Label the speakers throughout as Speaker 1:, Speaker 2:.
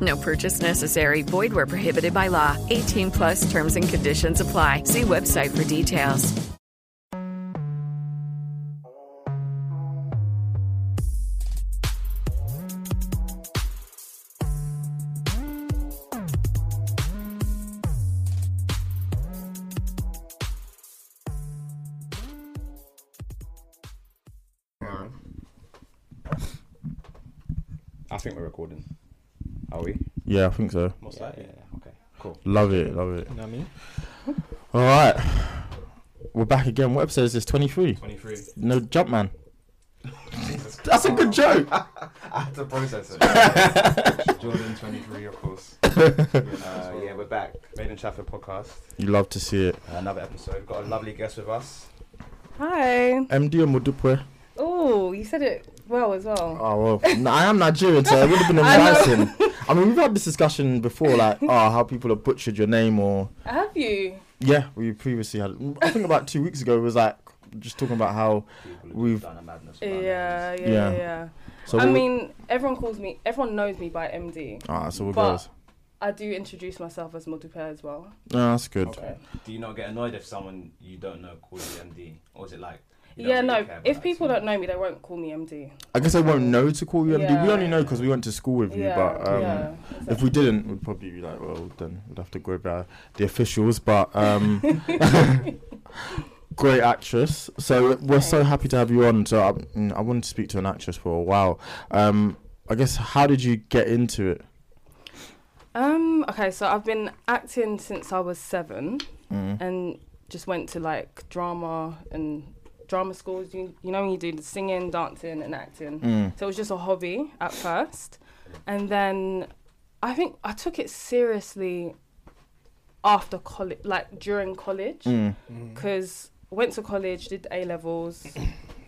Speaker 1: No purchase necessary. Void where prohibited by law. 18 plus terms and conditions apply. See website for details.
Speaker 2: I think we're recording. Are we?
Speaker 3: Yeah, I think so.
Speaker 2: What's that? Yeah. Okay. Cool.
Speaker 3: Love it, love it.
Speaker 4: You know what I mean?
Speaker 3: All right, we're back again. What episode is this? Twenty three.
Speaker 2: Twenty-three.
Speaker 3: No jump man. That's a good joke.
Speaker 5: I had to process it. Jordan 23, of course. Uh, yeah, we're back.
Speaker 2: Made in Trafford podcast.
Speaker 3: You love to see it.
Speaker 2: Another episode. Got a lovely guest with us.
Speaker 6: Hi.
Speaker 3: MD or Mudupwe?
Speaker 6: Oh, you said it well as well.
Speaker 3: Oh well, no, I am Nigerian, so it would have been embarrassing. I mean, we've had this discussion before, like, oh, how people have butchered your name, or
Speaker 6: Have you?
Speaker 3: yeah, we previously had. I think about two weeks ago it was like just talking about how we've.
Speaker 2: Done a madness.
Speaker 6: Yeah, yeah,
Speaker 3: Yeah.
Speaker 6: yeah.
Speaker 3: So
Speaker 6: I
Speaker 3: what-
Speaker 6: mean, everyone calls me, everyone knows me by MD.
Speaker 3: ah, so we're
Speaker 6: but-
Speaker 3: girls.
Speaker 6: I do introduce myself as Modupe as well.
Speaker 3: No, that's good.
Speaker 2: Okay. Do you not get annoyed if someone you don't know calls you MD, or is it like? you don't
Speaker 6: Yeah,
Speaker 2: really
Speaker 6: no,
Speaker 2: care about
Speaker 6: if
Speaker 2: that
Speaker 6: people
Speaker 2: too
Speaker 6: don't know me, they won't call me MD.
Speaker 3: I guess I won't know to call you MD. We
Speaker 6: Yeah.
Speaker 3: only know because we went to school with you,
Speaker 6: Yeah,
Speaker 3: but um,
Speaker 6: yeah.
Speaker 3: if we didn't, we'd probably be like, well, then we'd have to go by the officials. But um, great actress. So we're so happy to have you on. So I, mm, I wanted to speak to an actress for a while. Um, I guess how did you get into it?
Speaker 6: Um, okay, so I've been acting since I was seven and just went to like drama and drama schools. You, you know, when you do the singing, dancing, and acting. So it was just a hobby at first. And then I think I took it seriously after college, like during college, because went to college, did A levels,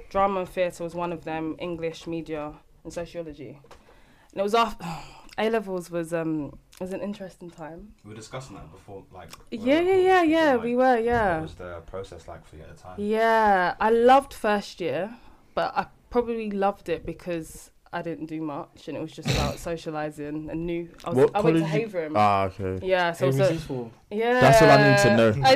Speaker 6: drama and theatre was one of them, English, media, and sociology. And it was after A levels was um was an interesting time.
Speaker 2: We were discussing that before, like. when
Speaker 6: yeah,
Speaker 2: we
Speaker 6: yeah,
Speaker 2: recorded,
Speaker 6: yeah,
Speaker 2: thinking,
Speaker 6: yeah.
Speaker 2: like,
Speaker 6: We were,
Speaker 2: What
Speaker 6: yeah,
Speaker 2: was the process like for you at the time?
Speaker 6: yeah. I loved first year, but I probably loved it because I didn't do much, and it was just about socialising and new. I, was, I went to
Speaker 3: college you-
Speaker 6: Haverham.
Speaker 3: Ah, okay.
Speaker 6: yeah, so it was
Speaker 4: It was
Speaker 6: a-
Speaker 4: useful.
Speaker 6: yeah.
Speaker 3: That's all I need to know.
Speaker 6: I,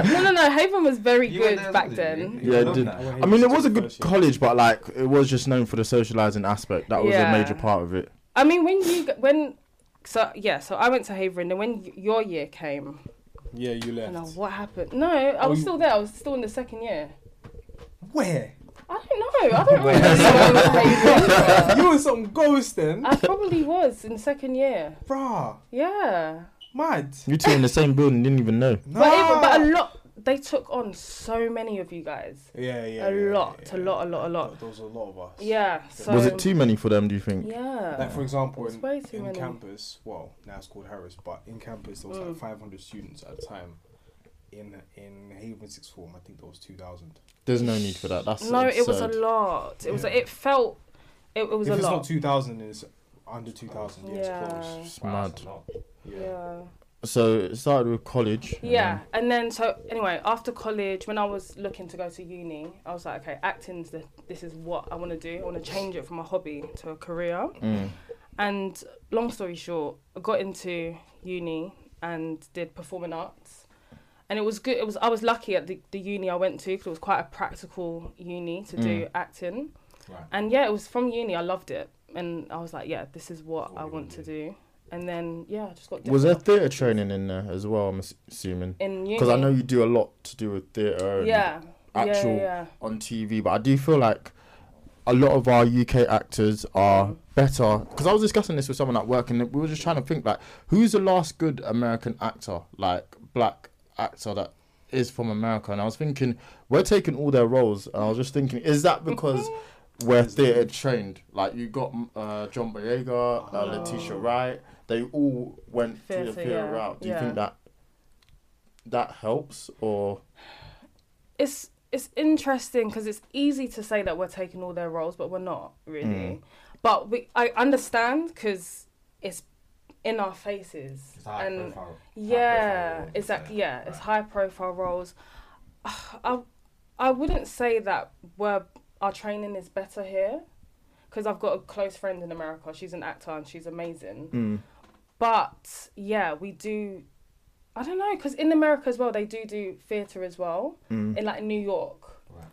Speaker 6: um, no, no, no. Haverham was very
Speaker 5: You went
Speaker 6: good
Speaker 5: there as
Speaker 6: back
Speaker 5: well, didn't
Speaker 6: then.
Speaker 5: you?
Speaker 3: Yeah,
Speaker 5: I
Speaker 3: it
Speaker 5: love
Speaker 3: did.
Speaker 5: that.
Speaker 3: I mean, it was a good
Speaker 4: First year.
Speaker 3: college, but like it was just known for the socializing aspect. That was
Speaker 6: Yeah.
Speaker 3: a major part of it.
Speaker 6: I mean, when you g- when so yeah, so I went to Haverham, and when y- your year came,
Speaker 4: Yeah, you
Speaker 6: and I,
Speaker 4: left.
Speaker 6: what happened? No, I was
Speaker 4: you-
Speaker 6: still there. I was still in the second year.
Speaker 4: Where?
Speaker 6: I don't know. I don't really know. what Haverham was.
Speaker 4: you were some ghost then?
Speaker 6: I probably was in the second year.
Speaker 4: Bruh.
Speaker 6: Yeah.
Speaker 4: Mad.
Speaker 3: You two in the same building didn't even know.
Speaker 6: But, it, but a lot, they took on so many of you guys.
Speaker 4: Yeah, yeah.
Speaker 6: a
Speaker 4: yeah,
Speaker 6: lot,
Speaker 4: yeah,
Speaker 6: a
Speaker 4: yeah.
Speaker 6: lot, a lot, a
Speaker 4: Th-
Speaker 6: lot.
Speaker 4: There was a lot of us.
Speaker 6: Yeah. So,
Speaker 3: was it too many for them? Do you think?
Speaker 6: Yeah.
Speaker 4: Like for example, in,
Speaker 6: way too
Speaker 4: in
Speaker 6: many. Mm.
Speaker 4: campus, well, now it's called Harris, but in campus there was like 500 students at the time. In in Haven Sixth Form, I think there was 2,000.
Speaker 3: There's no need for that. That's
Speaker 6: no, it was a
Speaker 3: absurd.
Speaker 6: lot. It was.
Speaker 4: Yeah.
Speaker 6: It felt. It, it was
Speaker 4: if
Speaker 6: a
Speaker 4: it's
Speaker 6: lot.
Speaker 4: not 2,000, then it's under 2,000. Yeah,
Speaker 6: Yeah.
Speaker 4: it's close.
Speaker 3: It's
Speaker 2: Wow,
Speaker 3: mad.
Speaker 2: that's a lot.
Speaker 6: yeah.
Speaker 3: So it started with college. and
Speaker 6: Yeah, and then so anyway, after college, when I was looking to go to uni, I was like, okay, acting's the this is what I want to do. I want to change it from a hobby to a career. And long story short, I got into uni and did performing arts, and it was good. It was I was lucky at the, the uni I went to because it was quite a practical uni to do acting,
Speaker 2: Right.
Speaker 6: and yeah, it was from uni. I loved it, and I was like, yeah, this is what I want to do. and then yeah, I just got.
Speaker 3: Was there
Speaker 6: different-
Speaker 3: theatre training in there as well? I'm ass- assuming
Speaker 6: in uni?
Speaker 3: because I know you do a lot to do with theatre. and
Speaker 6: Yeah. Yeah,
Speaker 3: Actual
Speaker 6: yeah, yeah.
Speaker 3: on TV, but I do feel like a lot of our UK actors are better. Because I was discussing this with someone at work, and we were just trying to think like, who's the last good American actor, like black actor that is from America? And I was thinking we're taking all their roles, and I was just thinking, is that because we're theatre trained? Like you got uh, John Boyega,
Speaker 6: Oh.
Speaker 3: uh, Letitia Wright, they all went through the
Speaker 6: Theatre,
Speaker 3: theatre
Speaker 6: yeah,
Speaker 3: route. Do you
Speaker 6: yeah.
Speaker 3: think that that helps or?
Speaker 6: it's it's interesting because it's easy to say that we're taking all their roles, but we're not really. But we, I understand because it's in our faces
Speaker 2: It's a high
Speaker 6: and
Speaker 2: profile- high profile
Speaker 6: yeah,
Speaker 2: role,
Speaker 6: exactly.
Speaker 2: so,
Speaker 6: Yeah, it's high profile roles. I I wouldn't say that we're our training is better here because I've got a close friend in America. She's an actor and she's amazing. But yeah, we do. I don't know because in America as well they do do theatre as well in like New York.
Speaker 2: Right.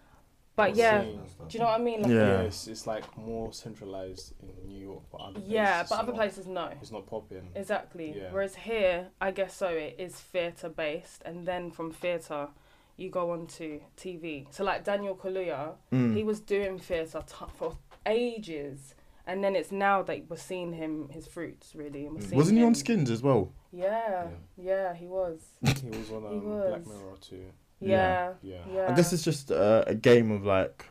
Speaker 6: But yeah, do
Speaker 4: Same.
Speaker 6: you know what I mean? Like,
Speaker 3: Yeah.
Speaker 4: Yeah, it's, it's like more centralized in New York, but other places
Speaker 6: yeah,
Speaker 4: it's
Speaker 6: but other
Speaker 4: not-
Speaker 6: places no.
Speaker 4: it's not popping.
Speaker 6: Exactly.
Speaker 4: Yeah.
Speaker 6: Whereas here, I guess so. It is theatre based, and then from theatre, you go on to TV. So like Daniel Kaluuya,
Speaker 3: Mm.
Speaker 6: he was doing theatre t- for ages, and then it's now that we're seeing him his fruits really.
Speaker 4: Mm.
Speaker 6: and we're seeing
Speaker 3: Wasn't he
Speaker 6: him-
Speaker 3: on Skins as well?
Speaker 6: Yeah, yeah, he was.
Speaker 4: He was on um,
Speaker 6: was.
Speaker 4: Black Mirror too.
Speaker 6: Yeah, yeah.
Speaker 4: Yeah.
Speaker 3: I guess it's just uh, a game of like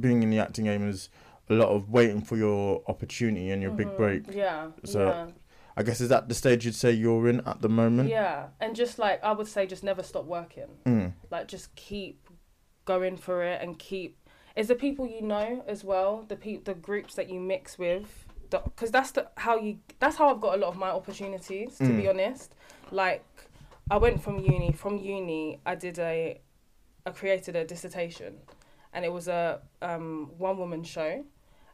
Speaker 3: being in the acting game is a lot of waiting for your opportunity and your big break.
Speaker 6: yeah,
Speaker 3: So-
Speaker 6: Mm-hmm. yeah.
Speaker 3: I guess is that the stage you'd say you're in at the moment?
Speaker 6: Yeah, and just like I would say, just never stop working.
Speaker 3: Mm.
Speaker 6: Like just keep going for it and keep. It's the people you know as well, the pe- the groups that you mix with, because that's the how you. That's how I've got a lot of my opportunities. To be honest, like I went from uni. From uni, I did a, I created a dissertation, and it was a um, one woman show,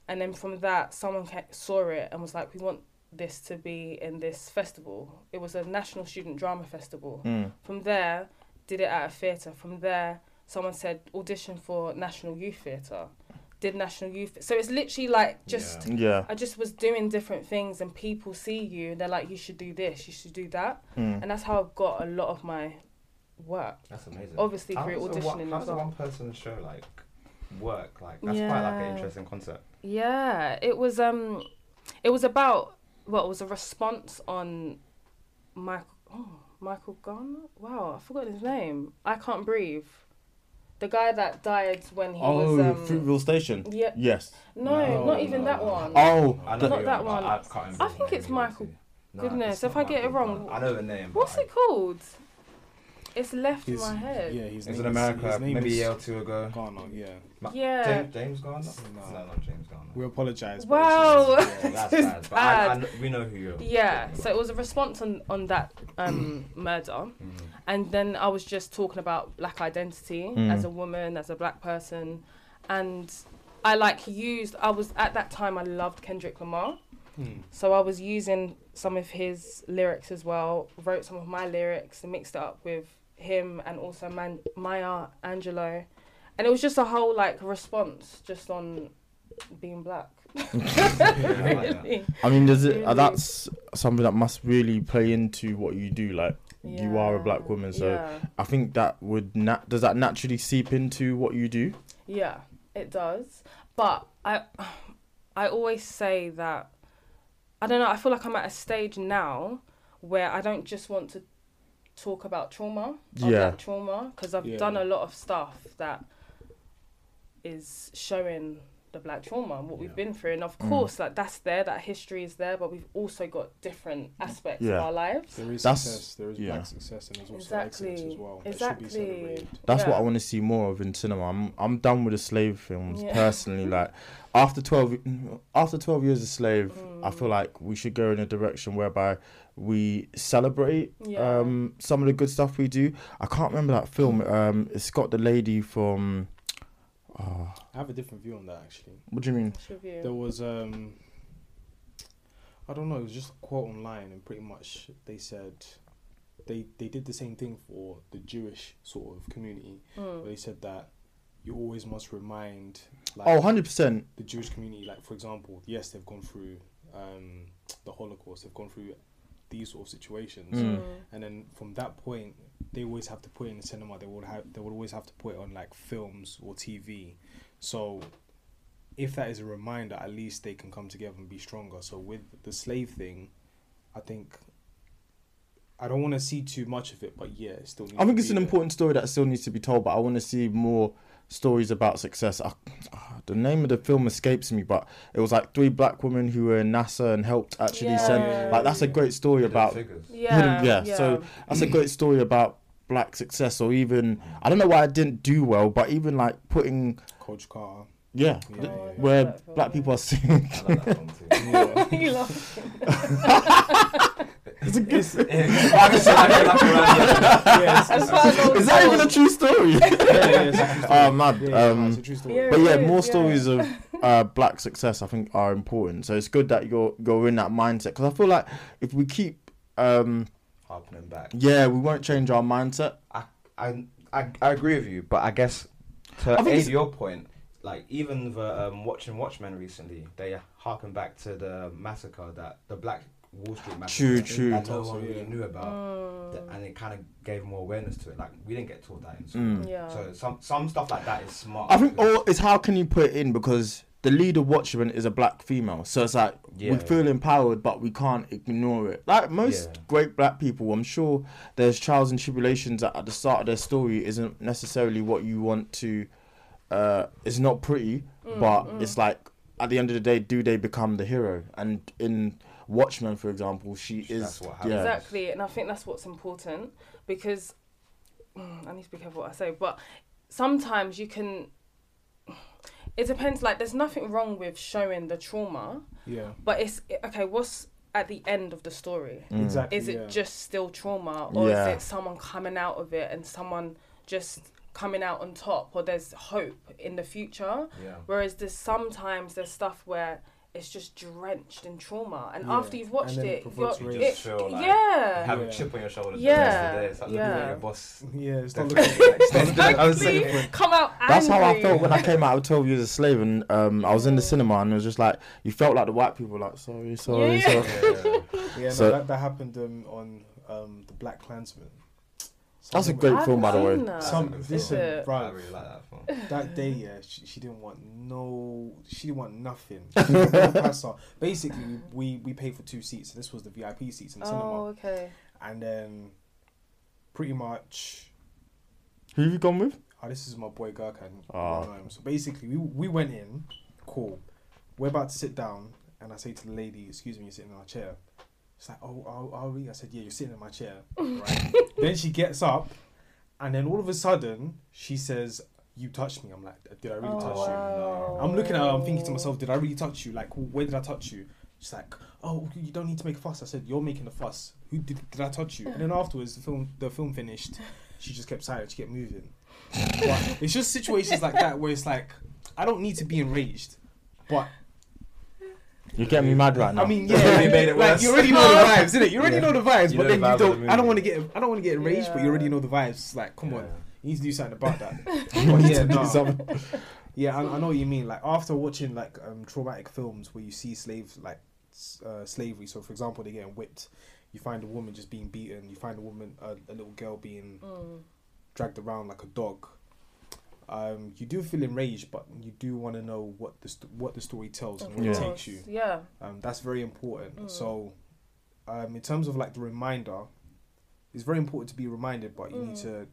Speaker 6: and then from that, someone ca- saw it and was like, "We want this to be in this festival." It was a national student drama festival. From there, did it at a theatre. From there, someone said audition for National Youth Theatre. Did National Youth. So it's literally like just
Speaker 3: Yeah.
Speaker 6: I just was doing different things, and people see you, and they're like, "You should do this. You should do that." And that's how I've got a lot of my work.
Speaker 2: That's amazing.
Speaker 6: Obviously
Speaker 2: How
Speaker 6: through
Speaker 2: does a one-
Speaker 6: auditioning
Speaker 2: How
Speaker 6: as
Speaker 2: does a
Speaker 6: well.
Speaker 2: one person show like work? Like that's quite like
Speaker 6: Yeah.
Speaker 2: an interesting concept.
Speaker 6: Yeah, it was um, it was about well, it was a response on Michael oh, Michael Garner. Wow, I forgot his name. I can't breathe. The guy that died when he was um,
Speaker 3: Oh, Fruitville Station.
Speaker 6: yeah.
Speaker 3: Yes.
Speaker 6: no, not even that one.
Speaker 3: Oh,
Speaker 2: I
Speaker 6: Not
Speaker 2: who- I-
Speaker 6: that one.
Speaker 2: I, can't remember
Speaker 6: I
Speaker 2: his
Speaker 6: think
Speaker 2: name,
Speaker 6: it's
Speaker 2: who
Speaker 6: Michael.
Speaker 2: is he? No,
Speaker 6: Goodness,
Speaker 2: it's not
Speaker 6: if I get
Speaker 2: Michael
Speaker 6: it wrong-
Speaker 2: Brown. I know the name.
Speaker 6: What's
Speaker 2: but
Speaker 6: it called? It's left in
Speaker 4: His-
Speaker 6: my head.
Speaker 4: Yeah, he's
Speaker 2: I- It's in America,
Speaker 4: His name
Speaker 2: maybe a
Speaker 4: is
Speaker 2: year or two ago.
Speaker 4: Ghana. Yeah,
Speaker 2: Ma-
Speaker 6: Yeah.
Speaker 2: James, James Garner? No,
Speaker 4: No.
Speaker 2: not James Garner.
Speaker 4: we apologize. but
Speaker 6: Wow.
Speaker 4: it's just- yeah,
Speaker 2: That's
Speaker 6: This is
Speaker 2: bad. But I, I,
Speaker 6: bad.
Speaker 2: kn- we know who you are.
Speaker 6: Yeah, so it was a response on, on that um, murder. And then I was just talking about black identity
Speaker 2: Mm.
Speaker 6: as a woman, as a black person. And I like used, I was at that time, I loved Kendrick Lamar. So I was using some of his lyrics as well, wrote some of my lyrics and mixed it up with him and also Man- Maya Angelou. And it was just a whole like response just on being black.
Speaker 2: I like that.
Speaker 6: Really.
Speaker 3: I mean, does it? Uh, that's something that must really play into what you do. Like, you are a
Speaker 6: Yeah,
Speaker 3: black woman, so
Speaker 6: yeah.
Speaker 3: I think that would nat. Does that naturally seep into what you do?
Speaker 6: Yeah, it does. But I I always say that I don't know, I feel like I'm at a stage now where I don't just want to talk about trauma, or
Speaker 3: Yeah.
Speaker 6: black trauma because I've
Speaker 4: Yeah.
Speaker 6: done a lot of stuff that is showing the black trauma and what we've been through and of
Speaker 3: Mm.
Speaker 6: course like that's there that history is there but we've also got different aspects
Speaker 3: Yeah.
Speaker 6: of our lives
Speaker 4: There is
Speaker 3: That's-
Speaker 4: success. There is
Speaker 3: yeah.
Speaker 4: black success, and there's also excellence
Speaker 6: exactly
Speaker 4: as well. It should be
Speaker 6: exactly
Speaker 4: celebrated.
Speaker 3: That's
Speaker 6: Yeah.
Speaker 3: what I want to see more of in cinema. I'm I'm done with the slave films
Speaker 6: Yeah.
Speaker 3: personally. Like after twelve after twelve years a slave, I feel
Speaker 6: Mm.
Speaker 3: like we should go in a direction whereby we celebrate
Speaker 6: Yeah.
Speaker 3: um, some of the good stuff we do. I can't remember that film. Um, it's got the lady from.
Speaker 4: I have a different view on that actually.
Speaker 3: What do you mean?
Speaker 6: Should we-
Speaker 4: There was um I don't know, it was just a quote online and pretty much they said they they did the same thing for the Jewish sort of community.
Speaker 6: Hmm.
Speaker 4: They said that you always must remind like
Speaker 3: Oh, 100 percent.
Speaker 4: the Jewish community, like for example, yes, they've gone through um the Holocaust, they've gone through these sort of situations,
Speaker 3: Mm.
Speaker 4: and then from that point, they always have to put it in the cinema. They would have they would always have to put it on like films or TV. So if that is a reminder, at least they can come together and be stronger. So with the slave thing, I think I don't want to see too much of it, but yeah, it still. Needs
Speaker 3: I think
Speaker 4: to
Speaker 3: it's
Speaker 4: be
Speaker 3: an
Speaker 4: there.
Speaker 3: important story that still needs to be told, but I want to see more stories about success. I, ah, the name of the film escapes me, but it was like three black women who were in NASA and helped actually send.
Speaker 6: Yeah.
Speaker 3: Like that's a great story about.
Speaker 5: figures.
Speaker 6: Yeah,
Speaker 3: yeah, So that's a great story about black success, or even I don't know why it didn't do well, but even like putting
Speaker 4: Coach Carter.
Speaker 3: yeah, th-
Speaker 4: yeah, yeah.
Speaker 3: where
Speaker 6: That film,
Speaker 3: black
Speaker 6: yeah.
Speaker 3: people are seen.
Speaker 5: I like that film too.
Speaker 6: You laugh.
Speaker 3: it's a good. Is
Speaker 5: I can see that going up around here.
Speaker 4: yes,
Speaker 6: As far as I was
Speaker 3: that
Speaker 6: told.
Speaker 3: even a true story? oh man.
Speaker 4: yeah, yeah,
Speaker 3: um,
Speaker 4: it's a true story.
Speaker 6: Yeah.
Speaker 3: But yeah,
Speaker 6: It is,
Speaker 3: more
Speaker 6: yeah.
Speaker 3: stories of uh, black success I think are important. So it's good that you're you're in that mindset because I feel like if we keep um,
Speaker 5: Harping them back.
Speaker 3: yeah, we won't change our mindset.
Speaker 2: I, I, I, I agree with you, but I guess to
Speaker 3: think
Speaker 2: aid
Speaker 3: it's-
Speaker 2: your point, like even the um, watching Watchmen recently, they harken back to the massacre that the Black Wall Street massacre
Speaker 3: True, true.
Speaker 2: that no one
Speaker 4: Also,
Speaker 2: really
Speaker 6: Mm.
Speaker 4: yeah.
Speaker 2: knew about, th- and it kind of gave more awareness to it. Like we didn't get taught that in school,
Speaker 6: Yeah.
Speaker 2: so some some stuff like that is smart.
Speaker 3: Mm. I think
Speaker 2: because-
Speaker 3: all is how can you put it in because the leader watchman is a black female, so it's like we
Speaker 2: Yeah.
Speaker 3: feel empowered, but we can't ignore it. Like most
Speaker 2: Yeah.
Speaker 3: great black people, I'm sure there's trials and tribulations that at the start of their story isn't necessarily what you want to. Uh, it's not pretty, but it's like at the end of the day, do they become the hero? And in Watchmen, for example, she is.
Speaker 2: That's what
Speaker 3: yeah.
Speaker 2: happens.
Speaker 6: Exactly, and I think that's what's important because Mm, I need to be careful what I say, but sometimes you can. It depends. Like, there's nothing wrong with showing the trauma,
Speaker 4: Yeah,
Speaker 6: but it's okay. What's at the end of the story?
Speaker 3: Mm.
Speaker 4: exactly.
Speaker 6: Is it
Speaker 4: yeah.
Speaker 6: just still trauma, or
Speaker 3: Yeah.
Speaker 6: is it someone coming out of it and someone just coming out on top, or there's hope in the future?
Speaker 2: Yeah.
Speaker 6: Whereas there's sometimes there's stuff where it's just drenched in trauma, and after
Speaker 4: Yeah,
Speaker 6: you've watched
Speaker 4: and then
Speaker 6: it,
Speaker 4: it
Speaker 6: you're,
Speaker 4: provides
Speaker 2: you
Speaker 4: It-
Speaker 2: just feel like
Speaker 6: yeah.
Speaker 2: have
Speaker 4: Yeah.
Speaker 2: a chip on your shoulder.
Speaker 6: Yeah,
Speaker 2: the rest of the day. It's like looking
Speaker 6: yeah.
Speaker 2: at your boss.
Speaker 4: Yeah, it's not looking.
Speaker 2: I was
Speaker 6: Please
Speaker 2: saying,
Speaker 6: come out angry.
Speaker 3: That's how I felt when I came out of 12 Years a Slave and um, I was in the cinema and it was just like, you felt like the white people were like, sorry, sorry,
Speaker 6: Yeah, yeah.
Speaker 3: sorry.
Speaker 4: Yeah,
Speaker 3: So-
Speaker 4: no, that, that happened um, on um, the Black Klansman.
Speaker 3: That's a
Speaker 4: Something-
Speaker 3: great
Speaker 6: I
Speaker 3: film, by the way.
Speaker 6: haven't seen that.
Speaker 4: Some listen,
Speaker 6: Ah. it?
Speaker 2: I
Speaker 4: bruv,
Speaker 2: really like that film.
Speaker 4: That day, yeah, she, she didn't want no, she didn't want nothing. She didn't want no pasta. Basically, we, we we paid for two seats. This was the VIP seats in the
Speaker 6: Oh,
Speaker 4: cinema,
Speaker 6: okay.
Speaker 4: and then pretty much,
Speaker 3: Who have you gone with?
Speaker 4: oh, this is my boy Gurkhan.
Speaker 3: Ah.
Speaker 4: So basically, we we went in, cool. We're about to sit down, and I say to the lady, "Excuse me, you're sitting in our chair." She's like, "Oh, are, are we?" I said, "Yeah, you're sitting in my chair." Right. then she gets up, and then all of a sudden, she says, "You touched me." I'm like, "Did I really touch you?" I'm looking at her, I'm thinking to myself, did I really touch you? Like, where did I touch you? She's like, oh, you don't need to make a fuss. I said, you're making a fuss. Who did, did I touch you? And then afterwards, the film the film finished. She just kept silent. She kept moving. But it's just situations like that where it's like, I don't need to be enraged, but
Speaker 3: You're getting me mad right now.
Speaker 4: I mean, yeah,
Speaker 5: really made it
Speaker 4: like,
Speaker 5: worse.
Speaker 4: You already know the vibes, innit? You already know the vibes,
Speaker 5: You
Speaker 4: but
Speaker 5: know
Speaker 4: then
Speaker 5: the vibes
Speaker 4: you
Speaker 5: of the
Speaker 4: don't. I
Speaker 5: movie.
Speaker 4: don't want to get. I don't want to get enraged, but you already
Speaker 6: Yeah.
Speaker 4: know the vibes. It's like, come on,
Speaker 2: Yeah.
Speaker 4: you need to do something about that. but yeah, no.
Speaker 3: something.
Speaker 4: yeah, I, I know what you mean. Like after watching like um, traumatic films where you see slaves like s- uh, slavery. So for example, they're getting whipped. You find a woman just being beaten. You find a woman, a, a little girl being dragged around like a dog. Um, you do feel enraged, but you do want to know what the st- what the story tells and where it
Speaker 3: course.
Speaker 4: takes you.
Speaker 6: Yeah.
Speaker 4: Um, that's very important. So, um, in terms of like the reminder, it's very important to be reminded, but you need to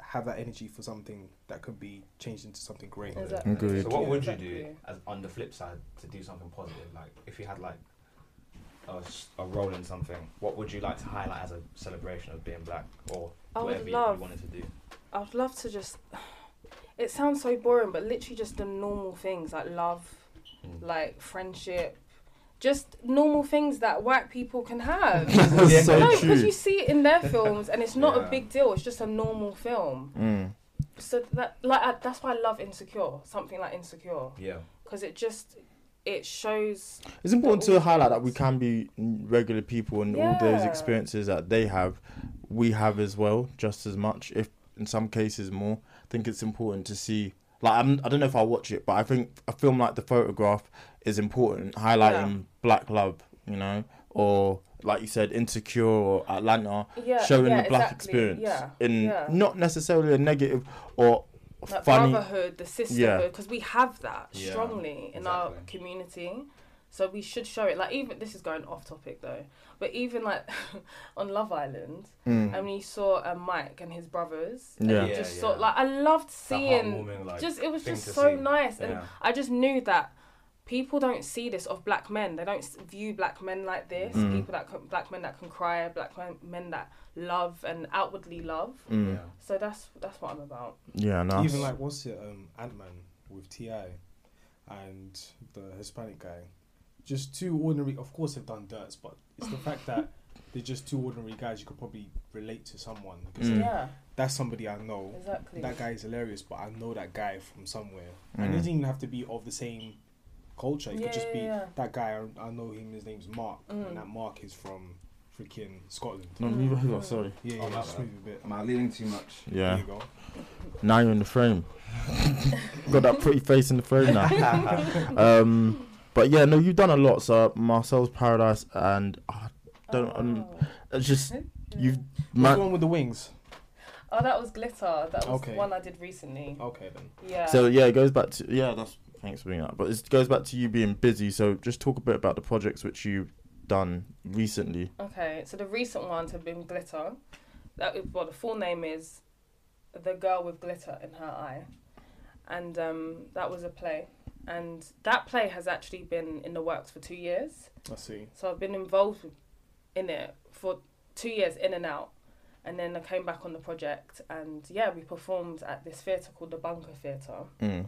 Speaker 4: have that energy for something that could be changed into something great.
Speaker 6: Exactly.
Speaker 3: Agreed.
Speaker 2: So what
Speaker 6: Yeah,
Speaker 2: would you
Speaker 6: exactly.
Speaker 2: do as, on the flip side to do something positive? Like if you had like a, s- a role in something, what would you like to highlight as a celebration of being black or
Speaker 6: I would
Speaker 2: whatever you,
Speaker 6: love-
Speaker 2: you wanted to do?
Speaker 6: I'd love to just. It sounds so boring, but literally just the normal things like love,
Speaker 2: Mm.
Speaker 6: like friendship, just normal things that white people can have.
Speaker 3: That's so
Speaker 6: no,
Speaker 3: true.
Speaker 6: because you see it in their films, and it's not a
Speaker 2: Yeah.
Speaker 6: big deal. It's just a normal film.
Speaker 3: Mm.
Speaker 6: So that, like, I, that's why I love Insecure. Something like Insecure,
Speaker 2: Yeah,
Speaker 6: because it just it shows
Speaker 3: It's important to highlight that we can be regular people and all those
Speaker 6: Yeah.
Speaker 3: experiences that they have, we have as well, just as much, if in some cases more. I think it's important to see. Like I'm, I don't know if I watch it, but I think a film like The Photograph is important, highlighting
Speaker 6: Yeah.
Speaker 3: black love, you know, or like you said, Insecure or Atlanta,
Speaker 6: Yeah,
Speaker 3: showing
Speaker 6: yeah,
Speaker 3: the black
Speaker 6: exactly,
Speaker 3: experience
Speaker 6: yeah,
Speaker 3: in
Speaker 6: yeah.
Speaker 3: not necessarily a negative or
Speaker 6: like
Speaker 3: funny.
Speaker 6: brotherhood, the sisterhood, because we have that
Speaker 2: Yeah,
Speaker 6: strongly in our
Speaker 2: exactly.
Speaker 6: community. So we should show it. Like even this is going off topic though, but even like on Love Island, and we saw uh, Mike and his brothers. and
Speaker 3: Mm. Yeah.
Speaker 6: you
Speaker 2: Yeah,
Speaker 6: just saw
Speaker 2: yeah.
Speaker 6: like I loved seeing.
Speaker 2: heartwarming, like,
Speaker 6: just it was
Speaker 2: thing
Speaker 6: just
Speaker 2: to
Speaker 6: so
Speaker 2: see.
Speaker 6: nice, and
Speaker 2: Yeah.
Speaker 6: I just knew that people don't see this of black men. They don't s- view black men like this.
Speaker 3: Mm.
Speaker 6: People that can, black men that can cry, black men, men that love and outwardly love.
Speaker 3: Mm.
Speaker 2: Yeah.
Speaker 6: So that's that's what I'm about.
Speaker 3: Yeah, nice.
Speaker 4: Even like what's it, um, Ant Man with Ti, and the Hispanic guy, just two ordinary. Of course, they've done dirts, but it's the fact that they're just two ordinary guys. You could probably relate to someone because
Speaker 3: Mm.
Speaker 4: like,
Speaker 6: Yeah.
Speaker 4: that's somebody I know.
Speaker 6: Exactly.
Speaker 4: That guy is hilarious, but I know that guy from somewhere,
Speaker 3: Mm.
Speaker 4: and it doesn't even have to be of the same culture. It
Speaker 6: Yeah,
Speaker 4: could just be
Speaker 6: yeah, yeah. Mm.
Speaker 4: that guy. I, I know him. His name's Mark, and that Mark is from freaking Scotland.
Speaker 3: no, move on, sorry.
Speaker 4: Yeah, yeah,
Speaker 5: Oh, my
Speaker 4: just
Speaker 5: bad.
Speaker 4: move a bit.
Speaker 5: Am I leading too much?
Speaker 4: There
Speaker 3: Yeah,
Speaker 4: you go.
Speaker 3: now you're in the frame. Got that pretty face in the frame now. um, but yeah, no, you've done a lot. So Marcel's Paradise and I don't. Um, it's just you've.
Speaker 4: What's
Speaker 3: Man-
Speaker 4: the one with the wings?
Speaker 6: Oh, that was glitter. That was
Speaker 4: Okay. Oh.
Speaker 6: one I did recently.
Speaker 4: Okay then.
Speaker 6: Yeah.
Speaker 3: So yeah, it goes back to yeah. That's thanks for bringing that. up. But it goes back to you being busy. So just talk a bit about the projects which you've done recently.
Speaker 6: okay. So the recent ones have been glitter. That is well, the full name is the girl with glitter in her eye, and um, that was a play. And that play has actually been in the works for two years.
Speaker 4: I see.
Speaker 6: So I've been involved in it for two years, in and out. And then I came back on the project, and yeah, we performed at this theatre called the Bunker Theatre.
Speaker 3: Mm.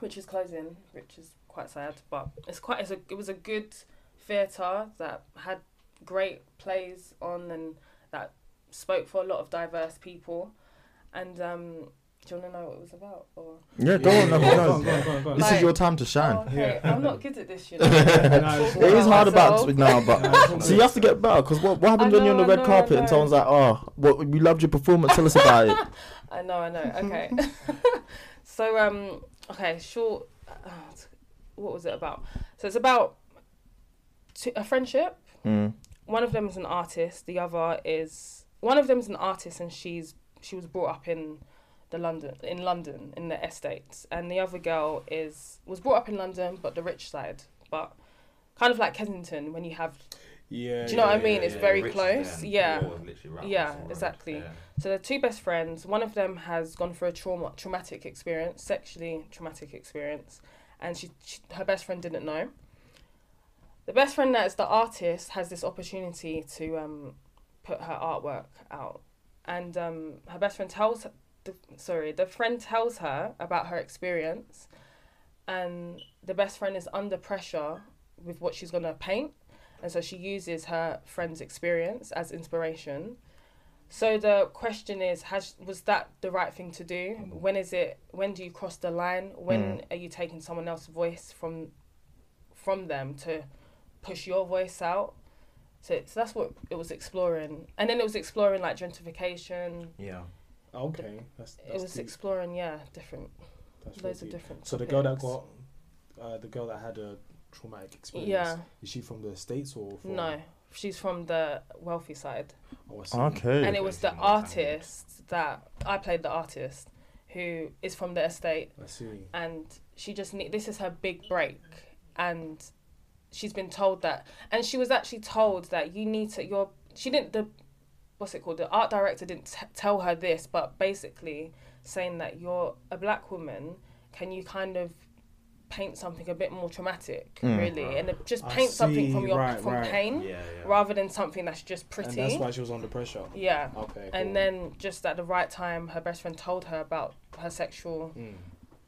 Speaker 6: which is closing, which is quite sad. But it's quite it's a, it was a good theatre that had great plays on and that spoke for a lot of diverse people. And um, do you want to know what it was about? Or
Speaker 3: Yeah, go on. no,
Speaker 4: Go
Speaker 3: no,
Speaker 4: on, go on, go on, go on.
Speaker 3: This is
Speaker 6: Like-
Speaker 3: your time to shine.
Speaker 6: Oh, okay, I'm not good at this, you know.
Speaker 4: No, it's
Speaker 6: Talking
Speaker 3: It is hard about
Speaker 6: myself.
Speaker 3: this now, but see, you have to get better because what, what happened
Speaker 6: I
Speaker 3: when you're on
Speaker 6: know,
Speaker 3: the
Speaker 6: I
Speaker 3: red
Speaker 6: know, I
Speaker 3: carpet
Speaker 6: know.
Speaker 3: and someone's like, "Oh, what we loved your performance. Tell us about it."
Speaker 6: I know, I know. Okay. so um, okay, short. Uh, what was it about? So it's about t- a friendship.
Speaker 3: Mm.
Speaker 6: One of them is an artist. The other is one of them is an artist, and she's she was brought up in the London in London in the estates, and the other girl is was brought up in London, but the rich side, but kind of like Kensington when you have
Speaker 4: Yeah.
Speaker 6: Do you know what I mean?
Speaker 2: Yeah,
Speaker 6: It's
Speaker 2: yeah,
Speaker 6: very
Speaker 2: Richard
Speaker 6: close,
Speaker 2: then,
Speaker 6: yeah.
Speaker 2: the wall was literally right
Speaker 6: Yeah,
Speaker 2: across the road,
Speaker 6: exactly.
Speaker 2: yeah.
Speaker 6: So they're two best friends. One of them has gone through a trauma, traumatic experience, sexually traumatic experience, and she, she her best friend didn't know. The best friend that is the artist has this opportunity to um, put her artwork out, and um, her best friend tells the sorry the friend tells her about her experience, and the best friend is under pressure with what she's gonna paint, and so she uses her friend's experience as inspiration. So the question is, has was that the right thing to do? When is it? When do you cross the line? When are you taking someone else's voice from, from them to push your voice out? So, it's that's what it was exploring, and then it was exploring like gentrification.
Speaker 2: Yeah.
Speaker 4: Okay. That's, that's
Speaker 6: it was
Speaker 4: deep.
Speaker 6: exploring, yeah, different
Speaker 4: That's real
Speaker 6: loads of
Speaker 4: deep.
Speaker 6: different.
Speaker 4: So the girl that
Speaker 6: topics.
Speaker 4: got, uh, the girl that had a traumatic experience.
Speaker 6: Yeah.
Speaker 4: Is she from the states or from?
Speaker 6: no, she's from the wealthy side.
Speaker 4: Oh, I see.
Speaker 3: Okay.
Speaker 6: and it was the
Speaker 2: Based on what language?
Speaker 6: artist that I played the artist who is from the estate
Speaker 4: I see.
Speaker 6: and she just need this is her big break and she's been told that and she was actually told that you need to your she didn't the what's it called the art director didn't t- tell her this but basically saying that you're a black woman can you kind of paint something a bit more traumatic really and it- just
Speaker 4: I
Speaker 6: paint something from
Speaker 4: see,
Speaker 6: your
Speaker 4: right,
Speaker 6: from
Speaker 4: right.
Speaker 6: pain
Speaker 2: Hmm. Yeah, yeah.
Speaker 6: rather than something that's just pretty
Speaker 4: And that's why she was under pressure.
Speaker 6: yeah.
Speaker 4: Okay, cool.
Speaker 6: And then just at the right time, her best friend told her about her sexual
Speaker 4: Hmm.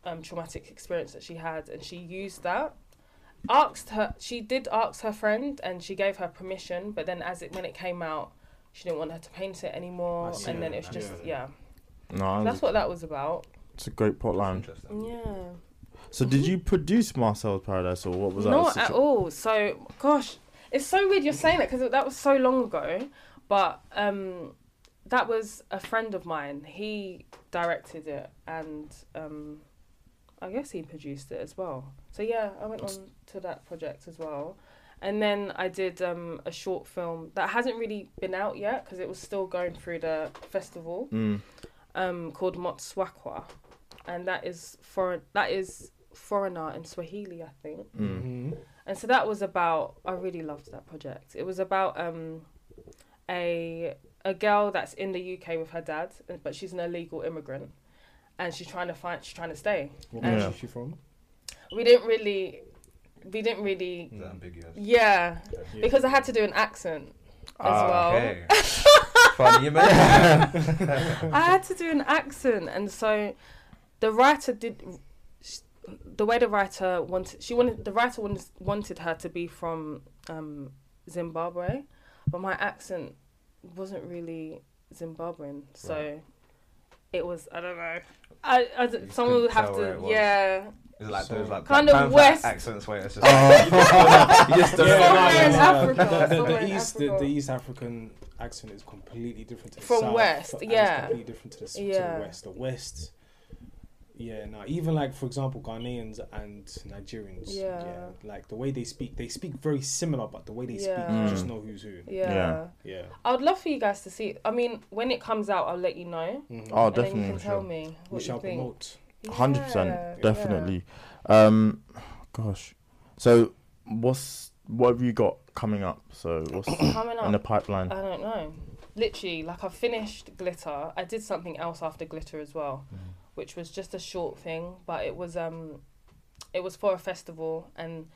Speaker 6: um, traumatic experience that she had, and she used that. Asked her, she did ask her friend, and she gave her permission. But then, as it when it came out, she didn't want her to paint it anymore,
Speaker 4: see.
Speaker 6: and then it was just yeah.
Speaker 3: no,
Speaker 6: That's what that was about.
Speaker 3: it's a great plot line.
Speaker 2: Interesting.
Speaker 6: Yeah.
Speaker 3: So did you produce Marcel's Paradise or what was that?
Speaker 6: Not
Speaker 3: situ-
Speaker 6: at all. So, gosh, it's so weird you're saying that because that was so long ago. But um, that was a friend of mine. He directed it, and um, I guess he produced it as well. So yeah, I went on to that project as well, And then I did um, a short film that hasn't really been out yet because it was still going through the festival
Speaker 3: Hmm.
Speaker 6: um, called Motswakwa, and that is foreign that is foreigner in Swahili, I think.
Speaker 3: Hmm.
Speaker 6: And so that was about. I really loved that project. It was about um, a a girl that's in the UK with her dad, but she's an illegal immigrant, and she's trying to find. She's trying to stay.
Speaker 4: What
Speaker 3: Yeah.
Speaker 4: country is she from?
Speaker 6: We didn't really. We didn't really
Speaker 2: Is that ambiguous?
Speaker 6: yeah, because I had to do an accent as
Speaker 5: Ah,
Speaker 6: well.
Speaker 2: Ah, Okay. Funny you mention that.
Speaker 6: I had to do an accent, and so the writer did. sh- The way the writer wanted, she wanted the writer wanted, wanted her to be from um, Zimbabwe, but my accent wasn't really Zimbabwean, so it was I don't know. I, I d-
Speaker 2: You
Speaker 6: someone would
Speaker 2: couldn't
Speaker 6: have
Speaker 2: tell where
Speaker 6: to
Speaker 2: it was.
Speaker 6: yeah.
Speaker 2: Is it like those like
Speaker 6: Kind
Speaker 2: Black
Speaker 6: of
Speaker 2: Panther
Speaker 6: West.
Speaker 2: accents where it's just like, you just don't
Speaker 6: Somewhere
Speaker 2: know.
Speaker 6: in Africa,
Speaker 4: Uh, The- the,
Speaker 6: somewhere in
Speaker 4: East, the, the
Speaker 6: Africa.
Speaker 4: East African accent is completely different to the
Speaker 6: From
Speaker 4: South,
Speaker 6: West,
Speaker 4: and
Speaker 6: yeah.
Speaker 4: it's completely different to the, s- to
Speaker 6: Yeah.
Speaker 4: the West. The West, yeah. Now, even like for example, Ghanaians and Nigerians,
Speaker 6: Yeah.
Speaker 4: like the way they speak, they speak very similar, but the way they speak,
Speaker 6: Yeah.
Speaker 4: you just know who's who.
Speaker 6: yeah,
Speaker 3: Yeah.
Speaker 4: Yeah.
Speaker 6: I would love for you guys to see. I mean, when it comes out, I'll let you know,
Speaker 3: Oh,
Speaker 6: and then you
Speaker 3: definitely.
Speaker 6: can tell me
Speaker 4: We
Speaker 6: what
Speaker 4: shall
Speaker 6: you think.
Speaker 4: promote.
Speaker 3: Hundred
Speaker 6: Yeah,
Speaker 3: percent,
Speaker 6: yeah.
Speaker 3: definitely. Um, gosh. So, what's what have you got coming up? So, what's
Speaker 6: Coming
Speaker 3: in the
Speaker 6: up,
Speaker 3: pipeline?
Speaker 6: I don't know. Literally, like I finished glitter. I did something else after glitter as well,
Speaker 3: Mm.
Speaker 6: which was just a short thing, but it was um, it was for a festival, and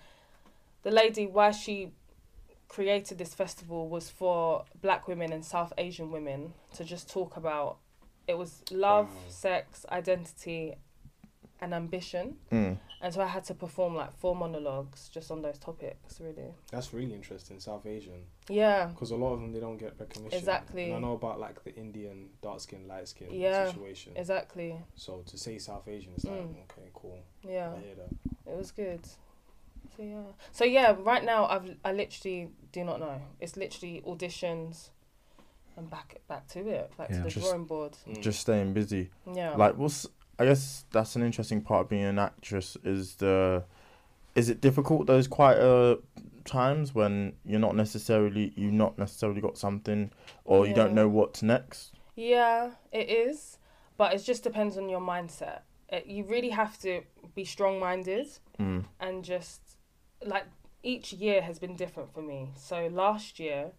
Speaker 6: the lady why she created this festival was for black women and South Asian women to just talk about. It was love, sex, identity, and ambition.
Speaker 3: Mm.
Speaker 6: And so I had to perform like four monologues just on those topics, really.
Speaker 4: That's really interesting, South Asian,
Speaker 6: Yeah.
Speaker 4: because a lot of them they don't get recognition.
Speaker 6: Exactly.
Speaker 4: And I know about like the Indian dark skin, light skin
Speaker 6: Yeah.
Speaker 4: situation.
Speaker 6: Exactly.
Speaker 4: so to say South Asian is like
Speaker 6: Mm.
Speaker 4: okay, cool.
Speaker 6: Yeah.
Speaker 4: I hear that.
Speaker 6: It was good. So yeah. So yeah, right now I've I literally do not know. It's literally auditions and back back to it. Back
Speaker 3: Yeah.
Speaker 6: to the
Speaker 3: Just-
Speaker 6: drawing board.
Speaker 3: Just staying busy.
Speaker 6: Yeah.
Speaker 3: Like, what's? I guess that's an interesting part of being an actress. Is the, is it difficult those quieter times when you're not necessarily you have not necessarily got something or you
Speaker 6: Yeah.
Speaker 3: don't know what's next?
Speaker 6: Yeah, it is, but it just depends on your mindset. It, you really have to be strong minded
Speaker 3: Mm.
Speaker 6: and just like each year has been different for me. So last year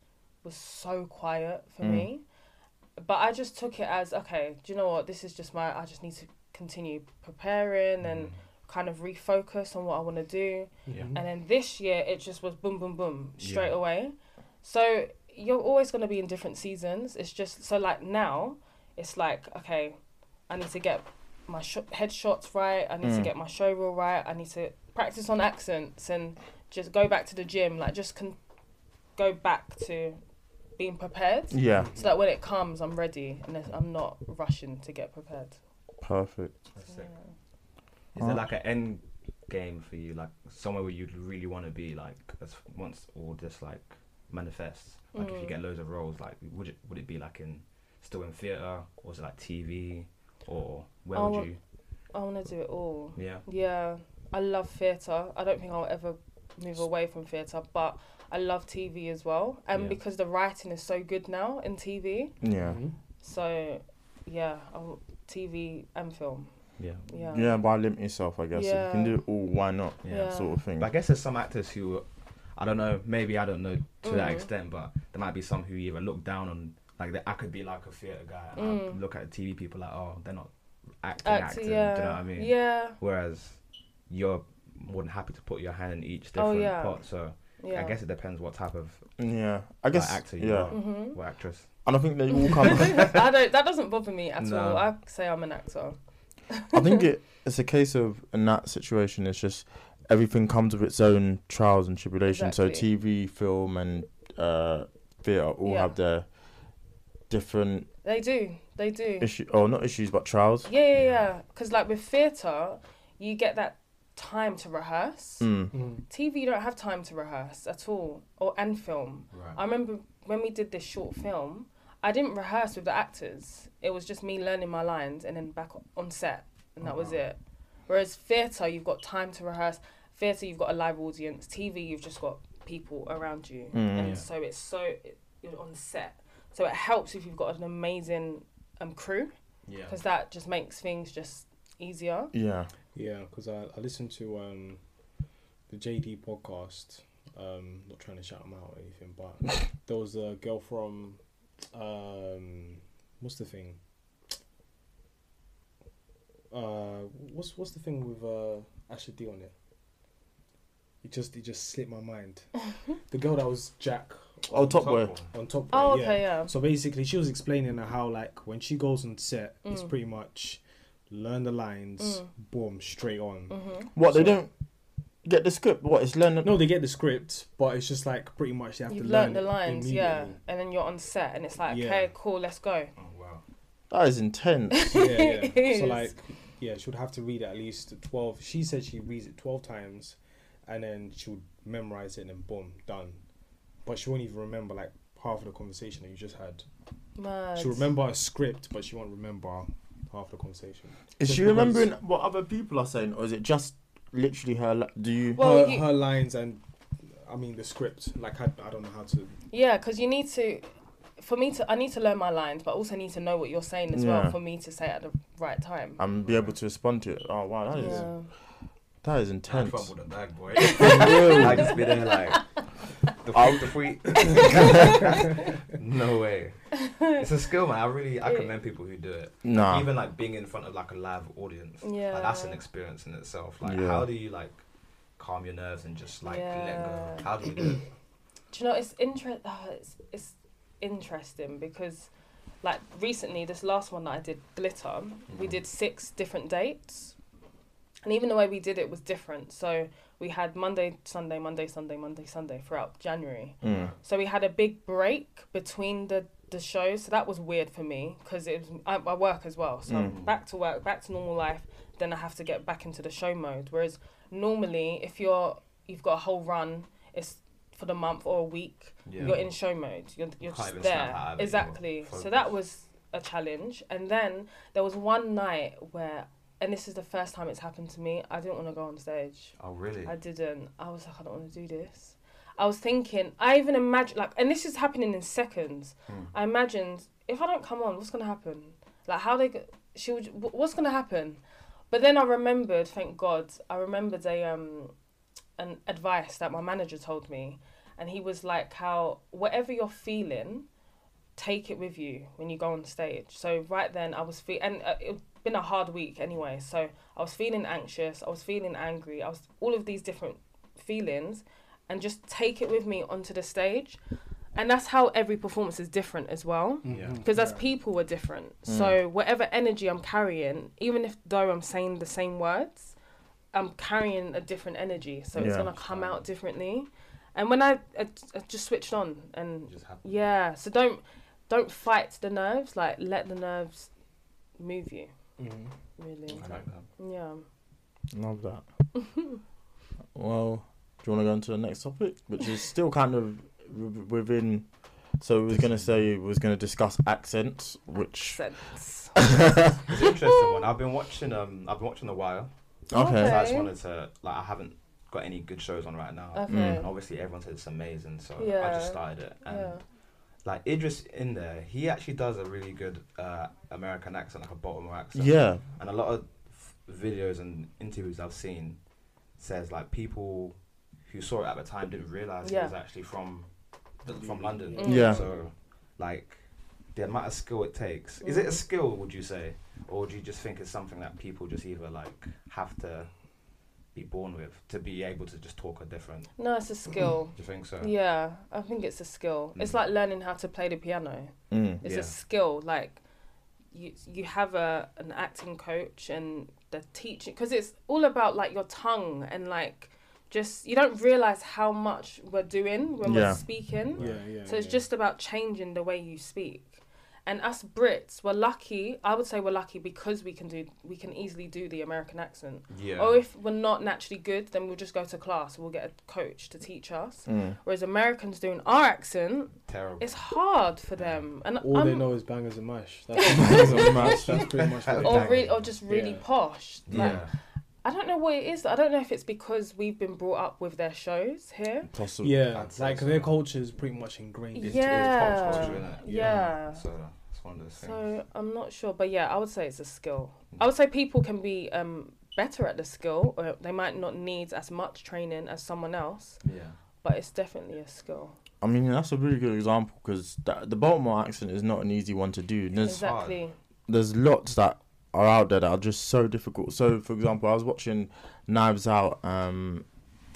Speaker 6: was so quiet for
Speaker 3: Mm.
Speaker 6: me, but I just took it as okay, do you know what? This is just my, I just need to continue preparing and kind of refocus on what I want to do. And then this year it just was boom, boom, boom straight away. So you're always going to be in different seasons. It's just so like now, it's like okay, I need to get my sh- headshots right. I need to get my show reel right. I need to practice on accents and just go back to the gym. Like just con- go back to being prepared.
Speaker 3: Yeah,
Speaker 6: So that when it comes, I'm ready and it's- I'm not rushing to get prepared.
Speaker 3: perfect.
Speaker 2: That's sick. Is there like an end game for you, like somewhere where you'd really want to be, like as once all this like manifests? Like if you get loads of roles, like would it would it be like in still in theatre, or is it like TV, or where
Speaker 6: I
Speaker 2: would
Speaker 6: want-
Speaker 2: you?
Speaker 6: I want to do it all.
Speaker 2: Yeah,
Speaker 6: Yeah, I love theatre. I don't think I'll ever move away from theatre, but I love TV as well. And
Speaker 2: Yeah.
Speaker 6: because the writing is so good now in TV,
Speaker 3: Yeah,
Speaker 6: Mm-hmm. so yeah, I'll, TV and film.
Speaker 2: yeah.
Speaker 6: Yeah.
Speaker 3: yeah. Why limit yourself? I guess if you can
Speaker 6: Yeah.
Speaker 3: do it all. Why not?
Speaker 6: Yeah.
Speaker 3: Sort of thing.
Speaker 2: But I guess there's some actors who, I don't know, maybe I don't know to that extent, but there might be some who either look down on, like, that I could be like a theatre guy, and I look at TV people like, oh, they're not acting,
Speaker 6: Actor,
Speaker 2: acting,
Speaker 6: Uh, yeah.
Speaker 2: do you know what I mean?
Speaker 6: Yeah.
Speaker 2: Whereas you're more than happy to put your hand in each
Speaker 6: Oh,
Speaker 2: different
Speaker 6: yeah.
Speaker 2: pot, so
Speaker 6: Yeah.
Speaker 2: I guess it depends what type of
Speaker 3: yeah, I
Speaker 2: like,
Speaker 3: guess.
Speaker 2: actor you
Speaker 3: yeah,
Speaker 2: are,
Speaker 6: Mm-hmm.
Speaker 2: what actress.
Speaker 3: and I think they all come.
Speaker 6: I don't. That doesn't bother me at
Speaker 2: No.
Speaker 6: all. I say I'm an actor.
Speaker 3: I think it, it's a case of in that situation. It's just everything comes with its own trials and tribulations.
Speaker 6: Exactly.
Speaker 3: So TV, film, and uh, theatre all
Speaker 6: Yeah.
Speaker 3: have their different
Speaker 6: They do. They do.
Speaker 3: issue, or not issues, but trials.
Speaker 6: Yeah, yeah, yeah. Because like with theatre, you get that time to rehearse. TV, you don't have time to rehearse at all, or and film. I remember when we did this short film, I didn't rehearse with the actors. It was just me learning my lines and then back on set, and that was it. Whereas theatre, you've got time to rehearse. Theatre, you've got a live audience. TV, you've just got people around you, and so it's so it, you're on set, so it helps if you've got an amazing um crew
Speaker 2: Yeah.
Speaker 6: because that just makes things just easier.
Speaker 3: Yeah.
Speaker 4: Yeah, because I, I listened to um, the JD podcast. Um, not trying to shout them out or anything, but there was a girl from um, what's the thing? Uh, what's what's the thing with uh, Asha D on it? It just it just slipped my mind. the girl that was Jack
Speaker 3: Oh, top, boy.
Speaker 4: on top.
Speaker 6: Oh,
Speaker 4: right,
Speaker 6: okay, yeah.
Speaker 4: So basically, she was explaining how like when she goes on set, it's
Speaker 6: Mm.
Speaker 4: pretty much learn the lines, boom, straight on.
Speaker 6: Mm-hmm.
Speaker 3: What they don't get the script. What it's learning.
Speaker 4: No, they get the script, but it's just like pretty much they have
Speaker 6: You've
Speaker 4: to
Speaker 6: learned
Speaker 4: learn
Speaker 6: the
Speaker 4: it
Speaker 6: lines, yeah,
Speaker 4: immediately.
Speaker 6: and then you're on set, and it's like,
Speaker 4: Yeah.
Speaker 6: okay, cool, let's go.
Speaker 2: Oh wow.
Speaker 3: That is intense.
Speaker 4: yeah, yeah.
Speaker 6: It
Speaker 4: so
Speaker 6: is.
Speaker 4: like yeah she would have to read it at least 12 she said she reads it 12 times and then she would memorize it and then boom done but she won't even remember like half of the conversation that you just had
Speaker 6: Mad.
Speaker 4: she'll remember a script but she won't remember half the conversation
Speaker 3: is
Speaker 4: Just
Speaker 3: she
Speaker 4: because
Speaker 3: remembering what other people are saying, or is it just literally her? li- Do you?
Speaker 6: Well,
Speaker 4: her,
Speaker 6: you-
Speaker 4: her lines and i mean the script like i, I don't know how to
Speaker 6: Yeah, because you need to. For me to, I need to learn my lines, but also need to know what you're saying as
Speaker 3: Yeah.
Speaker 6: well for me to say it at the right time.
Speaker 3: and be able to respond to it. Oh wow, that is
Speaker 6: yeah.
Speaker 3: that is
Speaker 2: I
Speaker 3: intense.
Speaker 2: troubled a bag boy.
Speaker 5: I just be there like the tweet, the tweet. no way.
Speaker 2: it's a skill, man. I really I commend people who do it.
Speaker 3: Nah.
Speaker 2: Even like being in front of like a live audience. Like, that's an
Speaker 6: Yeah.
Speaker 2: experience in itself. Like
Speaker 3: Yeah.
Speaker 2: how do you like calm your nerves and just like let
Speaker 6: Yeah.
Speaker 2: go? How do you do it?
Speaker 6: Do you know it's inter- oh, it's, it's interesting because like recently this last one that I did glitter we did six different dates and even the way we did it was different so we had Monday Sunday Monday Sunday Monday Sunday throughout January so we had a big break between the the shows so that was weird for me because it was I, I work as well so I'm back to work back to normal life then I have to get back into the show mode whereas normally if you're you've got a whole run it's for the month or a week
Speaker 2: Yeah.
Speaker 6: you're in show mode you're, you're
Speaker 2: Can't
Speaker 6: just
Speaker 2: even snap out
Speaker 6: there
Speaker 2: of it
Speaker 6: exactly
Speaker 2: anymore.
Speaker 6: so that was a challenge and then there was one night where and this is the first time it's happened to me i didn't want to go on stage
Speaker 2: Oh really?
Speaker 6: I didn't. I was like, I don't want to do this. I was thinking, I even imagined, like, and this is happening in seconds. I imagined, if I don't come on, what's going to happen? Like, how they, go- she would, wh- what's going to happen? But then I remembered, thank God, I remembered a, um, an advice that my manager told me. And he was like, how, whatever you're feeling, take it with you when you go on stage. So right then I was feeling, and uh, it's been a hard week anyway. So I was feeling anxious. I was feeling angry. I was all of these different feelings, and just take it with me onto the stage, and that's how every performance is different as well. Because as people we're different. So whatever energy I'm carrying, even if though I'm saying the same words, I'm carrying a different energy. So it's
Speaker 3: Yeah.
Speaker 6: gonna come out differently. And when I, I, I just switched on and
Speaker 2: Just happens.
Speaker 6: yeah, so don't don't fight the nerves. Like let the nerves move you. Really.
Speaker 2: I like that.
Speaker 6: Yeah.
Speaker 3: Love that. well, do you want to go into the next topic, which is still kind of w- within? So we was gonna say we was gonna discuss accents, which
Speaker 6: Sense.
Speaker 2: It's an interesting one. I've been watching um I've been watching The Wire. So
Speaker 3: okay,
Speaker 2: I just
Speaker 6: Okay.
Speaker 2: wanted to like I haven't got any good shows on right now.
Speaker 6: Okay.
Speaker 2: And obviously everyone said it's amazing, so I
Speaker 6: Yeah.
Speaker 2: just started it. And
Speaker 6: Yeah.
Speaker 2: like Idris in there, he actually does a really good uh, American accent, like a Baltimore accent.
Speaker 3: yeah,
Speaker 2: And a lot of f- videos and interviews I've seen says like people who saw it at the time didn't realize
Speaker 6: Yeah. Mm.
Speaker 2: he was actually from from London.
Speaker 3: Yeah.
Speaker 2: So like the amount of skill it takes. Is it
Speaker 6: Mm.
Speaker 2: a skill? Would you say, or do you just think it's something that people just either like have to be born with to be able to just talk a different? Do
Speaker 6: No, it's a skill.
Speaker 2: you think so?
Speaker 6: Yeah, I think it's a skill. It's like learning how to play the piano. It's
Speaker 2: Yeah.
Speaker 6: a skill. Like you, you have a an acting coach and the teaching because it's all about like your tongue and like just you don't realize how much we're doing when
Speaker 3: Yeah.
Speaker 6: we're speaking.
Speaker 4: Yeah, yeah,
Speaker 6: So it's
Speaker 4: yeah.
Speaker 6: just about changing the way you speak. And us Brits, we're lucky. I would say we're lucky because we can do we can easily do the American accent.
Speaker 2: Yeah.
Speaker 6: Or if we're not naturally good, then we'll just go to class. We'll get a coach to teach us. Whereas Americans doing our accent,
Speaker 2: Terrible.
Speaker 6: it's hard for them. And
Speaker 4: all they
Speaker 6: I'm-
Speaker 4: know is bangers and mash that's, bangers and mash. that's pretty much what they
Speaker 6: or
Speaker 4: know.
Speaker 6: really, or just really
Speaker 4: Yeah.
Speaker 6: posh. Like,
Speaker 2: yeah.
Speaker 6: I don't know what it is. I don't know if it's because we've been brought up with their shows here.
Speaker 3: Possibly.
Speaker 4: Yeah,
Speaker 2: I'd say
Speaker 4: like
Speaker 2: so.
Speaker 4: their culture is pretty much ingrained.
Speaker 2: It's,
Speaker 4: into
Speaker 6: Yeah.
Speaker 2: it's pop culture, isn't it?
Speaker 6: Yeah.
Speaker 2: So it's one of those things.
Speaker 6: So I'm not sure, but yeah, I would say it's a skill.
Speaker 3: Mm.
Speaker 6: I would say people can be um, better at the skill, or they might not need as much training as someone else,
Speaker 2: yeah.
Speaker 6: but it's definitely a skill.
Speaker 3: I mean, that's a really good example because the Baltimore accent is not an easy one to do. And There's
Speaker 5: hard.
Speaker 6: Exactly.
Speaker 3: there's lots that are out there that are just so difficult. So, for example, I was watching Knives Out, um,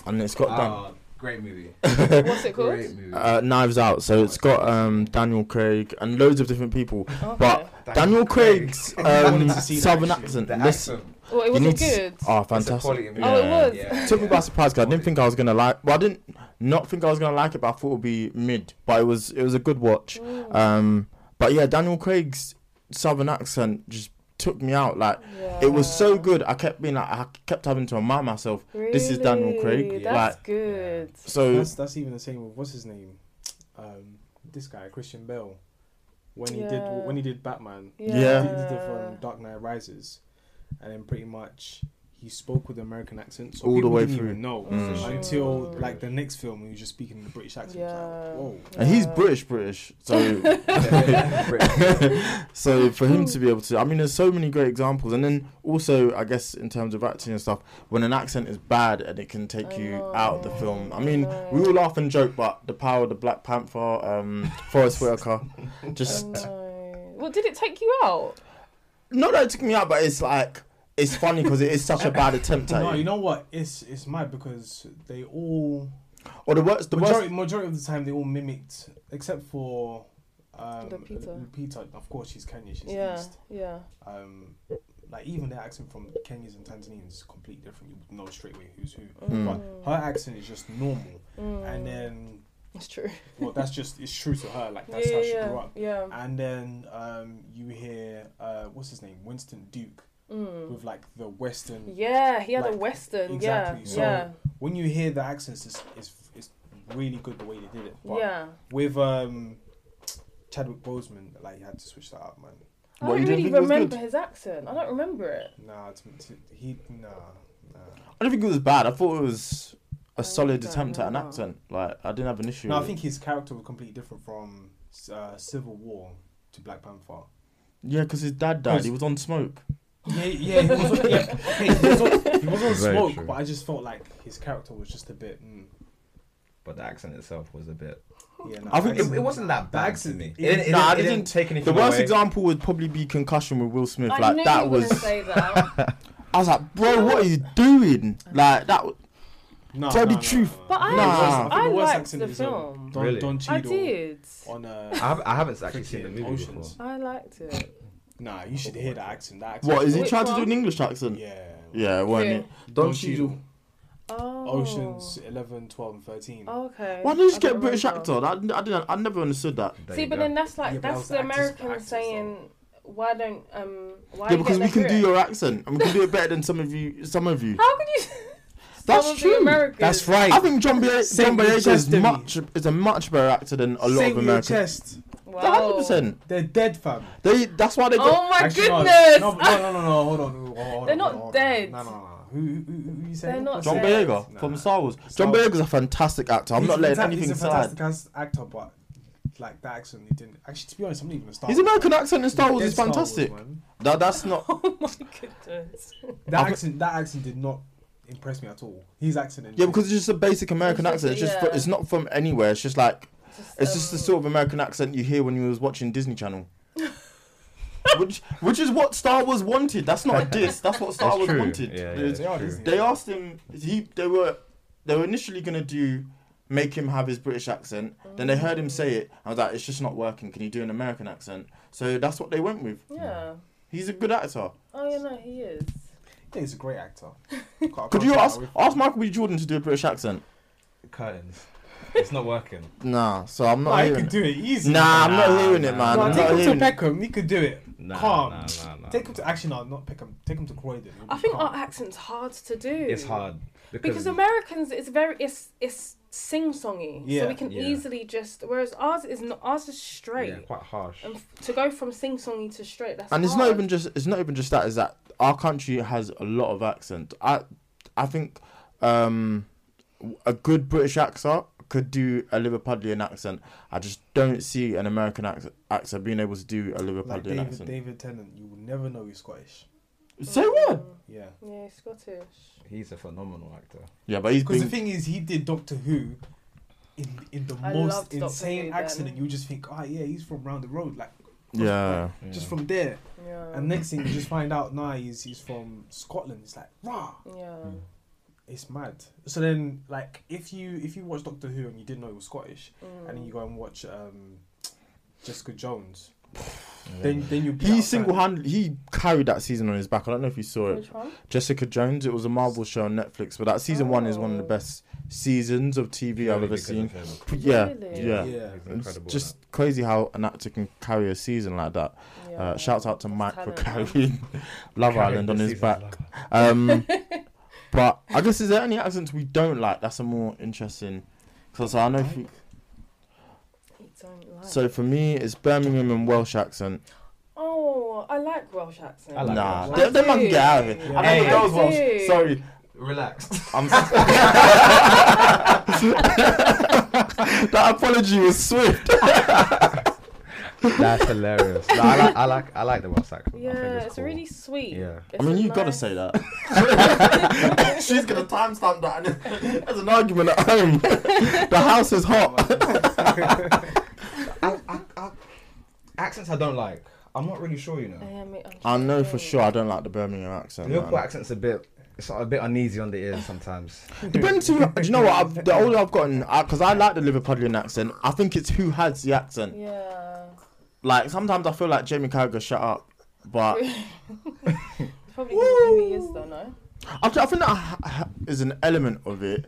Speaker 3: and it's got Dan-
Speaker 5: Ah, great movie.
Speaker 6: What's it called?
Speaker 5: Great movie.
Speaker 3: uh, Knives Out, so it's got um, Daniel Craig and loads of different people. But
Speaker 5: Daniel
Speaker 3: Daniel
Speaker 5: Craig.
Speaker 3: Craig's
Speaker 4: I wanted
Speaker 3: um,
Speaker 4: to see that
Speaker 3: southern
Speaker 4: actually.
Speaker 3: accent.
Speaker 5: the
Speaker 3: listen-
Speaker 5: accent.
Speaker 6: Well, it
Speaker 3: you
Speaker 6: wasn't
Speaker 3: need to-
Speaker 6: good.
Speaker 3: Oh,
Speaker 5: It's a
Speaker 3: fantastic!
Speaker 5: quality movie.
Speaker 6: Oh, it was?
Speaker 5: Yeah,
Speaker 3: Took me
Speaker 5: yeah.
Speaker 3: by surprise. 'cause I didn't think I was gonna like. Well, I didn't not think I was gonna like it, but I thought it would be mid. But it was it was a good watch. Um, but yeah, Daniel Craig's southern accent just took me out. Like it was so good. I kept being like, I kept having to remind myself, this is Daniel
Speaker 6: Really?
Speaker 3: Craig.
Speaker 6: That's
Speaker 3: Like
Speaker 6: good.
Speaker 3: so,
Speaker 4: That's that's even the same with what's his name, um, this guy Christian Bell, when he did
Speaker 6: Yeah.
Speaker 4: when he did Batman,
Speaker 6: Yeah.
Speaker 3: Yeah.
Speaker 4: he did the from Dark Knight Rises, and then pretty much he spoke with American accent so
Speaker 3: All the
Speaker 4: people
Speaker 3: way
Speaker 4: didn't
Speaker 3: through.
Speaker 4: Even know
Speaker 3: Mm.
Speaker 4: until like the next film, he was just speaking in the British accent. It was
Speaker 6: Yeah.
Speaker 4: Like, Whoa.
Speaker 3: and he's British, British. So so for him to be able to, I mean, there's so many great examples. And then also, I guess in terms of acting and stuff, when an accent is bad and it can take you out of the film. I mean, we all laugh and joke, but the power of the Black Panther, um, Forest Whitaker, just
Speaker 6: Um, No. Well, did it take you out?
Speaker 3: not that it took me out, but it's like it's funny because it is such a bad attempt at
Speaker 4: No,
Speaker 3: it.
Speaker 4: you know what? It's it's mad because they all
Speaker 3: Or the worst, the
Speaker 4: majority,
Speaker 3: worst.
Speaker 4: majority of the time they all mimicked, except for um,
Speaker 6: Lupita.
Speaker 4: Lupita, of course, she's Kenya, she's
Speaker 6: yeah.
Speaker 4: East.
Speaker 6: Yeah.
Speaker 4: um, like even their accent from Kenyans and Tanzanians is completely different. You would know straight away who's who.
Speaker 6: Mm.
Speaker 4: But her accent is just normal, and then
Speaker 6: It's true.
Speaker 4: well, that's just it's true to her. Like that's
Speaker 6: yeah,
Speaker 4: how she
Speaker 6: yeah,
Speaker 4: grew up.
Speaker 6: yeah.
Speaker 4: And then um, you hear uh, what's his name, Winston Duke, with like the Western.
Speaker 6: Mm. Yeah, he had a
Speaker 4: like,
Speaker 6: western.
Speaker 4: Exactly.
Speaker 6: Yeah.
Speaker 4: So
Speaker 6: yeah.
Speaker 4: when you hear the accents, it's, it's it's really good the way they did it. But
Speaker 6: yeah.
Speaker 4: With um, Chadwick Boseman, like you had to switch that up, man.
Speaker 6: I
Speaker 3: What,
Speaker 6: don't
Speaker 3: you didn't
Speaker 6: really
Speaker 3: think it was
Speaker 6: remember
Speaker 3: good?
Speaker 6: his accent. I don't remember it.
Speaker 4: Nah, it's, it's, he nah nah.
Speaker 3: I don't think it was bad. I thought it was a solid
Speaker 6: don't
Speaker 3: attempt at an
Speaker 6: remember.
Speaker 3: accent. Like I didn't have an issue.
Speaker 4: No, I
Speaker 3: with it.
Speaker 4: think his character was completely different from uh, Civil War to Black Panther.
Speaker 3: yeah, because his dad died. He was on smoke.
Speaker 4: Yeah, yeah, he was on, yeah, okay, he was on, he was on
Speaker 2: Very
Speaker 4: smoke,
Speaker 2: true.
Speaker 4: but I just felt like his character was just a bit. Mm,
Speaker 2: But the accent itself was a bit.
Speaker 4: yeah, no,
Speaker 3: I think
Speaker 5: It, it wasn't that bad to me. It, it,
Speaker 3: No, I
Speaker 5: it didn't,
Speaker 3: didn't-
Speaker 5: take anything
Speaker 3: The worst
Speaker 5: away.
Speaker 3: example would probably be concussion with Will Smith.
Speaker 6: I
Speaker 3: like
Speaker 6: knew
Speaker 3: that
Speaker 6: you were
Speaker 3: was.
Speaker 6: gonna say that.
Speaker 3: I was like, bro, what are you doing? Like that. w-
Speaker 4: no,
Speaker 3: tell the
Speaker 4: no, no,
Speaker 3: truth.
Speaker 4: no, no.
Speaker 6: but I,
Speaker 3: Nah.
Speaker 4: I
Speaker 6: I,
Speaker 4: think the worst
Speaker 6: liked
Speaker 4: accent
Speaker 6: the
Speaker 4: is, um,
Speaker 6: film.
Speaker 4: Don,
Speaker 2: Really?
Speaker 4: Don
Speaker 6: I
Speaker 4: Cheadle
Speaker 6: did.
Speaker 4: on
Speaker 2: I,
Speaker 4: uh,
Speaker 2: have, I haven't actually seen the
Speaker 4: freaking
Speaker 2: movie
Speaker 4: Oceans.
Speaker 2: before.
Speaker 6: I liked it.
Speaker 4: Nah, you should hear that accent. That accent
Speaker 3: What is he
Speaker 6: Which
Speaker 3: trying to do
Speaker 6: one?
Speaker 3: an English accent?
Speaker 4: Yeah,
Speaker 3: Yeah, weren't
Speaker 6: Who?
Speaker 3: it?
Speaker 4: Don Cheadle,
Speaker 6: Oh.
Speaker 4: Oceans 11, 12, and 13.
Speaker 6: Okay.
Speaker 3: Why did you
Speaker 6: I
Speaker 3: just get a
Speaker 6: don't
Speaker 3: British
Speaker 6: remember.
Speaker 3: actor? I, didn't- I didn't. I never understood that.
Speaker 2: There
Speaker 6: See,
Speaker 2: you
Speaker 6: but
Speaker 2: go.
Speaker 6: then that's like
Speaker 4: Yeah, but that
Speaker 6: that's
Speaker 4: was
Speaker 6: the
Speaker 4: actors for
Speaker 6: American
Speaker 4: actors,
Speaker 6: saying. Why don't um? Why
Speaker 3: yeah, because
Speaker 6: get
Speaker 3: we can
Speaker 6: them
Speaker 3: do
Speaker 6: here?
Speaker 3: your accent and we can do it better than some of you. Some of you.
Speaker 6: How could you?
Speaker 3: That's
Speaker 6: Some of the
Speaker 3: true.
Speaker 6: Americans.
Speaker 5: That's right.
Speaker 3: I think John Boyega
Speaker 4: Sing
Speaker 3: John
Speaker 4: with your
Speaker 3: Boyega is
Speaker 4: chest, Demi.
Speaker 3: much is a much better actor than a lot
Speaker 4: Sing
Speaker 3: of
Speaker 4: with your
Speaker 3: Americans.
Speaker 4: chest.
Speaker 6: Wow.
Speaker 3: Hundred percent.
Speaker 4: They're dead, fam.
Speaker 3: They. That's why they got.
Speaker 6: Oh my
Speaker 4: Actually, no,
Speaker 6: goodness.
Speaker 4: No, but- no, no, no, no, hold on. hold on, hold
Speaker 6: They're
Speaker 4: on,
Speaker 6: not
Speaker 4: hold on.
Speaker 6: dead.
Speaker 4: No, no, no. Who, who, who who you saying?
Speaker 6: They're not
Speaker 3: John
Speaker 6: dead.
Speaker 3: Boyega
Speaker 4: Nah.
Speaker 3: from Star Wars. John
Speaker 4: Wars.
Speaker 3: Boyega's a fantastic actor. I'm
Speaker 4: He's
Speaker 3: not
Speaker 4: a
Speaker 3: letting
Speaker 4: fanta-
Speaker 3: anything
Speaker 4: He's a
Speaker 3: slide.
Speaker 4: fantastic as- actor, but like that accent, he didn't. Actually, to be honest, I'm not even a Star
Speaker 3: His
Speaker 4: Wars
Speaker 3: American
Speaker 4: fan.
Speaker 3: accent in Star Wars
Speaker 4: Dead
Speaker 3: is fantastic.
Speaker 4: Wars, man.
Speaker 3: That that's not.
Speaker 6: Oh my goodness.
Speaker 4: that accent, that accent did not impress me at all. His accent. in-
Speaker 3: Yeah, because it's just a basic American
Speaker 6: It's just-
Speaker 3: accent. It's just
Speaker 6: yeah. um,
Speaker 3: it's not from anywhere. It's just like it's just the sort of American accent you hear when you was watching Disney Channel. which which is what Star Wars wanted. That's not a diss. That's what Star
Speaker 2: That's
Speaker 3: Wars
Speaker 2: true.
Speaker 3: wanted.
Speaker 2: Yeah, yeah,
Speaker 3: They-
Speaker 2: it's
Speaker 3: they
Speaker 2: true.
Speaker 3: asked- They asked him. He they were they were initially gonna do make him have his British accent. Then they heard him say it. I was like, it's just not working. Can you do an American accent? So that's what they went with.
Speaker 6: Yeah.
Speaker 3: He's a good actor.
Speaker 6: Oh yeah, no, he is.
Speaker 4: Yeah, he's a great actor.
Speaker 3: Could you ask ask Michael B. Jordan to do a British accent?
Speaker 2: Curtains. It's not working.
Speaker 3: Nah. So I'm not.
Speaker 4: Nah, he
Speaker 3: hearing
Speaker 4: could
Speaker 3: it.
Speaker 4: do it easy.
Speaker 3: Nah, I'm not
Speaker 2: Nah,
Speaker 3: hearing it,
Speaker 2: nah.
Speaker 3: man.
Speaker 4: Nah,
Speaker 3: I'm
Speaker 4: take
Speaker 3: not
Speaker 4: him to
Speaker 3: hearing it.
Speaker 4: Peckham. He could do it.
Speaker 2: Nah,
Speaker 4: Calm.
Speaker 2: nah, nah, nah,
Speaker 4: take him to
Speaker 2: nah.
Speaker 4: actually no, not Peckham. Take him to Croydon. He'll
Speaker 6: I
Speaker 4: be
Speaker 6: think
Speaker 4: calm.
Speaker 6: our accent's hard to do.
Speaker 2: It's hard.
Speaker 6: because Americans it's very it's it's sing songy.
Speaker 4: Yeah.
Speaker 6: so we can
Speaker 2: Yeah.
Speaker 6: easily just whereas ours is not ours is straight.
Speaker 2: Yeah, quite harsh.
Speaker 6: and f- to go from sing songy to straight that's
Speaker 3: And it's
Speaker 6: hard.
Speaker 3: not even just it's not even just that. Is that our country has a lot of accent. I I think um, a good British accent could do a Liverpudlian accent. I just don't see an American accent, accent being able to do a Liverpudlian
Speaker 4: Like David,
Speaker 3: accent.
Speaker 4: David Tennant, you will never know he's Scottish.
Speaker 3: Say what?
Speaker 4: Yeah.
Speaker 6: Yeah, Scottish.
Speaker 2: He's a phenomenal actor.
Speaker 3: Yeah, but he's
Speaker 4: Because
Speaker 3: been
Speaker 4: the thing is, he did Doctor Who in in the
Speaker 6: I loved
Speaker 4: most
Speaker 6: Doctor
Speaker 4: insane
Speaker 6: Who
Speaker 4: accent,
Speaker 6: then.
Speaker 4: and you just think, oh yeah, he's from round the road, like
Speaker 3: yeah.
Speaker 4: just from there.
Speaker 6: Yeah.
Speaker 4: And next thing, you just find out now he's he's from Scotland. It's like, rah,
Speaker 6: yeah.
Speaker 4: it's mad. So then, like, if you if you watch Doctor Who and you didn't know he was Scottish, and then you go and watch um, Jessica Jones, then then you
Speaker 3: He single handed he carried that season on his back. I don't know if you saw it.
Speaker 6: Which one?
Speaker 3: Jessica Jones. It was a Marvel show on Netflix, but that season one is one of the best seasons of TV I've
Speaker 2: Purely
Speaker 3: ever
Speaker 2: because of
Speaker 3: seen.
Speaker 2: him.
Speaker 3: Yeah,
Speaker 6: Really?
Speaker 3: yeah.
Speaker 4: Yeah.
Speaker 2: He's
Speaker 3: It's
Speaker 2: incredible.
Speaker 3: just crazy how an actor can carry a season like that.
Speaker 6: Yeah.
Speaker 3: Uh, shout out to
Speaker 6: That's
Speaker 3: Mike for
Speaker 6: talent, man.
Speaker 3: carrying Love
Speaker 2: Carrying
Speaker 3: Island
Speaker 2: the
Speaker 3: on his
Speaker 2: season of
Speaker 3: back. Um, but I guess is there any accents we don't like? That's a more interesting. Because I know. if you-
Speaker 6: You don't like.
Speaker 3: so for me, it's Birmingham and Welsh accent.
Speaker 6: oh, I like Welsh accents.
Speaker 2: I like
Speaker 3: nah,
Speaker 2: Welsh.
Speaker 3: they, they man can get out of it.
Speaker 6: Yeah.
Speaker 3: I know the
Speaker 2: Hey.
Speaker 3: girls
Speaker 6: I
Speaker 3: Welsh.
Speaker 6: do.
Speaker 3: Sorry,
Speaker 2: Relaxed.
Speaker 3: I'm. that apology was swift.
Speaker 5: That's hilarious. No, I like, I like, I like the Welsh accent. I think
Speaker 6: Yeah, it's,
Speaker 5: cool.
Speaker 6: really sweet.
Speaker 5: Yeah. I
Speaker 3: I mean, you gotta say that. She's gonna timestamp that. And there's an argument at home. the house is hot.
Speaker 2: I, I, I, accents I don't like. I'm not really sure, you know.
Speaker 6: Yeah, mate, I'm
Speaker 3: I know
Speaker 6: sure.
Speaker 3: for sure. I don't like the Birmingham accent.
Speaker 2: Liverpool
Speaker 3: man.
Speaker 2: accent's a bit, it's a bit uneasy on the ears sometimes.
Speaker 3: Depends who. Do you know what? I've, the older I've gotten, because I like the Liverpudlian accent. I think it's who has the accent.
Speaker 6: Yeah.
Speaker 3: Like sometimes I feel like Jamie Carragher, shut up. But
Speaker 6: It's probably who he is, though, no?
Speaker 3: I, th- I think that ha- ha- is an element of it.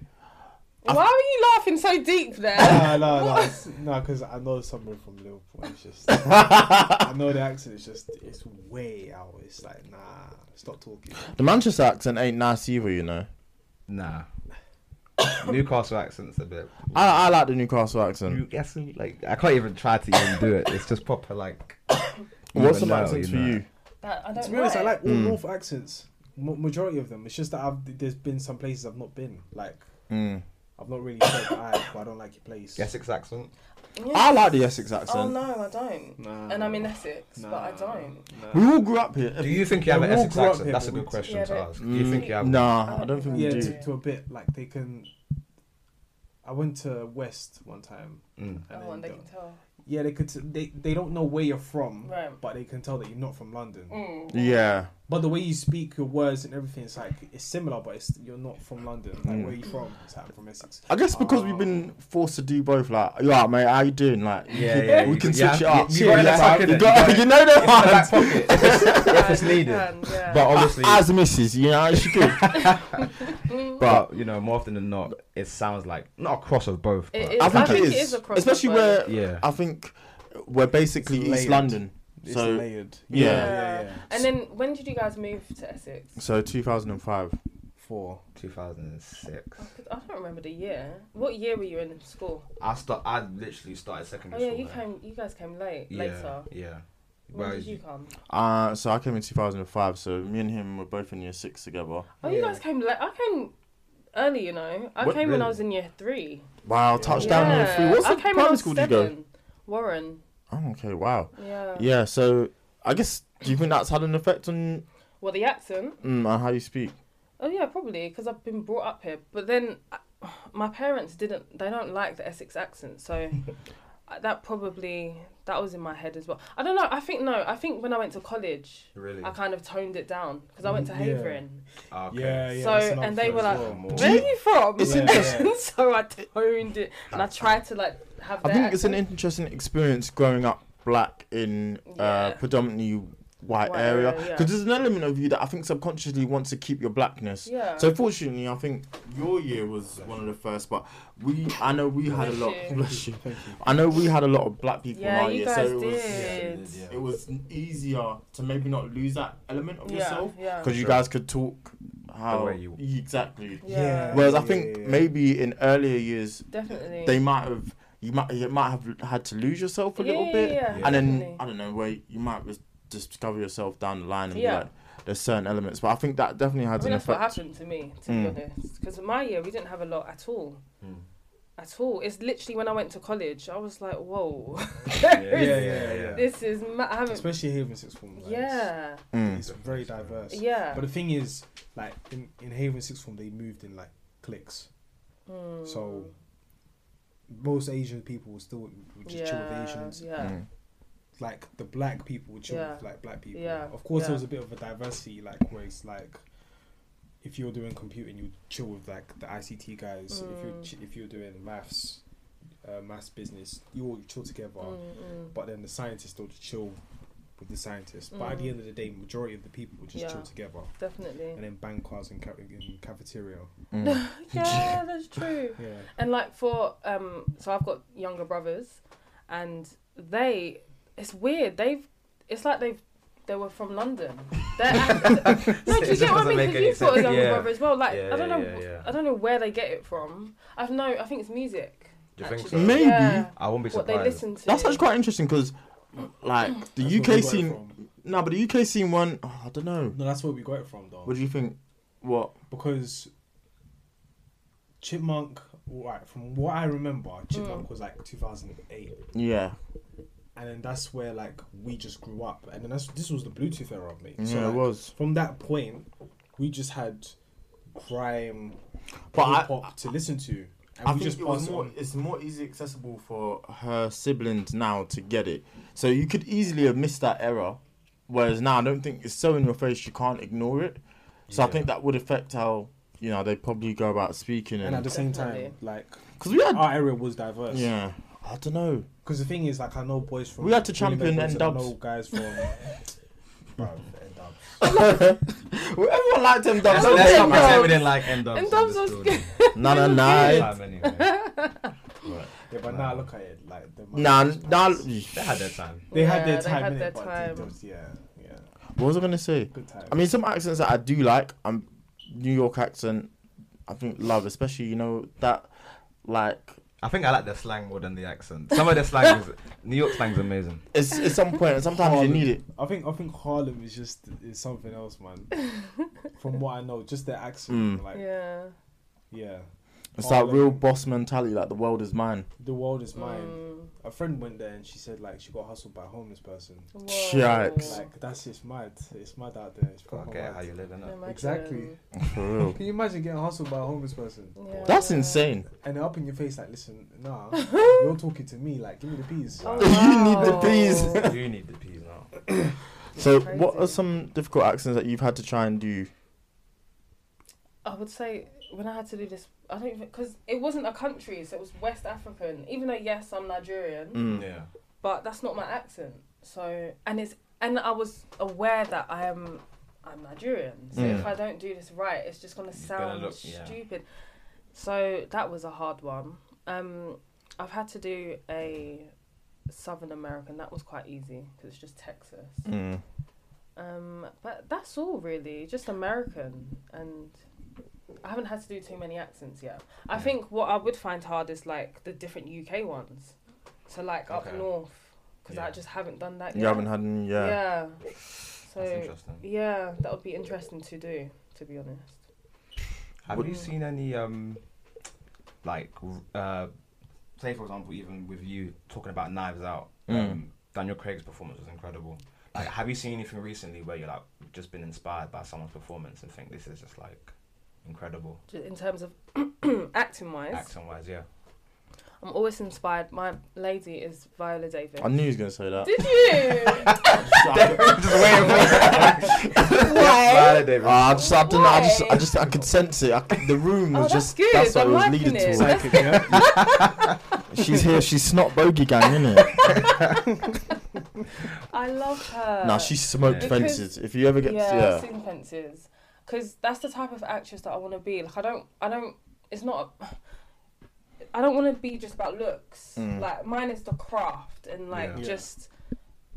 Speaker 6: Why are you laughing so deep there?
Speaker 4: No, no, no, it's- no, because I know someone from Liverpool. It's just, I know the accent is just, it's way out. It's like, nah, stop talking.
Speaker 3: The Manchester accent ain't nice either, you know.
Speaker 2: Nah. Newcastle accent's a bit.
Speaker 3: I, I like the Newcastle accent.
Speaker 2: You guess like I can't even try to even do it. It's just proper like.
Speaker 3: What's
Speaker 2: even
Speaker 3: some
Speaker 2: know,
Speaker 3: accents
Speaker 2: you
Speaker 3: for
Speaker 2: know.
Speaker 3: you?
Speaker 6: That- I don't
Speaker 4: To be honest, I
Speaker 6: know.
Speaker 4: like all North accents, ma- majority of them. It's just that I've, there's been some places I've not been. Like, I've not really said, I, but I don't like your place.
Speaker 2: Essex accent.
Speaker 3: I like the Essex accent.
Speaker 6: Oh, no, I don't. And I'm in Essex, but I don't.
Speaker 3: We all grew up here.
Speaker 2: Do you think you have
Speaker 4: They
Speaker 2: an
Speaker 4: all
Speaker 2: Essex
Speaker 4: grew up
Speaker 2: accent?
Speaker 4: here,
Speaker 2: That's a
Speaker 4: but
Speaker 2: good
Speaker 4: we-
Speaker 2: question
Speaker 6: Yeah,
Speaker 2: to
Speaker 6: but-
Speaker 2: ask. Do you think you have?
Speaker 3: Nah, I don't think we
Speaker 4: Yeah,
Speaker 3: do.
Speaker 4: to, to a bit. Like, they can. I went to West one time.
Speaker 3: Mm.
Speaker 4: and
Speaker 6: Oh,
Speaker 4: then
Speaker 6: and they
Speaker 4: the-
Speaker 6: can tell.
Speaker 4: Yeah, they could. T- they they don't know where you're from,
Speaker 6: Right. Mm.
Speaker 4: but they can tell that you're not from London.
Speaker 3: Yeah.
Speaker 4: But the way you speak your words and everything, it's like it's similar, but it's you're not from London. Like where are you from? It's like, "I'm from Essex.
Speaker 3: Mm. I guess because we've been forced to do both, like, you all right, mate, how you doing? Like, you
Speaker 2: Yeah,
Speaker 3: can-
Speaker 2: yeah,
Speaker 3: we
Speaker 2: you can-
Speaker 3: can switch
Speaker 2: yeah,
Speaker 3: it up.
Speaker 2: you- you got it in the back,
Speaker 3: you,
Speaker 2: innit?
Speaker 3: got,
Speaker 2: You got
Speaker 3: you know
Speaker 2: It's
Speaker 3: the
Speaker 2: in the back
Speaker 3: ones.
Speaker 2: pocket. If it's, if it's needed.
Speaker 6: And, yeah.
Speaker 2: But obviously,
Speaker 3: As misses, you know, it's good.
Speaker 2: but you know, more often than not, it sounds like not a cross of both. But
Speaker 6: It is.
Speaker 3: I think, it, is,
Speaker 6: it is a crossover.
Speaker 3: especially where
Speaker 2: Yeah.
Speaker 3: I think we're basically
Speaker 4: It's
Speaker 3: East
Speaker 4: layered.
Speaker 3: London.
Speaker 4: It's
Speaker 3: so,
Speaker 4: layered.
Speaker 3: yeah.
Speaker 4: yeah, yeah.
Speaker 6: And then when did you guys move to Essex?
Speaker 3: so 2005.
Speaker 4: Four.
Speaker 2: 2006.
Speaker 6: I don't remember the year. What year were you in school?
Speaker 2: I start. I literally started
Speaker 6: Oh
Speaker 2: secondary
Speaker 6: yeah,
Speaker 2: school.
Speaker 6: you
Speaker 2: there.
Speaker 6: came. You guys came late.
Speaker 2: Yeah,
Speaker 6: Later.
Speaker 2: Yeah.
Speaker 6: When
Speaker 2: Well,
Speaker 6: did you come?
Speaker 3: Uh, so I came in 2005. So me and him were both in year six together.
Speaker 6: Oh, you guys came late. I came early. You know, I
Speaker 3: What-
Speaker 6: came when I
Speaker 2: really?
Speaker 6: was in year three.
Speaker 3: Wow, touchdown year three. What's
Speaker 6: I
Speaker 3: the
Speaker 6: came when I
Speaker 3: primary
Speaker 6: was
Speaker 3: school do you go?
Speaker 6: seven. Warren.
Speaker 3: Oh, okay, wow.
Speaker 6: Yeah.
Speaker 3: Yeah, so I guess do you think that's had an effect on
Speaker 6: Well, the accent.
Speaker 3: mm, on how you speak?
Speaker 6: Oh yeah, probably because I've been brought up here. But then, I- my parents didn't. They don't like the Essex accent, so I- that probably that was in my head as well. I don't know. I think no. I think when I went to college,
Speaker 2: Really?
Speaker 6: I kind of toned it down because I went
Speaker 3: Mm,
Speaker 6: to Havering.
Speaker 5: ah,
Speaker 2: Okay.
Speaker 4: Yeah, yeah. that's
Speaker 6: so
Speaker 4: another
Speaker 6: and they
Speaker 4: thing
Speaker 6: were
Speaker 4: as
Speaker 6: like,
Speaker 4: well.
Speaker 6: "Where are you from?"
Speaker 3: It's Yeah,
Speaker 4: interesting. yeah.
Speaker 6: so I toned it and I tried to like have.
Speaker 3: I
Speaker 6: their
Speaker 3: think it's an
Speaker 6: accent.
Speaker 3: interesting experience growing up black in uh,
Speaker 6: Yeah.
Speaker 3: predominantly white,
Speaker 6: White
Speaker 3: area
Speaker 6: area,
Speaker 3: because
Speaker 6: yeah.
Speaker 3: there's an element of you that I think subconsciously wants to keep your blackness.
Speaker 6: Yeah.
Speaker 3: So fortunately, I think your year was one of the first, but we I know we had a
Speaker 6: Bless
Speaker 3: lot.
Speaker 6: you.
Speaker 3: Bless you. I know we had a lot of black people in
Speaker 6: Yeah,
Speaker 3: our
Speaker 6: you
Speaker 3: year,
Speaker 6: guys
Speaker 3: so it was
Speaker 6: did.
Speaker 3: it was easier to maybe not lose that element of
Speaker 6: Yeah,
Speaker 3: yourself
Speaker 6: yeah.
Speaker 3: because you
Speaker 2: Sure.
Speaker 3: guys could talk how
Speaker 2: way you-
Speaker 3: exactly.
Speaker 6: Yeah.
Speaker 3: Whereas I
Speaker 4: yeah,
Speaker 3: think
Speaker 4: yeah, yeah.
Speaker 3: maybe in earlier years
Speaker 6: Definitely.
Speaker 3: they might have you might you might have had to lose yourself a
Speaker 6: Yeah,
Speaker 3: little
Speaker 6: yeah,
Speaker 3: bit,
Speaker 6: yeah,
Speaker 3: and then
Speaker 6: definitely.
Speaker 3: I don't know where you might just discover yourself down the line and
Speaker 6: Yeah.
Speaker 3: be like, there's certain elements. But I think that definitely
Speaker 6: I
Speaker 3: had
Speaker 6: mean,
Speaker 3: an
Speaker 6: that's what
Speaker 3: effect.
Speaker 6: happened to me, to
Speaker 3: Mm.
Speaker 6: be honest. Because my year, we didn't have a lot at all.
Speaker 3: Hmm.
Speaker 2: Mm.
Speaker 6: At all. It's literally when I went to college, I was like, whoa,
Speaker 2: Yeah, yeah, yeah, yeah.
Speaker 6: this is. Ma- I haven't.
Speaker 4: Especially here in sixth form. Like,
Speaker 6: yeah.
Speaker 3: Mm.
Speaker 4: It's, it's very diverse.
Speaker 6: Yeah.
Speaker 4: But the thing is, like in, in Haven Sixth Form, they moved in like cliques. So most Asian people would still would just chill with Asians.
Speaker 6: Yeah.
Speaker 3: Mm.
Speaker 4: Like the black people would chill
Speaker 6: Yeah.
Speaker 4: with like black people.
Speaker 6: Yeah.
Speaker 4: Of course,
Speaker 6: Yeah.
Speaker 4: there was a bit of a diversity, like where it's like. If you're doing computing, you chill with like the ICT guys. If you
Speaker 6: Mm.
Speaker 4: ch- if you're doing maths, uh, maths business, you all chill together.
Speaker 6: Mm, mm.
Speaker 4: But then the scientists still chill with the scientists. But at the
Speaker 6: Mm.
Speaker 4: end of the day, majority of the people would just
Speaker 6: Yeah.
Speaker 4: chill together.
Speaker 6: Definitely.
Speaker 4: and then bang cars in, ca- in cafeteria.
Speaker 3: Mm.
Speaker 6: Yeah, that's true.
Speaker 4: Yeah.
Speaker 6: And like for um, so I've got younger brothers, and they, it's weird. They've, it's like they've, they were from London. They're act- no, do you
Speaker 5: It
Speaker 6: get what I
Speaker 5: doesn't
Speaker 6: mean?
Speaker 5: make
Speaker 6: Because
Speaker 5: any
Speaker 6: you've got a
Speaker 5: sense.
Speaker 6: younger
Speaker 5: Yeah.
Speaker 6: brother as well. Like
Speaker 5: Yeah,
Speaker 6: I don't
Speaker 5: yeah,
Speaker 6: know,
Speaker 5: yeah, yeah.
Speaker 6: I don't know where they get it from. I've no, I think it's music.
Speaker 5: Do you think
Speaker 6: actually.
Speaker 5: so?
Speaker 3: Maybe.
Speaker 6: Yeah.
Speaker 5: I won't be
Speaker 6: What they
Speaker 5: surprised.
Speaker 6: listen to. Mm.
Speaker 3: That's actually quite interesting because, like, the
Speaker 4: That's where we
Speaker 3: UK
Speaker 4: got it
Speaker 3: scene.
Speaker 4: from.
Speaker 3: No, but the UK scene one. Oh, I don't know.
Speaker 4: No, that's where we got it from, though.
Speaker 3: What do you think? What?
Speaker 4: because Chipmunk, right, from what I remember, Chipmunk was like 2008.
Speaker 3: Yeah.
Speaker 4: And then that's where, like, we just grew up. And then that's, this was the Bluetooth era, mate.
Speaker 3: Yeah, it
Speaker 4: like,
Speaker 3: was.
Speaker 4: From that point, we just had crime,
Speaker 3: But I-
Speaker 4: hip hop to listen to. And
Speaker 3: I
Speaker 4: we
Speaker 3: think
Speaker 4: just
Speaker 3: it was
Speaker 4: passed
Speaker 3: more.
Speaker 4: on.
Speaker 3: It's more easily accessible for her siblings now to get it. So you could easily have missed that error, whereas now I don't think it's so in your face you can't ignore it. So I think that would affect how you know they probably go about speaking
Speaker 4: And at the
Speaker 3: and
Speaker 4: same time,
Speaker 6: Definitely.
Speaker 4: like,
Speaker 3: because we had
Speaker 4: our area was diverse.
Speaker 3: yeah. I don't know.
Speaker 4: Because the thing is, like, I know boys from.
Speaker 3: We had to
Speaker 4: William
Speaker 3: champion
Speaker 4: Edwards,
Speaker 3: N-Dubs.
Speaker 4: I know guys from. Bruv, N-Dubs.
Speaker 3: Well, everyone liked them. Dubs.
Speaker 6: That's
Speaker 3: Let's
Speaker 6: what
Speaker 3: not
Speaker 6: I'm
Speaker 3: mind.
Speaker 6: saying.
Speaker 5: we didn't like end ups.
Speaker 6: And Dom's was good.
Speaker 3: Nah, nah, nah.
Speaker 5: Time anyway.
Speaker 4: Yeah, but now look at it, like the
Speaker 3: Nah,
Speaker 4: Mavericks
Speaker 3: nah.
Speaker 4: pants.
Speaker 5: They had their time.
Speaker 4: They had
Speaker 6: Yeah,
Speaker 4: their
Speaker 6: they
Speaker 4: time,
Speaker 6: had
Speaker 4: in
Speaker 6: their
Speaker 4: it, but
Speaker 6: time.
Speaker 4: They just, yeah, yeah,
Speaker 3: What was I gonna say?
Speaker 4: good time.
Speaker 3: I mean, some accents that I do like. Um, New York accent. I think love, especially you know that, like
Speaker 5: I think I like the slang more than the accent. Some of the slang is New York slang's amazing.
Speaker 3: it's at some point, and sometimes you
Speaker 4: Harlem-
Speaker 3: need it.
Speaker 4: I think I think Harlem is just is something else, man. From what I know, just their accent,
Speaker 3: Hmm.
Speaker 4: like yeah.
Speaker 6: Yeah.
Speaker 3: It's that
Speaker 4: Harlem,
Speaker 3: real boss mentality, like the world is mine.
Speaker 4: The world is mine.
Speaker 6: Mm.
Speaker 4: A friend went there and she said like she got hustled by a homeless person.
Speaker 6: Whoa.
Speaker 3: Yikes.
Speaker 4: Like that's just mad. It's mad out there. It's
Speaker 6: Oh,
Speaker 4: proper
Speaker 5: Okay,
Speaker 4: mad.
Speaker 5: how you live in it.
Speaker 6: Imagine.
Speaker 4: Exactly.
Speaker 3: For real.
Speaker 4: Can you imagine getting hustled by a homeless person?
Speaker 6: Yeah.
Speaker 3: That's insane.
Speaker 4: And they're up in your face like, listen, nah, you're talking to me. Like, give me the peas.
Speaker 6: Oh,
Speaker 3: You need the
Speaker 6: wow.
Speaker 3: peas.
Speaker 5: You need the peas now.
Speaker 3: So,
Speaker 6: Crazy.
Speaker 3: what are some difficult accents that you've had to try and do?
Speaker 6: I would say when I had to do this, I don't even because it wasn't a country, so it was West African. Even though yes, I'm Nigerian,
Speaker 5: Yeah.
Speaker 6: but that's not my accent. So and it's and I was aware that I am I'm Nigerian. So if I don't do this right, it's just gonna
Speaker 5: Mm. gonna
Speaker 6: sound
Speaker 5: look- yeah.
Speaker 6: stupid. So that was a hard one. Um, I've had to do a Southern American. That was quite easy because it's just Texas.
Speaker 3: Mm.
Speaker 6: Um, but that's all really, just American, and I haven't had to do too many accents yet. I think what I would find hard is like the different UK ones, so like up
Speaker 5: Okay.
Speaker 6: north, because I
Speaker 5: Yeah.
Speaker 6: just haven't done that
Speaker 3: You
Speaker 6: yet.
Speaker 3: haven't had any, yeah.
Speaker 6: Yeah.
Speaker 5: That's
Speaker 6: So
Speaker 5: interesting.
Speaker 6: yeah, that would be interesting to do, to be honest.
Speaker 5: Have you seen any um like uh say for example even with you talking about knives out, um, Daniel Craig's performance was incredible. Like have you seen anything recently where you're like just been inspired by someone's performance and think this is just like incredible
Speaker 6: Ju- In terms of acting wise,
Speaker 5: acting wise, yeah.
Speaker 6: I'm always inspired. My lady is Viola Davis.
Speaker 3: I knew he was going to say that.
Speaker 6: Did you?
Speaker 5: Viola
Speaker 3: Ah, I just, I, don't know, I just, I
Speaker 6: Why?
Speaker 3: just, I could sense it. I could, the room
Speaker 6: oh,
Speaker 3: was
Speaker 6: that's
Speaker 3: just,
Speaker 6: good.
Speaker 3: that's what
Speaker 6: I'm
Speaker 3: it was
Speaker 6: liking
Speaker 3: leading
Speaker 6: it.
Speaker 3: towards. She's here, she's snot bogey gang, isn't it?
Speaker 6: I love her.
Speaker 3: nah, she smoked
Speaker 5: Yeah.
Speaker 6: Because-
Speaker 3: fences. If you ever get,
Speaker 6: yeah,
Speaker 3: yeah.
Speaker 6: sin fences because that's the type of actress that i want to be like i don't i don't it's not i don't want to be just about looks
Speaker 3: Mm.
Speaker 6: like mine is the craft and like
Speaker 5: Yeah. Yeah.
Speaker 6: just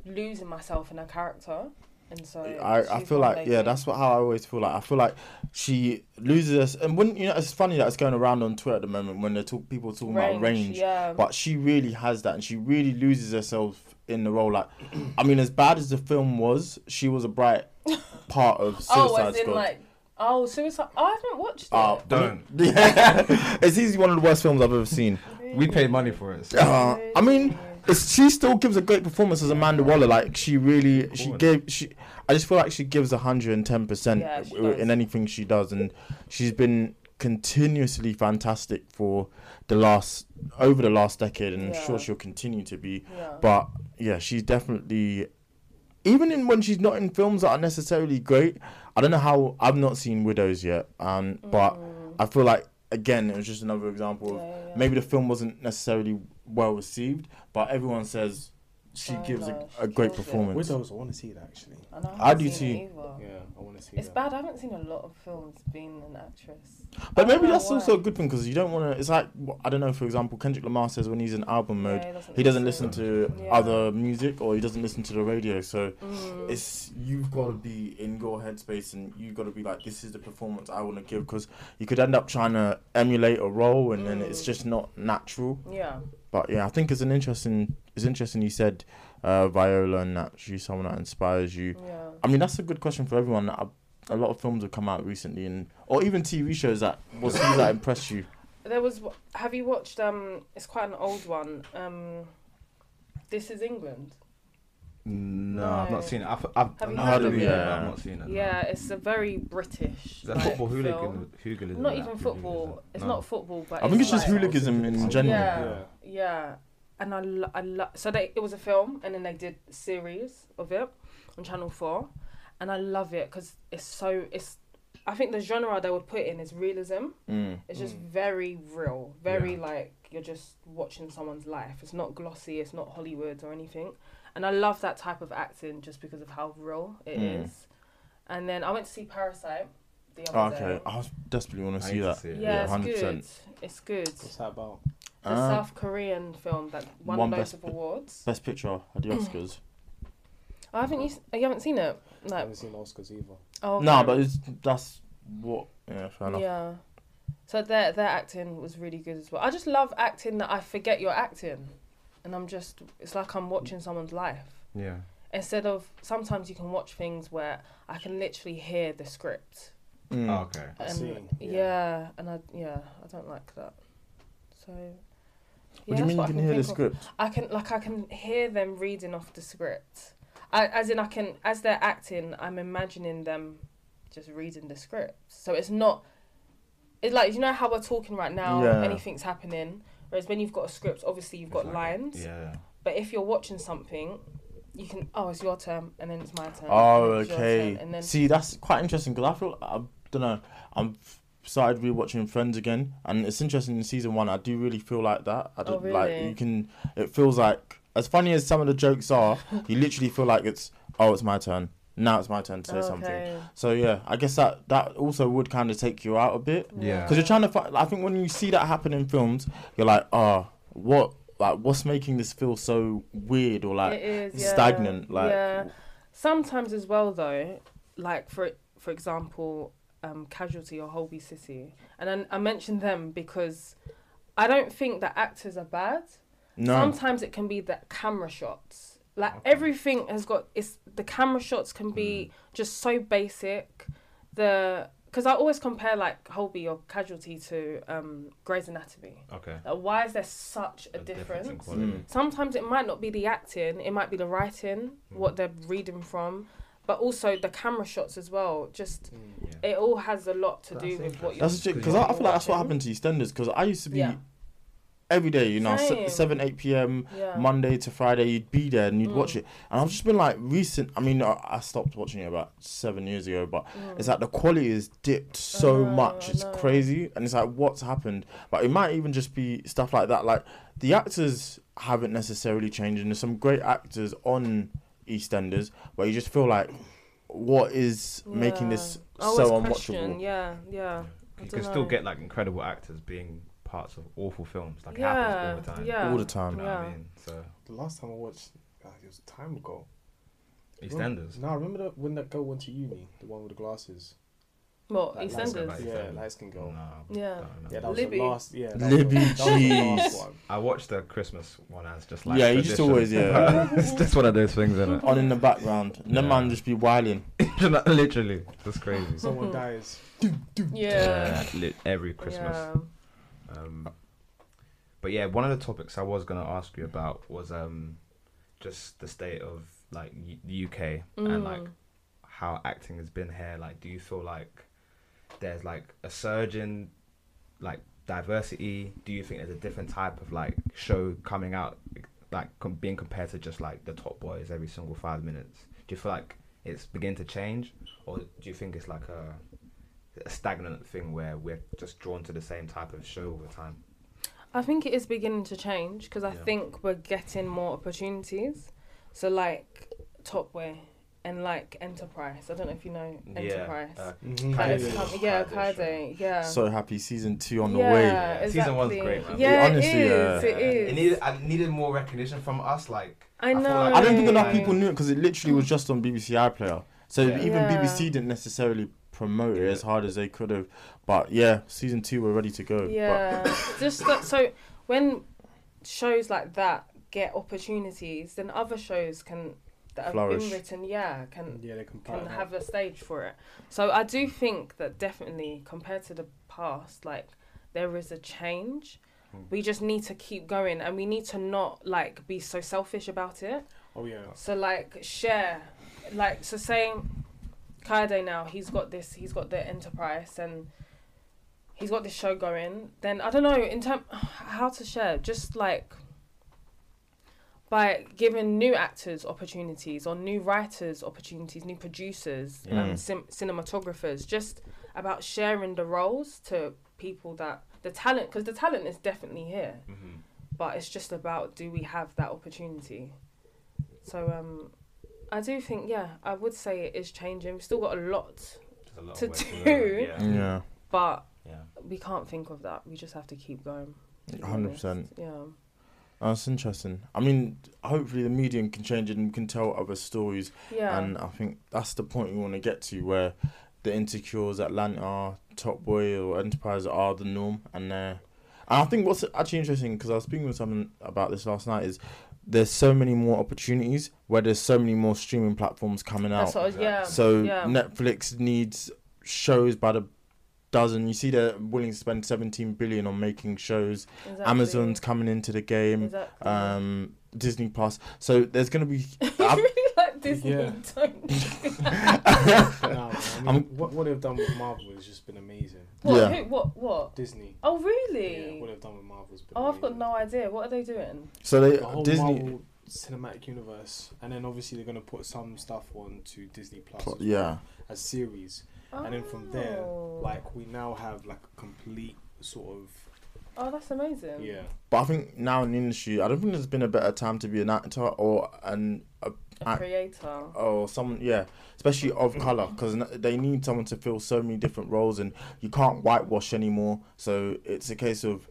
Speaker 6: losing myself in a character and so
Speaker 3: I, I
Speaker 6: she's
Speaker 3: feel
Speaker 6: my
Speaker 3: like yeah,
Speaker 6: lady.
Speaker 3: that's what how I always feel like. I feel like she loses us, and wouldn't you know? It's funny that it's going around on Twitter at the moment when they talk people talking about
Speaker 6: Range,
Speaker 3: range,
Speaker 6: yeah.
Speaker 3: but she really has that, and she really loses herself in the role. Like, I mean, as bad as the film was, she was a bright part of Suicide
Speaker 6: oh, as in
Speaker 3: Squad.
Speaker 6: like, oh, suicide. Oh, I haven't watched it.
Speaker 3: Uh,
Speaker 5: Don't.
Speaker 3: Yeah. it's easily one of the worst films I've ever seen.
Speaker 5: We paid money for it. so-
Speaker 3: Uh, I mean, it's, she still gives a great performance as Amanda Waller. Like she really, she gave. She, I just feel like she gives hundred and ten percent
Speaker 6: Yeah, she does.
Speaker 3: in anything she does, and she's been continuously fantastic for the last over the last decade, and
Speaker 6: Yeah.
Speaker 3: I'm sure she'll continue to be.
Speaker 6: Yeah.
Speaker 3: But yeah, she's definitely. Even in when she's not in films that are necessarily great, I don't know how I've not seen Widows yet, um, but I feel like again it was just another example of
Speaker 6: Yeah, yeah.
Speaker 3: maybe the film wasn't necessarily well received, but everyone says she
Speaker 6: Oh,
Speaker 3: gives a,
Speaker 6: no, she
Speaker 3: a great
Speaker 6: kills it.
Speaker 3: performance.
Speaker 4: Widows, I want to see it actually.
Speaker 6: And I haven't
Speaker 3: I do
Speaker 6: seen it either.
Speaker 4: Yeah, I want to see
Speaker 6: It's
Speaker 4: that.
Speaker 6: bad. I haven't seen a lot of films being an actress.
Speaker 3: But
Speaker 6: I don't
Speaker 3: maybe
Speaker 6: know
Speaker 3: that's also a
Speaker 6: why.
Speaker 3: good thing because you don't want to. It's like wh- I don't know. For example, Kendrick Lamar says when he's in album
Speaker 6: Yeah,
Speaker 3: mode,
Speaker 6: he doesn't
Speaker 3: he doesn't listen to
Speaker 6: Yeah. Mm.
Speaker 3: other music or he doesn't listen to the radio. So it's you've got to be in your headspace and you've got to be like, this is the performance I want to give because you could end up trying to emulate a role and then
Speaker 6: Mm.
Speaker 3: it's just not natural.
Speaker 6: Yeah.
Speaker 3: But yeah, I think it's an interesting. It's interesting you said uh, Viola and that she's someone that inspires you.
Speaker 6: Yeah.
Speaker 3: I mean, that's a good question for everyone. A a lot of films have come out recently, and or even TV shows that was things that impressed you.
Speaker 6: There was. Have you watched? Um, it's quite an old one. Um, this is England.
Speaker 5: No, I've
Speaker 6: No.
Speaker 5: not seen it. I've, I've,
Speaker 6: Have you
Speaker 5: I've heard
Speaker 6: heard of
Speaker 5: of it,
Speaker 6: it?
Speaker 5: but I've not seen it. no.
Speaker 6: Yeah, it's a very British.
Speaker 5: Is that
Speaker 6: like,
Speaker 5: football hooligan,
Speaker 6: film.
Speaker 5: hooliganism?
Speaker 6: Not
Speaker 5: that?
Speaker 6: even
Speaker 5: Hooliganism.
Speaker 6: football. It's
Speaker 5: No.
Speaker 6: not football, but
Speaker 3: I think it's
Speaker 6: like,
Speaker 3: just hooliganism in general.
Speaker 6: Yeah, yeah.
Speaker 4: Yeah.
Speaker 6: And I, lo- I lo- so they it was a film, and then they did series of it on Channel Four, and I love it because it's so it's. I think the genre they would put in is realism.
Speaker 3: Mm.
Speaker 6: It's just very real, very like you're just watching someone's life. It's not glossy, it's not Hollywood or anything. And I love that type of acting just because of how real it is.
Speaker 3: Mm.
Speaker 6: And then I went to see Parasite the
Speaker 3: Oh,
Speaker 6: other
Speaker 3: okay,
Speaker 6: day.
Speaker 3: I was- desperately want to
Speaker 5: I
Speaker 3: see
Speaker 5: need to
Speaker 3: that.
Speaker 5: see it.
Speaker 6: Yeah, it's
Speaker 3: 100%.
Speaker 6: good. It's good.
Speaker 4: What's that about?
Speaker 6: The
Speaker 3: Ah.
Speaker 6: South Korean film that won
Speaker 3: Won
Speaker 6: loads
Speaker 3: Best
Speaker 6: of
Speaker 3: Pic-
Speaker 6: awards.
Speaker 3: Best Picture at
Speaker 6: Mm.
Speaker 3: the Oscars.
Speaker 6: I haven't you, s- oh, you haven't seen it?
Speaker 4: I
Speaker 6: No.
Speaker 4: haven't seen Oscars either.
Speaker 6: Oh,
Speaker 3: No,
Speaker 6: okay.
Speaker 3: but it's, that's what. Yeah, fair enough.
Speaker 6: yeah. So their their acting was really good as well. I just love acting that I forget you're acting, and I'm just it's like I'm watching someone's life.
Speaker 5: Yeah.
Speaker 6: instead of sometimes you can watch things where I can literally hear the script.
Speaker 3: Mm.
Speaker 5: Oh, okay.
Speaker 4: I
Speaker 6: And
Speaker 4: see,
Speaker 6: yeah.
Speaker 4: yeah.
Speaker 6: and I yeah, I don't like that. So yeah,
Speaker 3: what do you
Speaker 6: that's
Speaker 3: mean you
Speaker 6: I
Speaker 3: can hear the
Speaker 6: think of.
Speaker 3: script?
Speaker 6: I can like I can hear them reading off the script. I, as in I can as they're acting, I'm imagining them just reading the script. So it's not it's like you know how we're talking right now,
Speaker 3: Yeah.
Speaker 6: anything's happening. Whereas when you've got a script, obviously you've got
Speaker 5: It's like-
Speaker 6: lines.
Speaker 5: Yeah.
Speaker 6: But if you're watching something, you can oh it's your turn and then it's my turn.
Speaker 3: Oh,
Speaker 6: and it's your
Speaker 3: okay.
Speaker 6: turn, And then
Speaker 3: See, that's quite interesting because I feel I don't know. I'm started rewatching Friends again, and it's interesting in season one. I do really feel like that. I
Speaker 6: Oh,
Speaker 3: don't like
Speaker 6: really?
Speaker 3: you can. It feels like as funny as some of the jokes are, you literally feel like it's oh, it's my turn. Now it's my turn to say
Speaker 6: Okay.
Speaker 3: something. So yeah, I guess that that also would kind of take you out a bit.
Speaker 5: Yeah.
Speaker 3: Because you're trying to find. I think when you see that happen in films, you're like, oh, what? Like, what's making this feel so weird or like
Speaker 6: it is yeah.
Speaker 3: stagnant? Like,
Speaker 6: yeah. Sometimes as well though, like for for example, um, Casualty or Holby City, and then I mentioned them because I don't think the actors are bad.
Speaker 3: no.
Speaker 6: Sometimes it can be the camera shots. Like everything has got it's the camera shots can
Speaker 3: Mm.
Speaker 6: be just so basic. The because I always compare like Holby or Casualty to um, Grey's Anatomy.
Speaker 5: Okay.
Speaker 6: Like, why is there such a, difference?
Speaker 5: in quality.
Speaker 3: Hmm.
Speaker 5: Mm.
Speaker 6: Sometimes it might not be the acting, it might be the writing,
Speaker 5: Hmm.
Speaker 6: what they're reading from, but also the camera shots as well. Just
Speaker 3: Hmm.
Speaker 6: it all has a lot to do with what you're.
Speaker 3: That's because I, I feel like that's what happened to EastEnders. Because I used to be
Speaker 6: Yeah.
Speaker 3: every day, you know, se-
Speaker 6: Same.
Speaker 3: seven eight p.m.
Speaker 6: Yeah. Mm.
Speaker 3: Monday to Friday, you'd be there and you'd watch it. And I've just been like recent. I mean, I, I stopped watching it about seven years ago, but
Speaker 6: Mm.
Speaker 3: it's like the quality has dipped so much. It's crazy, and it's like what's happened. But it might even just be stuff like that. Like the actors haven't necessarily changed, and there's some great actors on EastEnders where you just feel like. What is making this
Speaker 6: I always
Speaker 3: so
Speaker 6: question,
Speaker 3: unwatchable?
Speaker 6: Yeah, yeah. I
Speaker 5: You
Speaker 6: don't
Speaker 5: can still
Speaker 6: know.
Speaker 5: get like incredible actors being parts of awful films. Like it
Speaker 6: yeah,
Speaker 5: happens all the time.
Speaker 6: yeah,
Speaker 3: All the time.
Speaker 5: You know what
Speaker 6: Yeah.
Speaker 5: I mean? So
Speaker 4: The last time I watched, uh, it was time ago.
Speaker 5: EastEnders.
Speaker 4: No, I remember that when that girl went to uni, the one with the glasses.
Speaker 6: What
Speaker 4: Like, light skin-
Speaker 6: EastEnders?
Speaker 5: like-
Speaker 4: Yeah,
Speaker 5: EastEnders.
Speaker 4: lights can go.
Speaker 6: Yeah.
Speaker 4: Yeah, that was
Speaker 6: Libby.
Speaker 4: the last. Yeah, that
Speaker 3: Libby,
Speaker 4: was the, that was the last
Speaker 3: jeez.
Speaker 4: one.
Speaker 5: I watched the Christmas one as just like
Speaker 3: Yeah, you just
Speaker 5: tradition.
Speaker 3: always- yeah.
Speaker 5: it's just one of those things, isn't
Speaker 3: On in the background, the man just be whiling.
Speaker 5: it? Literally, that's crazy.
Speaker 4: Someone dies.
Speaker 6: Yeah.
Speaker 5: Yeah, lit every Christmas.
Speaker 6: Yeah.
Speaker 5: Um, but yeah, one of the topics I was gonna ask you about was um, just the state of like U- the UK and like how acting has been here. Like, do you feel like there's like a surge in like diversity? Do you think there's a different type of like show coming out, like com- being compared to just like the top boys every single five minutes? Do you feel like it's beginning to change, or do you think it's like a a stagnant thing where we're just drawn to the same type of show all the time.
Speaker 6: I think it is beginning to change because I
Speaker 5: Yeah.
Speaker 6: think we're getting more opportunities. So like Topway and like Enterprise. I don't know if you know Enterprise.
Speaker 5: Yeah. Uh,
Speaker 3: Mm-hmm.
Speaker 4: Mhm.
Speaker 6: Like, it's
Speaker 5: Kaede.
Speaker 6: com- yeah,
Speaker 5: Kaede show.
Speaker 6: Kaede. Yeah.
Speaker 3: So happy, season two on the
Speaker 6: yeah,
Speaker 3: way.
Speaker 5: Season one's great,
Speaker 6: exactly.
Speaker 5: man.
Speaker 6: Yeah,
Speaker 3: Honestly,
Speaker 6: it
Speaker 3: yeah.
Speaker 6: is. It is.
Speaker 5: It needed, I needed more recognition from us. Like
Speaker 6: I
Speaker 5: feel
Speaker 6: know.
Speaker 5: like-
Speaker 3: I don't think
Speaker 6: Right.
Speaker 3: enough people knew it because it literally was just on BBC iPlayer. So
Speaker 5: Yeah.
Speaker 3: even
Speaker 6: Yeah.
Speaker 3: BBC didn't necessarily promote it as hard as they could have. But yeah, season two, we're ready to go.
Speaker 6: Yeah, just that. So when shows like that get opportunities, then other shows can that have
Speaker 3: Flourish.
Speaker 6: been written, yeah, can
Speaker 4: Yeah, they can
Speaker 6: can
Speaker 4: pattern
Speaker 6: have a stage for it. So I do think that definitely compared to the past, like there is a change.
Speaker 5: Hmm.
Speaker 6: We just need to keep going, and we need to not like be so selfish about it.
Speaker 4: Oh yeah.
Speaker 6: So like share, like so saying, Kaide now he's got this, he's got the enterprise and he's got this show going. Then I don't know in term how to share, just like by giving new actors opportunities or new writers opportunities, new producers, um, cin- cinematographers, just about sharing the roles to people that the talent because the talent is definitely here but it's just about do we have that opportunity so um i do think yeah i would say it is changing we've still got a lot
Speaker 5: there's a lot of
Speaker 6: To
Speaker 5: ways learn,
Speaker 6: do.
Speaker 5: Yeah.
Speaker 3: Yeah,
Speaker 6: but
Speaker 5: yeah.
Speaker 6: we can't think of that we just have to keep going to be
Speaker 3: hundred percent.
Speaker 6: honest. yeah
Speaker 3: That's interesting. I mean, hopefully the medium can change it and we can tell other stories.
Speaker 6: yeah
Speaker 3: And I think that's the point we want to get to where the insecures, Atlanta, Top Boy, or Enterprise are the norm. And uh, and I think what's actually interesting because I was speaking with someone about this last night is there's so many more opportunities where there's so many more streaming platforms coming out.
Speaker 6: that's what I was, yeah
Speaker 3: So
Speaker 6: yeah.
Speaker 3: Netflix needs shows by the dozen. You see, they're willing to spend 17 billion on making shows.
Speaker 6: exactly.
Speaker 3: Amazon's coming into the game.
Speaker 6: exactly.
Speaker 3: Um, Disney Plus. So there's gonna be. I'm,
Speaker 6: like Disney
Speaker 4: Yeah.
Speaker 6: don't
Speaker 4: Nah, man, I mean, what what they've done with Marvel has just been amazing.
Speaker 6: what,
Speaker 3: Yeah.
Speaker 6: who, what what
Speaker 4: Disney.
Speaker 6: oh
Speaker 4: Yeah,
Speaker 6: really
Speaker 4: what they've done with Marvel has been.
Speaker 6: oh I've got
Speaker 4: amazing.
Speaker 6: no idea what are they doing
Speaker 3: so they
Speaker 4: The whole
Speaker 3: Disney.
Speaker 4: Marvel cinematic universe, and then obviously they're gonna put some stuff onto Disney Plus. as well,
Speaker 3: Yeah.
Speaker 4: As series, and then from there,
Speaker 6: Oh.
Speaker 4: like we now have like a complete sort of
Speaker 6: oh that's amazing
Speaker 4: yeah.
Speaker 3: But I think now in the industry, I don't think there's been a better time to be an actor or an a,
Speaker 6: a
Speaker 3: a-
Speaker 6: creator
Speaker 3: or someone. Yeah, especially of color, because they need someone to fill so many different roles, and you can't whitewash anymore. So it's a case of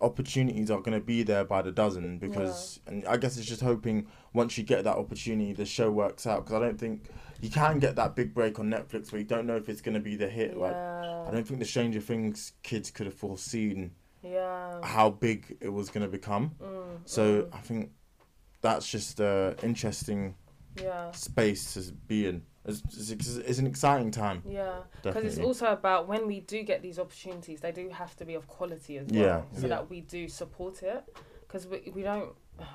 Speaker 3: opportunities are going to be there by the dozen because and i guess it's just hoping once you get that opportunity the show works out because i don't think you can get that big break on netflix where you don't know if it's going to be the hit like
Speaker 6: yeah
Speaker 3: I don't think the Stranger Things kids could have foreseen
Speaker 6: yeah
Speaker 3: how big it was going to become.
Speaker 6: Mm,
Speaker 3: so I think that's just an interesting
Speaker 6: yeah
Speaker 3: space to be in. It's, it's, it's an exciting time.
Speaker 6: Yeah, because it's
Speaker 3: Definitely.
Speaker 6: also about when we do get these opportunities, they do have to be of quality as well,
Speaker 3: Yeah.
Speaker 6: so
Speaker 4: Yeah.
Speaker 6: that we do support it. Because we, we don't,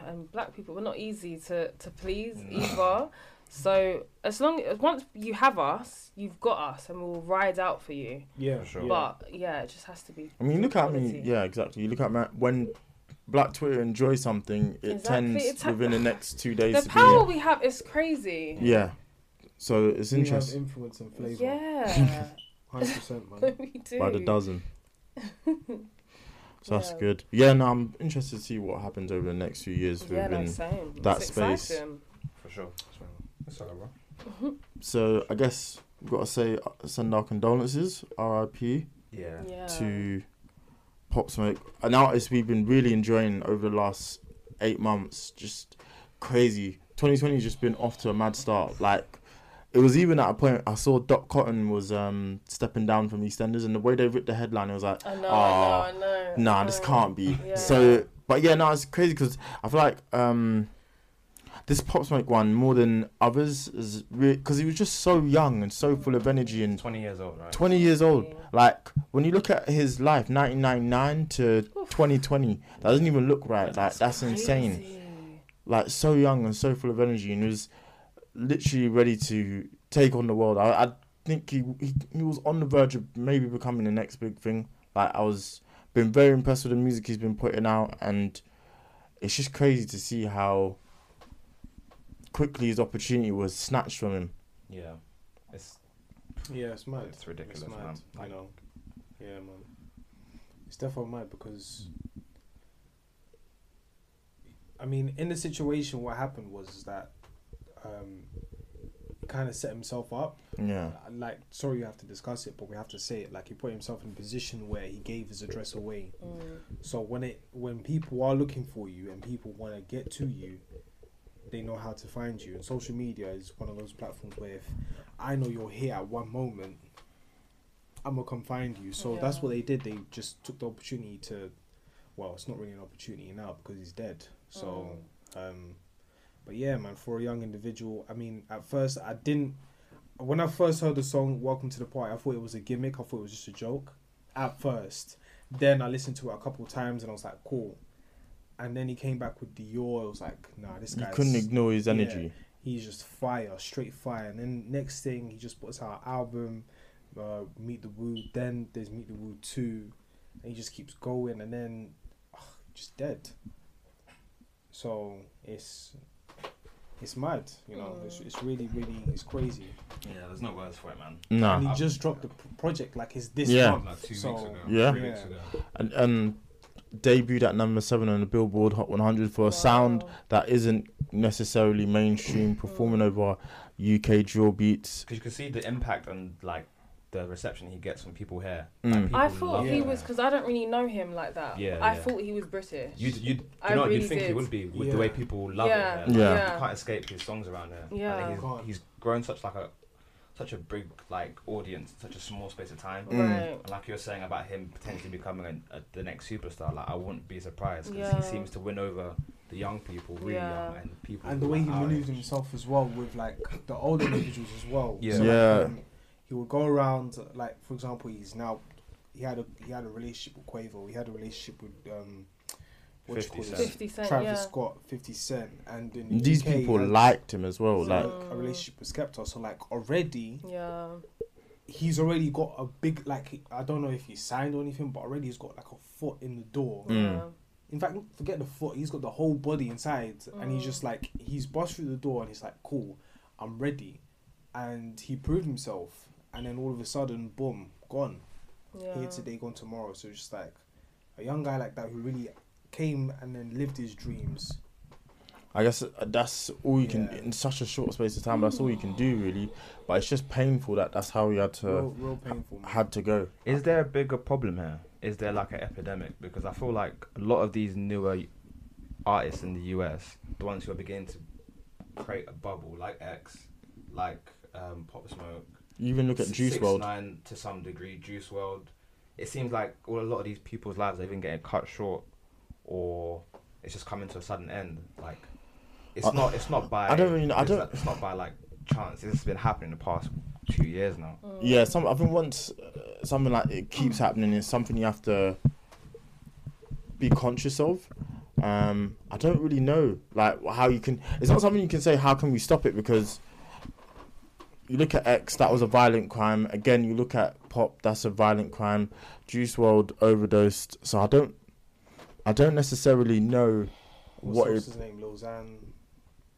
Speaker 6: and black people, we're not easy to, to please either. So as long as once you have us, you've got us, and we'll ride out for you.
Speaker 4: Yeah,
Speaker 5: sure.
Speaker 4: yeah.
Speaker 6: But yeah, it just has to be.
Speaker 3: I mean, you look at me.
Speaker 6: quality.
Speaker 3: Yeah, exactly. You look at me when Black Twitter enjoys something, it
Speaker 6: Exactly,
Speaker 3: tends
Speaker 6: it ta-
Speaker 3: within the next two days
Speaker 6: The
Speaker 3: to
Speaker 6: power we have is crazy.
Speaker 3: be. Yeah. So it's
Speaker 4: We have
Speaker 3: interesting.
Speaker 4: influence and flavor.
Speaker 6: Yeah,
Speaker 4: hundred percent, man.
Speaker 6: we do.
Speaker 3: by the dozen. So that's
Speaker 6: Yeah.
Speaker 3: good. Yeah, no, I'm interested to see what happens over the next few years
Speaker 6: Yeah,
Speaker 3: within
Speaker 6: no, same.
Speaker 3: that
Speaker 6: It's
Speaker 3: space.
Speaker 6: exciting.
Speaker 5: for sure. That's all right, bro.
Speaker 3: So I guess we've got to say uh, send our condolences, RIP,
Speaker 5: Yeah.
Speaker 6: Yeah. Um,
Speaker 3: to Pop Smoke, an artist we've been really enjoying over the last eight months. Just crazy. 2020 just been off to a mad start. Like it was even at a point I saw Doc Cotton was um, stepping down from EastEnders, and the way they ripped the headline, it was like,
Speaker 6: I know,
Speaker 3: "Ah,
Speaker 6: I know, I know.
Speaker 3: nah,
Speaker 6: I
Speaker 3: this
Speaker 6: know.
Speaker 3: can't be.
Speaker 6: Yeah.
Speaker 3: So, but yeah, no, it's crazy because I feel like um, this Pop Smoke one more than others is because he was just so young and so full of energy and
Speaker 5: 20 years old, right?
Speaker 3: 20 years old. Like when you look at his life, 1999 to 2020, that doesn't even look right. Like that's insane. Like so young and so full of energy, and he was literally ready to take on the world. I, I think he, he he was on the verge of maybe becoming the next big thing. Like I was been very impressed with the music he's been putting out, and it's just crazy to see how quickly his opportunity was snatched from him.
Speaker 5: Yeah. It's
Speaker 4: Yeah, it's mad.
Speaker 5: It's ridiculous,
Speaker 4: mad,
Speaker 5: man. Like-
Speaker 4: you know, yeah, man. It's definitely mad because, I mean, in the situation, what happened was that, um, kind of set himself up.
Speaker 3: Yeah,
Speaker 4: I- Like, sorry, you have to discuss it, but we have to say it. Like, he put himself in a position where he gave his address away. So when it when people are looking for you and people want to get to you, they know how to find you. And social media is one of those platforms where if I know you're here at one moment, I'm gonna come find you. So that's what they did. They just took the opportunity to, well, it's not really an opportunity now because he's dead. So, um, but yeah, man, for a young individual, I mean, at first I didn't. When I first heard the song "Welcome to the Party," I thought it was a gimmick. I thought it was just a joke at first. Then I listened to it a couple times and I was like, cool. And then he came back with Dior. I was like, nah, this
Speaker 3: you
Speaker 4: guy's
Speaker 3: couldn't ignore his
Speaker 4: yeah,
Speaker 3: energy.
Speaker 4: he's just fire, straight fire. And then next thing, he just puts out an album, uh, Meet the Woo. Then there's Meet the Woo two, and he just keeps going. And then ugh, just dead. So it's it's mad, you know.
Speaker 5: Mm.
Speaker 4: It's, it's really, really, it's crazy.
Speaker 5: yeah, there's no words for it, man.
Speaker 3: Nah.
Speaker 4: And he just dropped the p- project like his this
Speaker 3: Uh, Yeah.
Speaker 4: month.
Speaker 5: Like two
Speaker 4: so,
Speaker 5: weeks ago.
Speaker 3: Yeah.
Speaker 5: Three weeks ago.
Speaker 3: and, and debuted at number seven on the Billboard Hot 100 for a sound that isn't necessarily mainstream, performing over UK drill beats.
Speaker 5: Because you can see the impact and like the reception he gets from people here.
Speaker 3: Mm.
Speaker 5: Like, people
Speaker 6: I thought
Speaker 5: love
Speaker 6: he
Speaker 5: him.
Speaker 6: was because I don't really know him like that.
Speaker 5: Yeah,
Speaker 6: I
Speaker 5: yeah.
Speaker 6: thought he was British.
Speaker 5: You'd, you'd,
Speaker 6: I
Speaker 5: you know,
Speaker 6: really
Speaker 5: you'd think he
Speaker 6: did.
Speaker 5: would be with
Speaker 4: Yeah.
Speaker 5: the way people love
Speaker 6: Yeah,
Speaker 5: it. here.
Speaker 3: Yeah.
Speaker 5: Like,
Speaker 6: yeah.
Speaker 5: You can't escape his songs around here.
Speaker 6: Yeah.
Speaker 5: I think
Speaker 4: Can't.
Speaker 5: he's, he's grown such like a such a big like audience, in such a small space of
Speaker 4: Mm.
Speaker 5: time.
Speaker 6: Right.
Speaker 5: And like you were saying about him potentially becoming a, a, the next superstar, like I wouldn't be surprised because he
Speaker 6: Yeah.
Speaker 5: seems to win over the young people, really
Speaker 6: Yeah.
Speaker 5: young, and people.
Speaker 4: and the
Speaker 5: who
Speaker 4: way
Speaker 5: are
Speaker 4: he
Speaker 5: our
Speaker 4: maneuvered
Speaker 5: age.
Speaker 4: himself as well with like the older individuals as well.
Speaker 5: Yeah.
Speaker 4: like,
Speaker 3: Yeah.
Speaker 4: um, he would go around like for example he's now he had a he had a relationship with Quavo. He had a relationship with um what do you
Speaker 5: 50
Speaker 4: call this?
Speaker 5: Cent.
Speaker 6: 50 Cent,
Speaker 4: Travis
Speaker 6: yeah.
Speaker 4: Scott, Fifty Cent, and in the
Speaker 3: These
Speaker 4: UK,
Speaker 3: people
Speaker 4: he had,
Speaker 3: liked him as well. Like,
Speaker 4: a relationship with Skepta. So like already
Speaker 6: Yeah.
Speaker 4: he's already got a big like I don't know if he signed or anything, but already he's got like a foot in the door.
Speaker 5: Hmm.
Speaker 6: Yeah.
Speaker 4: In fact, forget the foot. He's got the whole body inside, and he's just like he's bust through the door, and he's like, "Cool, I'm ready," and he proved himself. And then all of a sudden, boom, gone.
Speaker 6: Yeah.
Speaker 4: Here today, gone tomorrow. So it's just like a young guy like that who really came and then lived his dreams.
Speaker 3: I guess uh, that's all you can,
Speaker 4: Yeah.
Speaker 3: in such a short space of time, that's all you can do really. But it's just painful that that's how he had to,
Speaker 4: Real, real painful. Man.
Speaker 3: Uh, had to go.
Speaker 5: Is there a bigger problem here? Is there like an epidemic? Because I feel like a lot of these newer artists in the US, the ones who are beginning to create a bubble, like X, like um, Pop Smoke,
Speaker 3: You even look at Juice
Speaker 5: Six
Speaker 3: World.
Speaker 5: Nine to some degree, Juice World. It seems like all a lot of these people's lives are even getting cut short, or it's just coming to a sudden end. Like it's
Speaker 3: I-
Speaker 5: not. It's not by.
Speaker 3: Uh, I don't really know- I
Speaker 5: it's
Speaker 3: don't-
Speaker 5: not- It's not by like chance. This has been happening the past two years now.
Speaker 3: Yeah, some I think once uh, something like it keeps happening is something you have to be conscious of. Um, I don't really know like how you can. It's not something you can say. How can we stop it? Because you look at X, that was a violent crime. Again, you look at Pop, that's a violent crime. Juice World overdosed. So I don't, I don't necessarily know
Speaker 4: What's,
Speaker 3: what
Speaker 4: what's
Speaker 3: it,
Speaker 4: his name? Lausanne.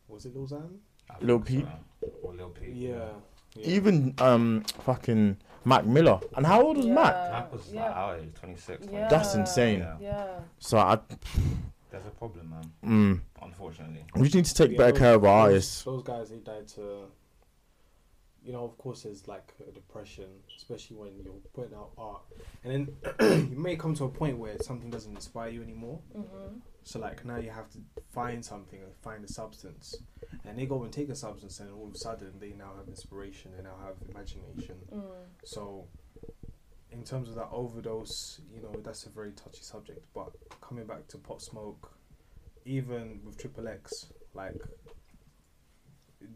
Speaker 4: Was it Lausanne?
Speaker 5: I
Speaker 3: Lil
Speaker 5: think
Speaker 3: Peep.
Speaker 5: so. Or Lil Peep.
Speaker 4: Yeah. yeah.
Speaker 3: even um fucking Mac Miller. And how old was Mac?
Speaker 5: Mac was like
Speaker 6: Uh, Yeah.
Speaker 5: our age, 26.
Speaker 6: Yeah.
Speaker 3: That's insane.
Speaker 5: Yeah.
Speaker 6: Yeah.
Speaker 3: So I,
Speaker 5: There's a problem, man.
Speaker 3: mm,
Speaker 5: Unfortunately.
Speaker 3: we just need to take
Speaker 4: Yeah,
Speaker 3: better
Speaker 4: those-
Speaker 3: care of our
Speaker 4: those-
Speaker 3: artists.
Speaker 4: Those guys, they died to you know, of course, there's like a depression, especially when you're putting out art, and then you may come to a point where something doesn't inspire you anymore. So like now you have to find something, or find a substance, and they go and take a substance, and all of a sudden they now have inspiration, they now have imagination. So, in terms of that overdose, you know, that's a very touchy subject. But coming back to Pop Smoke, even with Triple X, like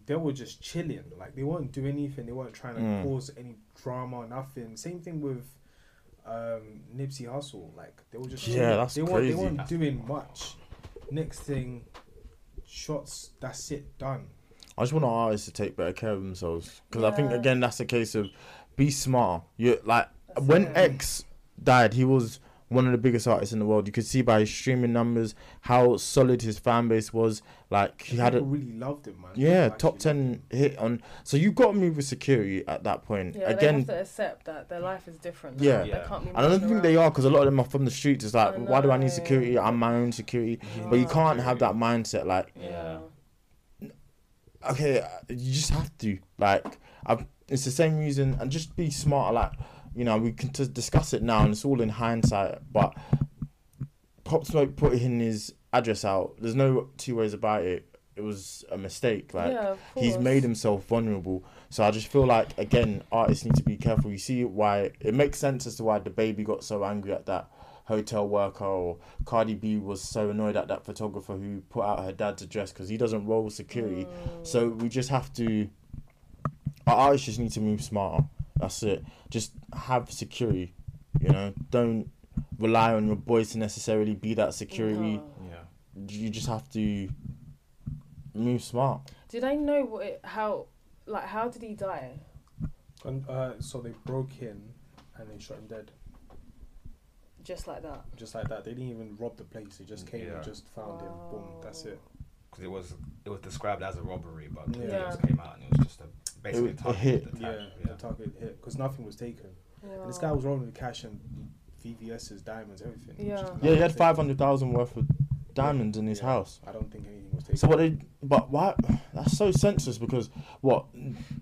Speaker 4: they were just chilling. Like they weren't doing anything. They weren't trying to
Speaker 3: Mm.
Speaker 4: cause any drama, nothing. Same thing with um, Nipsey Hussle. Like they were just
Speaker 3: Yeah,
Speaker 4: chilling.
Speaker 3: that's
Speaker 4: they weren't,
Speaker 3: crazy.
Speaker 4: They weren't doing much. Next thing, shots. That's it. Done.
Speaker 3: I just want our artists to take better care of themselves because I think again that's a case of be smart. You like when X died, he was one of the biggest artists in the world. You could see by his streaming numbers how solid his fan base was. Like he had
Speaker 4: People
Speaker 3: a
Speaker 4: really loved it, man.
Speaker 3: yeah
Speaker 4: People
Speaker 3: top
Speaker 4: actually loved
Speaker 3: ten hit on. So you got to move with security at that point.
Speaker 6: Yeah, they
Speaker 3: again,
Speaker 6: have to accept that their life is different. now.
Speaker 3: Yeah.
Speaker 6: They
Speaker 2: Yeah.
Speaker 6: can't be
Speaker 3: And I don't
Speaker 6: moving
Speaker 3: think they
Speaker 6: around.
Speaker 3: are because a lot of them are from the streets. It's like,
Speaker 6: I
Speaker 3: why do I
Speaker 6: know.
Speaker 3: need security? I'm my own security. But you can't have that mindset. Like,
Speaker 2: Yeah.
Speaker 3: okay, uh, you just have to. Like, I've, it's the same reason. And just be smart. Like, you know, we can t- discuss it now, and it's all in hindsight. But Pop Smoke putting his address out. There's no two ways about it. It was a mistake. Like
Speaker 6: Yeah, of
Speaker 3: he's
Speaker 6: course.
Speaker 3: made himself vulnerable. So I just feel like again, artists need to be careful. You see why it makes sense as to why the baby got so angry at that hotel worker or Cardi B was so annoyed at that photographer who put out her dad's address because he doesn't roll with security.
Speaker 6: Mm.
Speaker 3: So we just have to our artists just need to move smarter. That's it. Just have security. You know, don't rely on your boys to necessarily be that security.
Speaker 2: Yeah.
Speaker 3: You just have to move smart.
Speaker 6: Do they know what it, how like how did he die?
Speaker 4: it. And uh, so they broke in, and they shot him dead.
Speaker 6: Just like that.
Speaker 4: just like that. They didn't even rob the place. They just came
Speaker 2: Yeah.
Speaker 4: and just found him. Boom. That's it.
Speaker 2: Because it was it was described as a robbery, but
Speaker 4: Yeah.
Speaker 2: it
Speaker 6: Yeah.
Speaker 2: just came out and it was just a basically
Speaker 3: It- it
Speaker 2: targeted
Speaker 3: hit.
Speaker 4: Yeah,
Speaker 2: attack.
Speaker 4: the target hit because nothing was taken. And this
Speaker 6: Yeah.
Speaker 4: guy was rolling with cash and VVS's diamonds, everything.
Speaker 6: Yeah.
Speaker 4: Just
Speaker 3: Yeah, he had
Speaker 4: nothing.
Speaker 3: five hundred thousand worth of diamonds in his
Speaker 4: Yeah.
Speaker 3: house.
Speaker 4: I don't think anything was taken.
Speaker 3: So what they? But why? That's so senseless because what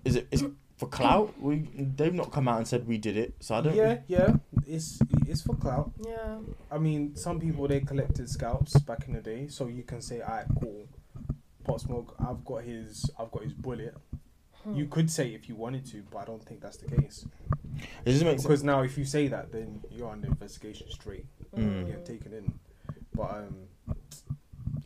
Speaker 3: is it? Is it for clout? We they've not come out and said we did it. So I don't.
Speaker 4: yeah, yeah, it's it's for clout.
Speaker 6: Yeah.
Speaker 4: I mean, some people they collected scalps back in the day, so you can say, "Alright, cool, Pot Smoke, I've got his, I've got his bullet."
Speaker 6: Hmm.
Speaker 4: You could say if you wanted to, but I don't think that's the case.
Speaker 3: It just makes
Speaker 4: Because now, if you say that, then you're under investigation straight.
Speaker 6: Mm.
Speaker 4: You're getting taken in. But um,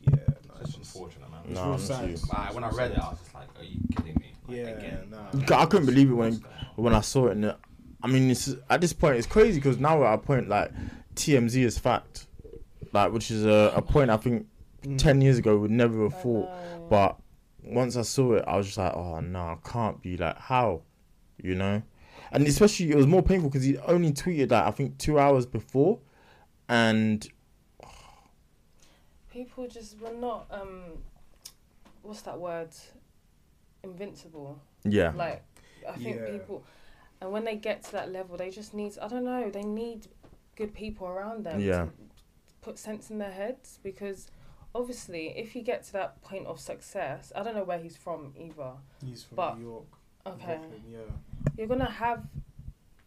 Speaker 4: yeah, no,
Speaker 2: It's
Speaker 4: it's
Speaker 2: just
Speaker 4: just,
Speaker 2: unfortunate, man.
Speaker 4: it's
Speaker 3: Nah,
Speaker 4: real
Speaker 3: I'm
Speaker 4: sad.
Speaker 3: serious.
Speaker 2: Like, when I read it, I was just like, "Are you kidding me?" Like,
Speaker 4: Yeah,
Speaker 2: again.
Speaker 4: nah.
Speaker 3: I couldn't believe it when
Speaker 2: What's going on?
Speaker 3: when I saw it. And it- I mean, it's, at this point, it's crazy because now we're at a point like TMZ is fact, like which is a, a point I think ten years ago would never have thought. But once I saw it, I was just like, oh no, I can't be like how, you know, and especially it was more painful because he only tweeted that I think two hours before, and
Speaker 6: People just were not um what's that word? Invincible.
Speaker 3: yeah,
Speaker 6: Like I think
Speaker 4: Yeah.
Speaker 6: people and when they get to that level they just need I don't know, they need good people around them
Speaker 3: Yeah.
Speaker 6: to put sense in their heads because obviously if you get to that point of success I don't know where he's from either.
Speaker 4: He's from
Speaker 6: But-
Speaker 4: New York.
Speaker 6: Okay.
Speaker 4: Brooklyn, yeah.
Speaker 6: you're gonna have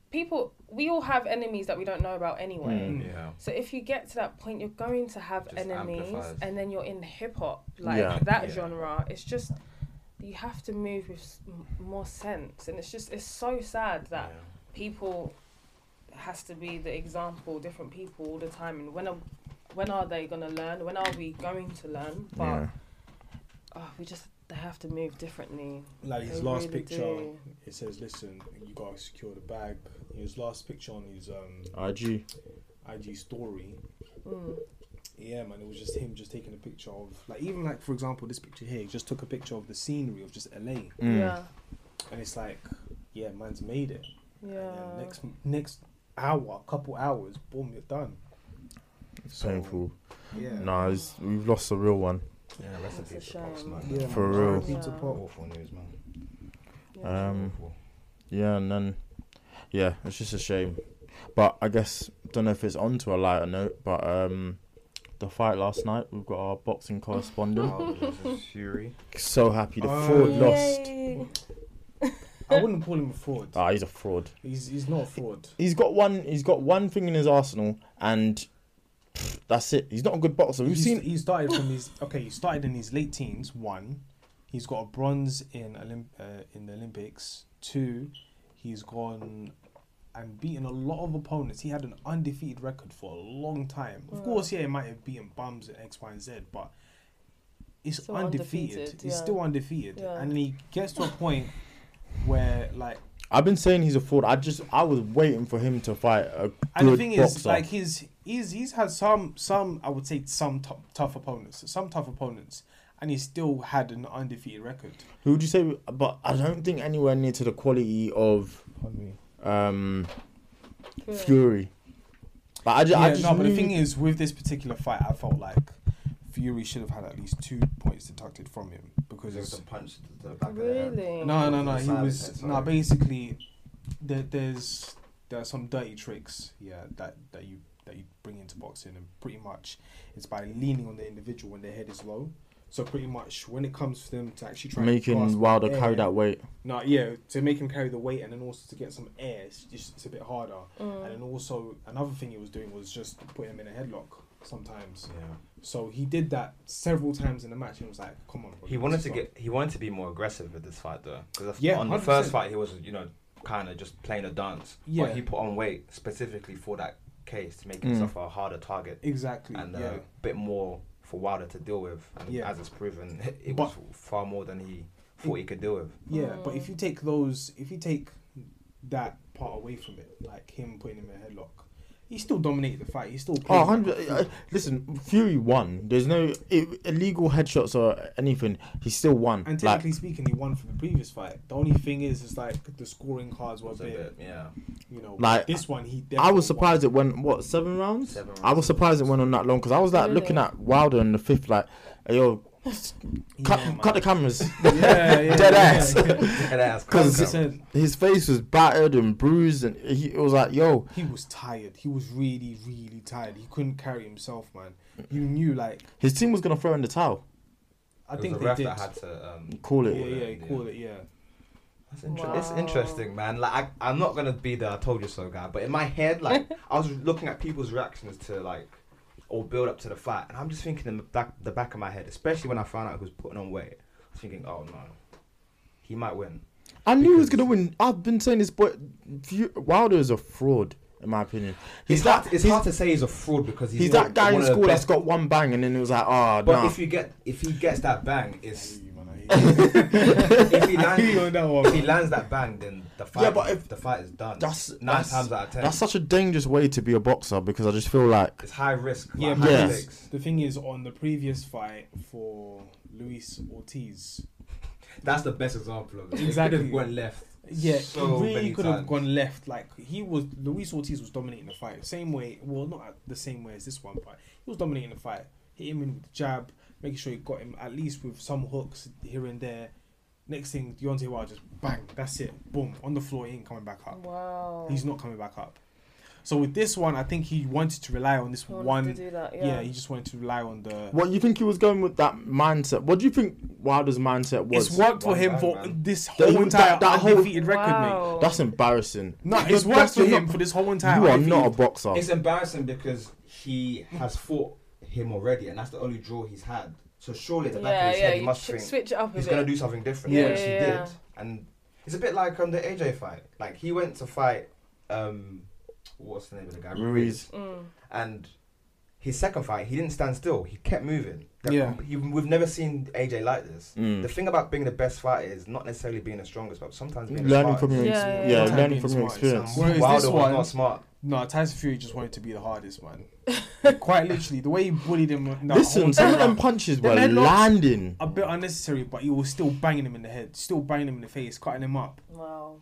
Speaker 6: people we all have enemies that we don't know about anyway
Speaker 5: Mm.
Speaker 2: Yeah.
Speaker 6: so if you get to that point you're going to have
Speaker 2: Just
Speaker 6: enemies
Speaker 2: amplifies.
Speaker 6: and then you're in hip-hop like
Speaker 3: Yeah.
Speaker 6: that
Speaker 2: Yeah.
Speaker 6: genre it's just you have to move with s- m- more sense and it's just it's so sad that
Speaker 2: Yeah.
Speaker 6: people has to be the example different people all the time and when are, when are they gonna learn when are we going to learn but
Speaker 3: Yeah.
Speaker 6: oh, we just they have to move differently
Speaker 4: Like his
Speaker 6: They
Speaker 4: last
Speaker 6: really
Speaker 4: picture,
Speaker 6: do.
Speaker 4: it says, "Listen, you gotta secure the bag." His last picture on his um
Speaker 3: IG,
Speaker 4: IG story.
Speaker 6: Mm.
Speaker 4: Yeah, man, it was just him just taking a picture of like even like for example this picture here. He just took a picture of the scenery of just LA,
Speaker 3: Hmm.
Speaker 6: yeah
Speaker 4: and it's like, yeah, man's made it.
Speaker 6: yeah
Speaker 4: And next next hour, couple hours, boom, you're done.
Speaker 3: it's
Speaker 4: So,
Speaker 3: painful.
Speaker 4: Yeah.
Speaker 3: Nah, it's, we've lost a real one.
Speaker 2: Yeah, rest in
Speaker 6: That's a
Speaker 2: peace to Pop
Speaker 6: shame.
Speaker 2: Smoke.
Speaker 4: Yeah,
Speaker 3: For
Speaker 4: man,
Speaker 3: real.
Speaker 4: R.I.P. to
Speaker 6: Yeah.
Speaker 4: Pop.
Speaker 2: Awful news, man.
Speaker 6: yeah.
Speaker 3: Um,
Speaker 2: Awful.
Speaker 3: Yeah, and then yeah, it's just a shame. But I guess don't know if it's on to a lighter note, but um the fight last night, we've got our boxing correspondent.
Speaker 2: Oh, this is Fury.
Speaker 3: so happy the Ford lost.
Speaker 6: Yay.
Speaker 4: I wouldn't call him a fraud.
Speaker 3: Ah, he's a fraud.
Speaker 4: He's he's not a fraud.
Speaker 3: He's got one. He's got one thing in his arsenal, and that's it. He's not a good boxer. We've
Speaker 4: He's,
Speaker 3: seen.
Speaker 4: he started from his okay. He started in his late teens. One, he's got a bronze in Olymp- uh, in the Olympics. Two, he's gone and beaten a lot of opponents. He had an undefeated record for a long time. Of course, yeah, he might have beaten bums and X, Y, and Z, but it's
Speaker 7: Still
Speaker 4: undefeated.
Speaker 7: undefeated,
Speaker 4: He's
Speaker 7: yeah.
Speaker 4: still undefeated,
Speaker 7: Yeah.
Speaker 4: and he gets to a point where like
Speaker 3: I've been saying he's a fraud. I just. I was waiting for him to fight a good
Speaker 4: And the thing
Speaker 3: boxer.
Speaker 4: is, like his, he's he's had some some I would say some tou- tough opponents, some tough opponents, and he still had an undefeated record.
Speaker 3: Who would you say? But I don't think anywhere near to the quality of um, Fury. But I just, I
Speaker 4: Yeah,
Speaker 3: just
Speaker 4: no, but the
Speaker 3: knew-
Speaker 4: thing is, with this particular fight, I felt like Fury should have had at least two points deducted from him because
Speaker 5: There's a punch to the back of the head.
Speaker 7: Really?
Speaker 4: no, no,
Speaker 5: to
Speaker 4: no,
Speaker 5: the
Speaker 4: he
Speaker 5: side of
Speaker 4: was
Speaker 5: his head,
Speaker 4: no.
Speaker 5: sorry.
Speaker 4: basically, there, there's there are some dirty tricks, yeah, that that you that you bring into boxing, and pretty much it's by leaning on the individual when their head is low. So pretty much, when it comes for them to actually try and grasp
Speaker 3: making Wilder carry
Speaker 4: air-
Speaker 3: that weight.
Speaker 4: No, yeah, to make him carry the weight and then also to get some air, it's just it's a bit harder. And then also another thing he was doing was just put him in a headlock sometimes.
Speaker 5: Yeah.
Speaker 4: So he did that several times in the match and was like, "Come on." Bro,
Speaker 5: He wanted
Speaker 4: just
Speaker 5: to
Speaker 4: stop."
Speaker 5: get. He wanted to be more aggressive with this fight, though. Because
Speaker 4: Yeah,
Speaker 5: on the
Speaker 4: 100%.
Speaker 5: first fight, he was, you know, kind of just playing a dance.
Speaker 4: Yeah. Mm.
Speaker 5: But he put on weight specifically for that case to make himself a harder target
Speaker 4: exactly.
Speaker 5: and uh,
Speaker 4: yeah.
Speaker 5: a bit more for Wilder to deal with. And
Speaker 4: Yeah.
Speaker 5: as it's proven, it
Speaker 4: But-
Speaker 5: was far more than he thought he could deal with.
Speaker 4: Yeah, but if you take those, if you take that part away from it, like him putting him in a headlock, he still dominated the fight. He still.
Speaker 3: Oh,
Speaker 4: played.
Speaker 3: 100. Uh, listen, Fury won. There's no i illegal headshots or anything. He still won.
Speaker 4: And
Speaker 3: Like,
Speaker 4: technically speaking, he won from the previous fight. The only thing is, is like the scoring cards were a
Speaker 5: It's a bit,
Speaker 4: bit,
Speaker 5: yeah.
Speaker 4: you know,
Speaker 3: Like,
Speaker 4: this one he.
Speaker 3: I
Speaker 4: definitely won.
Speaker 3: was surprised it went what seven rounds.
Speaker 5: Seven
Speaker 3: I was
Speaker 5: rounds.
Speaker 3: surprised it went on that long because I was like looking at Wilder in the fifth, like, hey, yo, cut,
Speaker 4: Yeah,
Speaker 3: cut the cameras.
Speaker 4: Yeah, yeah,
Speaker 3: Dead
Speaker 4: yeah,
Speaker 3: ass.
Speaker 4: yeah.
Speaker 5: And that's
Speaker 3: Because
Speaker 5: Conker.
Speaker 3: his face was battered and bruised, and he it was like, yo,
Speaker 4: He was tired. He was really, really tired. He couldn't carry himself, man. You knew, like,
Speaker 3: his team was gonna throw in the towel.
Speaker 4: I
Speaker 5: It was
Speaker 4: think
Speaker 5: the
Speaker 4: they
Speaker 5: ref
Speaker 4: did.
Speaker 5: that had to. Um,
Speaker 3: Call
Speaker 4: yeah,
Speaker 3: it.
Speaker 4: yeah,
Speaker 5: it, yeah.
Speaker 4: call it, yeah.
Speaker 5: It's, inter- it's interesting, man. Like I, I'm not gonna be the I told you so guy, but in my head, like I was looking at people's reactions to like or build up to the fight, and I'm just thinking in the back, the back of my head, especially when I found out who's putting on weight, I was thinking, oh no, he might win.
Speaker 3: I knew he was gonna win. I've been saying this, but Fu- Wilder is a fraud, in my opinion. He's
Speaker 5: it's
Speaker 3: that.
Speaker 5: hard, it's
Speaker 3: he's,
Speaker 5: hard to say he's a fraud because he's,
Speaker 3: he's
Speaker 5: not
Speaker 3: that guy in
Speaker 5: one of the
Speaker 3: school that's
Speaker 5: best-
Speaker 3: got one bang, and then it was like, oh,
Speaker 5: But
Speaker 3: nah.
Speaker 5: if you get if he gets that bang, it's
Speaker 4: You, man, I hate you.
Speaker 5: if he
Speaker 4: I hear you
Speaker 5: lands
Speaker 4: on that
Speaker 5: if
Speaker 4: one.
Speaker 5: he lands that bang, then the fight
Speaker 3: Yeah, but if-
Speaker 5: the fight is done.
Speaker 3: that's
Speaker 5: nine
Speaker 3: that's,
Speaker 5: times out of ten.
Speaker 3: That's such a dangerous way to be a boxer because I just feel like
Speaker 5: it's high risk.
Speaker 4: Yeah,
Speaker 5: Like,
Speaker 4: but
Speaker 5: high
Speaker 3: Yeah.
Speaker 5: stakes.
Speaker 4: The thing is, on the previous fight for Luis Ortiz,
Speaker 5: That's the best example of it. It
Speaker 4: Exactly.
Speaker 5: could have gone left.
Speaker 4: yeah,
Speaker 5: so
Speaker 4: he really
Speaker 5: many
Speaker 4: could have
Speaker 5: times.
Speaker 4: gone left. Like, he was, Luis Ortiz was dominating the fight. Same way, well, not at the same way as this one, but he was dominating the fight. Hit him in with the jab, making sure he got him at least with some hooks here and there. Next thing, Deontay Wilder just bang, that's it, boom, on the floor, he ain't coming back up.
Speaker 7: Wow.
Speaker 4: He's not coming back up. So with this one, I think he wanted to rely on this
Speaker 7: wanted
Speaker 4: one.
Speaker 7: to do that, yeah.
Speaker 4: he just wanted to rely on the.
Speaker 3: what you think he was going with that mindset. What do you think Wilder's mindset was?
Speaker 4: it's worked for
Speaker 5: one
Speaker 4: him
Speaker 5: guy,
Speaker 4: for
Speaker 5: man.
Speaker 4: this
Speaker 3: That-
Speaker 4: whole entire
Speaker 3: that- that whole-
Speaker 4: undefeated record,
Speaker 5: Oh.
Speaker 4: mate.
Speaker 7: Wow.
Speaker 3: That's embarrassing.
Speaker 4: No,
Speaker 3: That-
Speaker 4: it's
Speaker 3: that-
Speaker 4: worked
Speaker 3: that's
Speaker 4: for
Speaker 3: not-
Speaker 4: him for this whole entire.
Speaker 3: You are
Speaker 4: undefeated-
Speaker 3: not a boxer.
Speaker 5: It's embarrassing because he has fought him already, and that's the only draw he's had. So surely at the back
Speaker 7: Yeah,
Speaker 5: of his
Speaker 7: yeah,
Speaker 5: head,
Speaker 7: you
Speaker 5: he must
Speaker 7: should
Speaker 5: think
Speaker 7: switch it up a
Speaker 5: he's
Speaker 7: bit.
Speaker 5: gonna do something different,
Speaker 4: Yeah.
Speaker 5: which he
Speaker 7: Yeah, yeah.
Speaker 5: did. And it's a bit like on the AJ fight. Like he went to fight, um, what's the name of the guy?
Speaker 3: Ruiz.
Speaker 5: And his second fight, he didn't stand still. He kept moving. That-
Speaker 4: Yeah. Mm.
Speaker 5: you- we've never seen AJ like this. The thing about being the best fighter is not necessarily being the strongest, but sometimes being
Speaker 3: Learning
Speaker 5: the
Speaker 3: from your
Speaker 5: smartest.
Speaker 3: ex-
Speaker 7: Yeah,
Speaker 3: yeah,
Speaker 7: yeah,
Speaker 4: yeah.
Speaker 3: learning from your
Speaker 4: Being smart,
Speaker 3: experience.
Speaker 4: so- Whereas
Speaker 5: Wilder
Speaker 4: this
Speaker 5: was
Speaker 4: one-
Speaker 5: not smart.
Speaker 4: No, Tyson Fury just wanted to be the hardest man. Quite literally, the way he bullied him. No,
Speaker 3: Listen, some of them punches
Speaker 4: Them
Speaker 3: were
Speaker 4: headlocks-
Speaker 3: landing.
Speaker 4: a bit unnecessary, but he was still banging him in the head, still banging him in the face, cutting him up,
Speaker 7: Wow.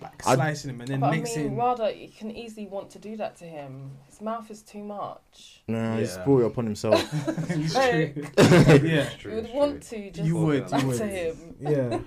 Speaker 4: like
Speaker 3: I-
Speaker 4: slicing him, and then
Speaker 7: But I
Speaker 4: mixing.
Speaker 7: mean, Rada, you can easily want to do that to him. His mouth is too much.
Speaker 3: Nah, he's
Speaker 5: Yeah.
Speaker 3: brought it upon himself.
Speaker 4: yeah,
Speaker 5: It's true,
Speaker 7: You would
Speaker 5: it's
Speaker 7: want
Speaker 5: true.
Speaker 7: to just
Speaker 4: you would,
Speaker 7: back
Speaker 4: you would.
Speaker 7: to him.
Speaker 4: Yeah.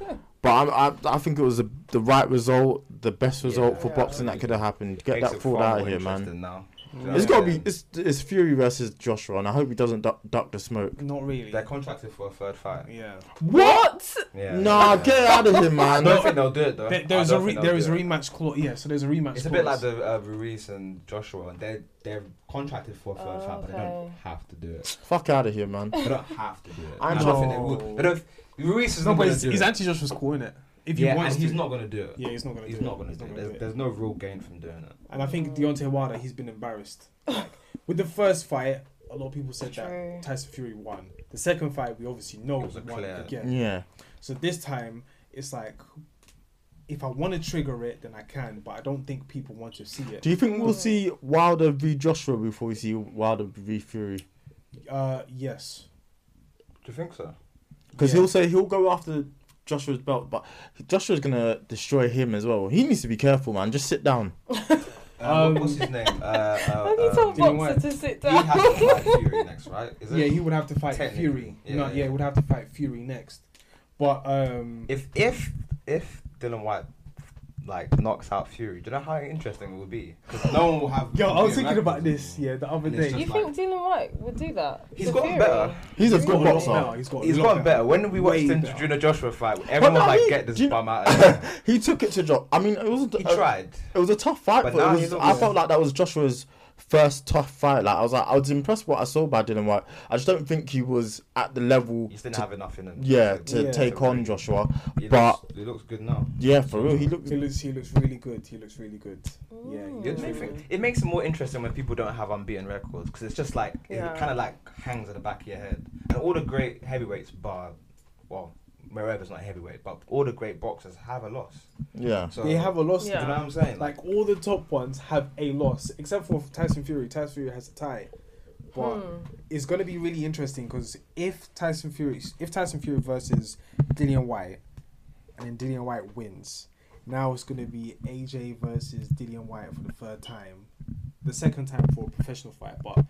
Speaker 3: But I, I, I think it was the, the right result, the best result for boxing that could have happened. Get
Speaker 5: Makes
Speaker 3: that
Speaker 5: it
Speaker 3: thought
Speaker 5: far
Speaker 3: out of
Speaker 5: more
Speaker 3: here, man.
Speaker 5: interesting Now. Do you know
Speaker 3: It's
Speaker 5: what I
Speaker 3: got to be
Speaker 5: mean?
Speaker 3: it's, it's Fury versus Joshua, and I hope he doesn't duck, duck the smoke.
Speaker 4: Not really.
Speaker 5: They're contracted for a third fight.
Speaker 4: yeah.
Speaker 3: What?
Speaker 5: Yeah.
Speaker 3: Nah,
Speaker 5: yeah.
Speaker 3: get out of here,
Speaker 5: I
Speaker 3: man.
Speaker 5: don't think they'll do it though.
Speaker 4: There,
Speaker 5: I
Speaker 4: there's
Speaker 5: don't
Speaker 4: a re-
Speaker 5: think they'll
Speaker 4: there
Speaker 5: do
Speaker 4: is a
Speaker 5: it.
Speaker 4: rematch clause. Yeah, so there's a rematch.
Speaker 5: It's a bit like
Speaker 4: clause.
Speaker 5: the uh, Ruiz and Joshua, and they're they're contracted for a third
Speaker 7: Oh,
Speaker 5: fight, but they don't
Speaker 7: okay.
Speaker 5: have to do it.
Speaker 3: Fuck out of here, man.
Speaker 5: They don't have to do it.
Speaker 3: I
Speaker 5: And I don't think they
Speaker 3: know.
Speaker 5: would. They don't. Ruiz is
Speaker 4: No,
Speaker 5: not
Speaker 4: but
Speaker 5: going
Speaker 4: he's,
Speaker 5: to do
Speaker 4: he's
Speaker 5: it.
Speaker 4: actually Joshua's calling it. If he
Speaker 5: yeah,
Speaker 4: wants
Speaker 5: and he's
Speaker 4: to.
Speaker 5: not going to do it.
Speaker 4: Yeah, he's not gonna
Speaker 5: He's
Speaker 4: do it.
Speaker 5: not going to
Speaker 4: He's
Speaker 5: do
Speaker 4: not
Speaker 5: it.
Speaker 4: gonna
Speaker 5: There's,
Speaker 4: do it.
Speaker 5: there's no real gain from doing it.
Speaker 4: And I think Deontay Wilder, he's been embarrassed. Like, with the first fight, a lot of people said
Speaker 7: True.
Speaker 4: that Tyson Fury won. The second fight, we obviously know
Speaker 5: It was a
Speaker 4: won
Speaker 5: clear-
Speaker 4: again.
Speaker 3: Yeah.
Speaker 4: So this time, it's like, if I want to trigger it, then I can. But I don't think people want to see it.
Speaker 3: Do you think we'll see Wilder v Joshua before we see Wilder v Fury?
Speaker 4: Uh, yes.
Speaker 5: Do you think so?
Speaker 3: Because
Speaker 4: Yeah.
Speaker 3: he'll say he'll go after Joshua's belt, but Joshua's gonna destroy him as well. He needs to be careful, man. Just sit down.
Speaker 5: Um, what's his name? Uh, uh,
Speaker 7: I need
Speaker 5: um,
Speaker 7: to
Speaker 4: you
Speaker 7: boxer
Speaker 4: know what?
Speaker 7: to sit
Speaker 5: he
Speaker 7: down.
Speaker 5: has to fight Fury next, right? Is it?
Speaker 4: Yeah, he would have to fight
Speaker 5: Technically,
Speaker 4: Fury.
Speaker 5: yeah,
Speaker 4: no, yeah,
Speaker 5: yeah.
Speaker 4: he would have to fight Fury next. But um,
Speaker 5: if if if Dylan White like knocks out Fury, do you know how interesting it would be? 'Cause no one will have.
Speaker 4: yo, I was
Speaker 5: Fury
Speaker 4: thinking about
Speaker 5: records
Speaker 4: this. Yeah, the other
Speaker 5: And it's
Speaker 4: day.
Speaker 5: just
Speaker 7: You
Speaker 5: like-
Speaker 7: think Dylan White would do that?
Speaker 5: He's
Speaker 7: To
Speaker 5: gotten
Speaker 7: Fury?
Speaker 5: better.
Speaker 3: He's a
Speaker 4: He's
Speaker 3: good
Speaker 4: got a lot
Speaker 3: boxer.
Speaker 4: better. He's got. a
Speaker 5: He's
Speaker 4: lot
Speaker 5: gotten better. When we watched
Speaker 4: Way
Speaker 5: him
Speaker 4: better.
Speaker 5: during the Joshua fight, everyone was
Speaker 3: no,
Speaker 5: like,
Speaker 3: he-
Speaker 5: "Get this
Speaker 3: do you-
Speaker 5: bum out of here."
Speaker 3: He took it to Joshua. I mean, it was uh,
Speaker 5: He tried.
Speaker 3: It was a tough fight,
Speaker 5: But
Speaker 3: but,
Speaker 5: now
Speaker 3: it
Speaker 5: he's
Speaker 3: was,
Speaker 5: not
Speaker 3: I
Speaker 5: good.
Speaker 3: felt like that was Joshua's first tough fight. Like I was like, I was impressed with what I saw by Dylan White. I just don't think he was at the level.
Speaker 5: He just didn't
Speaker 3: to-
Speaker 5: have enough in him.
Speaker 3: yeah, to
Speaker 4: Yeah.
Speaker 3: take on Joshua.
Speaker 5: He
Speaker 3: But
Speaker 5: looks, he looks good now.
Speaker 3: yeah, for real, he looked.
Speaker 4: He looks. He looks really good. He looks really good. Yeah. he
Speaker 5: It
Speaker 4: looks
Speaker 5: makes, it,
Speaker 4: really good.
Speaker 5: it makes it more interesting when people don't have unbeaten records because it's just like
Speaker 7: Yeah.
Speaker 5: it kind of like hangs at the back of your head. And all the great heavyweights, bar, well, Mayweather's not a heavyweight, but all the great boxers have a loss.
Speaker 3: Yeah,
Speaker 5: So
Speaker 4: They have a loss.
Speaker 5: Do you know what
Speaker 7: Yeah.
Speaker 5: I'm saying?
Speaker 4: Like all the top ones have a loss, except for Tyson Fury. Tyson Fury has a tie, but it's going to be really interesting because if Tyson Fury, if Tyson Fury versus Dillian White, and then Dillian White wins, now it's going to be AJ versus Dillian White for the third time, the second time for a professional fight, but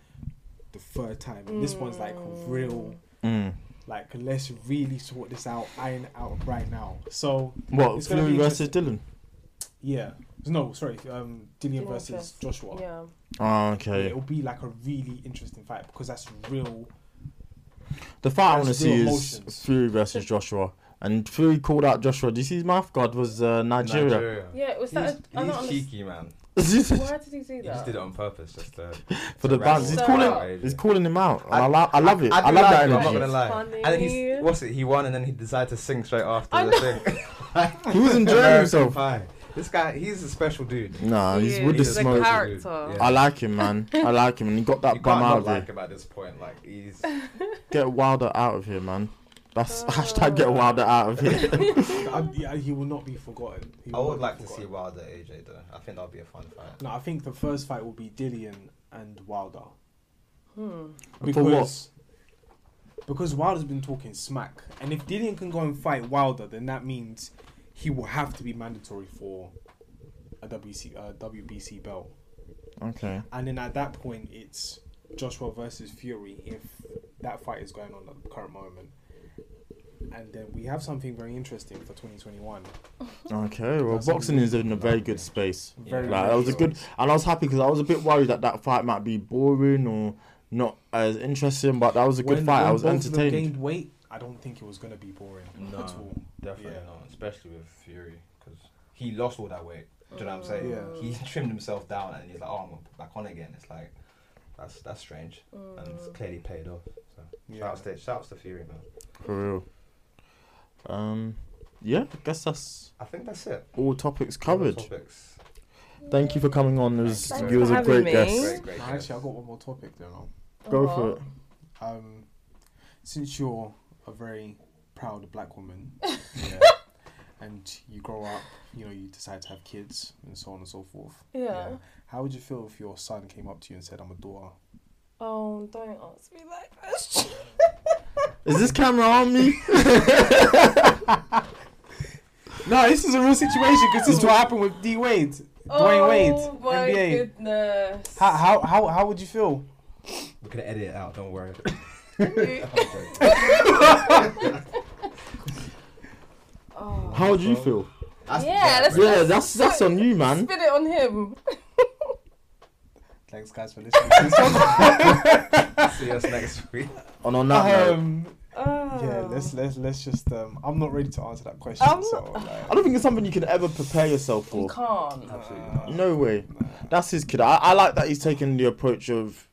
Speaker 4: the third time. And this one's like real.
Speaker 3: Mm.
Speaker 4: Like let's really sort this out, iron it out right now. So
Speaker 3: What
Speaker 4: it's gonna
Speaker 3: Fury
Speaker 4: be
Speaker 3: versus Dylan?
Speaker 4: interesting. yeah. No, sorry. Um, Dillian
Speaker 7: Dylan
Speaker 4: versus
Speaker 7: versus-
Speaker 4: Joshua.
Speaker 7: Yeah.
Speaker 3: Oh,
Speaker 4: Yeah,
Speaker 3: okay.
Speaker 4: It'll be like a really interesting fight because that's real.
Speaker 3: The fight I want
Speaker 4: That's
Speaker 3: to see
Speaker 4: real
Speaker 3: is
Speaker 4: emotions.
Speaker 3: Fury versus Joshua. And Fury called out Joshua. Do you see his mouth guard was uh, Nigeria?
Speaker 7: Yeah, was that. a- I
Speaker 5: He's,
Speaker 7: don't
Speaker 5: he's
Speaker 7: understand.
Speaker 5: cheeky, man.
Speaker 7: Why did he do
Speaker 5: He
Speaker 7: that?
Speaker 5: just did it on purpose, just to,
Speaker 3: For the
Speaker 5: band.
Speaker 3: bands. He's
Speaker 7: So-
Speaker 3: calling, he's calling him out. And I,
Speaker 5: I-
Speaker 3: lo- I love it. I,
Speaker 5: do
Speaker 3: love
Speaker 5: like
Speaker 3: that
Speaker 5: it, I'm
Speaker 3: energy.
Speaker 5: not gonna lie.
Speaker 7: Funny.
Speaker 5: And then he's what's it? He won, and then he decided to sing straight after
Speaker 7: I
Speaker 5: the
Speaker 7: know.
Speaker 5: thing.
Speaker 3: He was enjoying
Speaker 5: American
Speaker 3: himself.
Speaker 5: Pie. This guy, he's a special dude.
Speaker 3: Nah, he's with the
Speaker 5: He's a
Speaker 3: smoke.
Speaker 5: character. Yeah.
Speaker 3: I like him, man. I like him, and he got that
Speaker 5: You
Speaker 3: bum
Speaker 5: can't
Speaker 3: out
Speaker 5: not
Speaker 3: of here.
Speaker 5: like him at this point. Like he's
Speaker 3: Get Wilder out of here, man. That's hashtag get Wilder out of here.
Speaker 4: I, yeah, he will not be forgotten. He
Speaker 5: I
Speaker 4: will
Speaker 5: would
Speaker 4: not
Speaker 5: like
Speaker 4: be
Speaker 5: to see
Speaker 4: forgotten.
Speaker 5: Wilder AJ though. I think that would be a fun fight.
Speaker 4: No, I think the first fight will be Dillian and Wilder. Hmm.
Speaker 3: what?
Speaker 4: Because because Wilder's been talking smack, and if Dillian can go and fight Wilder, then that means he will have to be mandatory for a WC uh, WBC belt.
Speaker 3: okay.
Speaker 4: And then at that point, it's Joshua versus Fury if that fight is going on at the current moment. And then we have something very interesting for 2021.
Speaker 3: Okay. Well,
Speaker 4: That's
Speaker 3: boxing
Speaker 4: a-
Speaker 3: is in a very good space.
Speaker 4: Very
Speaker 3: like that
Speaker 4: good
Speaker 3: was a good, and I was happy because I was a bit worried that that fight might be boring or not as interesting, but that was a good
Speaker 4: When-
Speaker 3: fight. I
Speaker 4: when
Speaker 3: was
Speaker 4: both of them
Speaker 3: entertained.
Speaker 4: gained weight. I don't think it was going to be boring at all.
Speaker 5: Definitely
Speaker 4: Yeah.
Speaker 5: not, especially with Fury because he lost all that weight. Do you know what I'm saying?
Speaker 4: Yeah.
Speaker 5: He trimmed himself down and he's like, "Oh, I'm gonna put back on again." It's like that's that's strange, and it's clearly paid off. So
Speaker 4: Mm. Yeah.
Speaker 5: shout outs to shout outs to Fury, man.
Speaker 3: For real. Um, yeah. I guess that's
Speaker 5: I think that's it.
Speaker 3: all topics covered.
Speaker 5: Topics.
Speaker 3: Thank you for coming on. It was,
Speaker 7: Thanks
Speaker 3: you
Speaker 7: for
Speaker 3: was a
Speaker 7: having
Speaker 3: great
Speaker 7: me.
Speaker 3: guest.
Speaker 5: Great, great.
Speaker 4: Actually,
Speaker 5: guest.
Speaker 4: I got one more topic there. now.
Speaker 3: Go for it.
Speaker 4: Um, since you're a very proud black woman, yeah, and you grow up, you know, you decide to have kids and so on and so forth.
Speaker 7: Yeah.
Speaker 4: How would you feel if your son came up to you and said, "I'm a daughter"?
Speaker 7: Oh, don't ask me that question.
Speaker 3: Is this camera on me?
Speaker 4: No, this is a real situation because this is what happened with D Wade, Dwayne Wade,
Speaker 7: Oh my
Speaker 4: NBA.
Speaker 7: goodness.
Speaker 4: How, how how how would you feel?
Speaker 5: We're gonna edit it out. Don't worry.
Speaker 3: How do you feel?
Speaker 7: yeah, let's,
Speaker 3: Yeah,
Speaker 7: let's
Speaker 3: that's that's on you, man.
Speaker 7: spit it on him.
Speaker 4: Thanks, guys, for listening. to this podcast.
Speaker 5: See us next week.
Speaker 3: And on that note,
Speaker 4: um,
Speaker 7: Oh.
Speaker 4: yeah, let's let's let's just. Um, I'm not ready to answer that question.
Speaker 3: I'm
Speaker 4: so
Speaker 3: not-
Speaker 4: like,
Speaker 3: I don't think it's something you can ever prepare yourself
Speaker 7: You
Speaker 3: for.
Speaker 7: can't.
Speaker 5: Absolutely.
Speaker 3: No way. That's his kid. I, I like that he's taking the approach of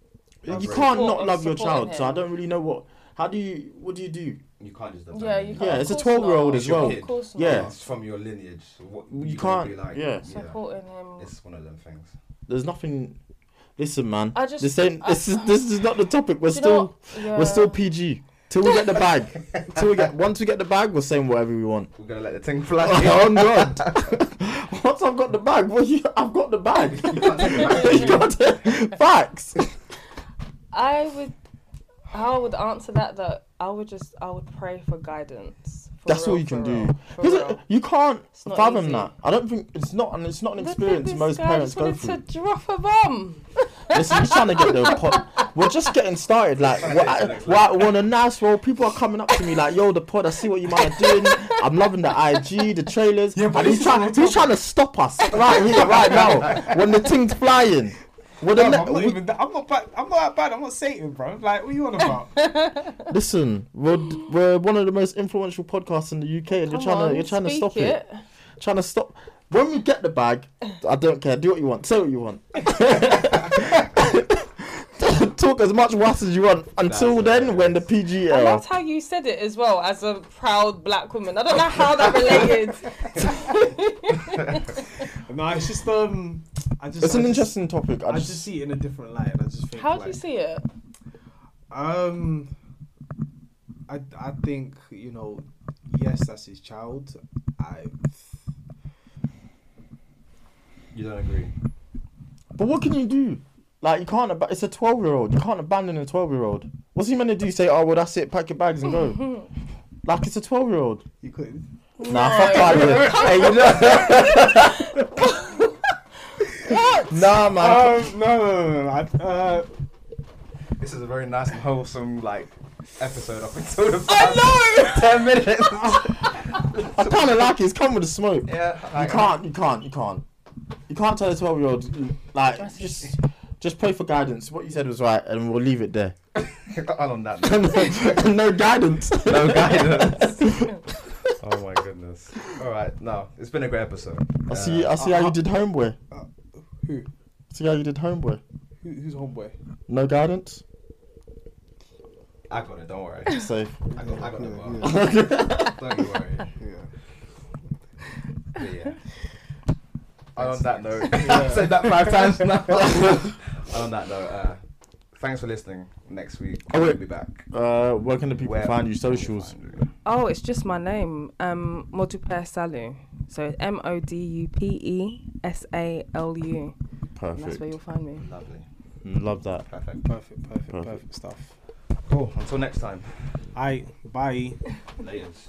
Speaker 5: Of
Speaker 3: you
Speaker 5: support-
Speaker 3: can't not
Speaker 7: of
Speaker 3: love your
Speaker 7: supporting
Speaker 3: child. So I
Speaker 7: him.
Speaker 3: don't really know what. How do you? What do you do?
Speaker 5: You can't just.
Speaker 7: Yeah,
Speaker 5: abandon
Speaker 7: you
Speaker 5: it.
Speaker 7: can't.
Speaker 3: Yeah,
Speaker 7: of
Speaker 3: it's a
Speaker 7: course
Speaker 3: 12-year-old
Speaker 7: not.
Speaker 3: as well.
Speaker 7: Of course not.
Speaker 3: Yeah.
Speaker 5: It's from your lineage. What
Speaker 3: You
Speaker 5: you're gonna Be
Speaker 3: can't-
Speaker 5: like.
Speaker 3: yeah.
Speaker 7: Supporting him.
Speaker 5: It's one of them things.
Speaker 3: There's nothing. Listen, man.
Speaker 7: I just-
Speaker 3: this ain't. this is this is not the topic. We're
Speaker 7: Do you know
Speaker 3: still
Speaker 7: what? Yeah.
Speaker 3: we're still PG till we get the bag. till we get once we get the bag, we're saying whatever we want.
Speaker 5: We're gonna let the thing fly.
Speaker 3: oh God! once I've got the bag, well, you, I've got the bag.
Speaker 5: you can't take it back.
Speaker 3: You got it? Facts.
Speaker 7: I would. How I would answer that? That I would just. I would pray for guidance. For
Speaker 3: That's
Speaker 7: real,
Speaker 3: all you can
Speaker 7: for
Speaker 3: do.
Speaker 7: real, for
Speaker 3: 'Cause it-
Speaker 7: real.
Speaker 3: you can't
Speaker 7: It's not
Speaker 3: fathom
Speaker 7: easy.
Speaker 3: that. I don't think it's not, and it's not an
Speaker 7: The thing
Speaker 3: experience
Speaker 7: is,
Speaker 3: most
Speaker 7: guy
Speaker 3: parents
Speaker 7: just
Speaker 3: go
Speaker 7: wanted
Speaker 3: through.
Speaker 7: to drop a bomb.
Speaker 3: Listen, we're trying to get the. Pod, we're just getting started. Like, we're, at, we're, at- we're on a nice roll. People are coming up to me like, "Yo, the pod. I see what you man are doing. I'm loving the IG, the trailers. Yeah, but he's trying. He's trying to stop us right here, right now. When the thing's flying. We're the
Speaker 4: I'm
Speaker 3: ne-
Speaker 4: not
Speaker 3: we-
Speaker 4: even. That, I'm not bad. I'm not that bad. I'm not Satan, bro. Like, what are you on about?
Speaker 3: listen, we're, we're one of the most influential podcasts in the UK, and you're
Speaker 7: Come
Speaker 3: trying
Speaker 7: on,
Speaker 3: to you're trying to
Speaker 7: speak
Speaker 3: stop it. trying to stop. When we get the bag, I don't care. Do what you want. Say what you want. Talk as much wass as you want. Until
Speaker 5: That's
Speaker 3: then,
Speaker 5: hilarious.
Speaker 3: when the PG
Speaker 7: I
Speaker 3: era.
Speaker 7: loved how you said it as well, as a proud black woman. I don't know how that related.
Speaker 4: no, it's just um. I just.
Speaker 3: It's an
Speaker 4: I just-
Speaker 3: interesting topic. I
Speaker 4: I just
Speaker 3: just.
Speaker 4: see it in a different light. and I just think.
Speaker 7: How
Speaker 4: like,
Speaker 7: do you see it?
Speaker 4: Um, I I think you know, yes, that's his child. I
Speaker 5: You don't agree.
Speaker 3: But what can you do? Like you can't. Ab- it's a twelve-year-old. You can't abandon a twelve-year-old. What's he meant to do? Say, oh well, that's it. Pack your bags and go. like it's a twelve-year-old.
Speaker 4: you couldn't.
Speaker 3: Nah, fuck out of here. hey, you know. nah, man.
Speaker 4: Um, no, no, no, no. I, uh,
Speaker 5: This is a very nice and wholesome like episode up until the past
Speaker 3: I
Speaker 5: ten minutes.
Speaker 3: know. I kind of like it. It's come with the smoke.
Speaker 5: yeah,
Speaker 3: You
Speaker 5: like,
Speaker 3: can't, you can't, you can't. You can't tell a 12 year old, like, just just pray for guidance. What you said was right, and we'll leave it there.
Speaker 5: And on that. note,
Speaker 3: no guidance.
Speaker 5: No guidance. oh my goodness. All right, no, it's been a great episode. Uh,
Speaker 3: I see, I see how you did homeboy.
Speaker 4: who,
Speaker 3: See how you did homeboy.
Speaker 4: who who's homeboy?
Speaker 3: No guidance.
Speaker 5: I got it. Don't worry.
Speaker 3: Safe.
Speaker 5: I got, I got it. Well. Don't you worry. But yeah. And on that note, I've said that five times now. and on that note, uh, thanks for listening. Next week
Speaker 3: Oh, wait.
Speaker 5: we'll be back.
Speaker 3: Uh, where can the people
Speaker 5: Where
Speaker 3: find you?
Speaker 5: can we
Speaker 3: Socials.
Speaker 5: find you?
Speaker 6: Oh, it's just my name. Um, Modupe Salu. So M O D U P E S A L U. And that's where
Speaker 3: Perfect.
Speaker 6: you'll find me.
Speaker 5: Lovely.
Speaker 3: Love that.
Speaker 5: Perfect.
Speaker 4: Perfect, perfect,
Speaker 3: Perfect.
Speaker 4: perfect, stuff.
Speaker 5: Cool. Until next time.
Speaker 4: I bye.
Speaker 5: Laters.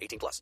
Speaker 8: 18 plus.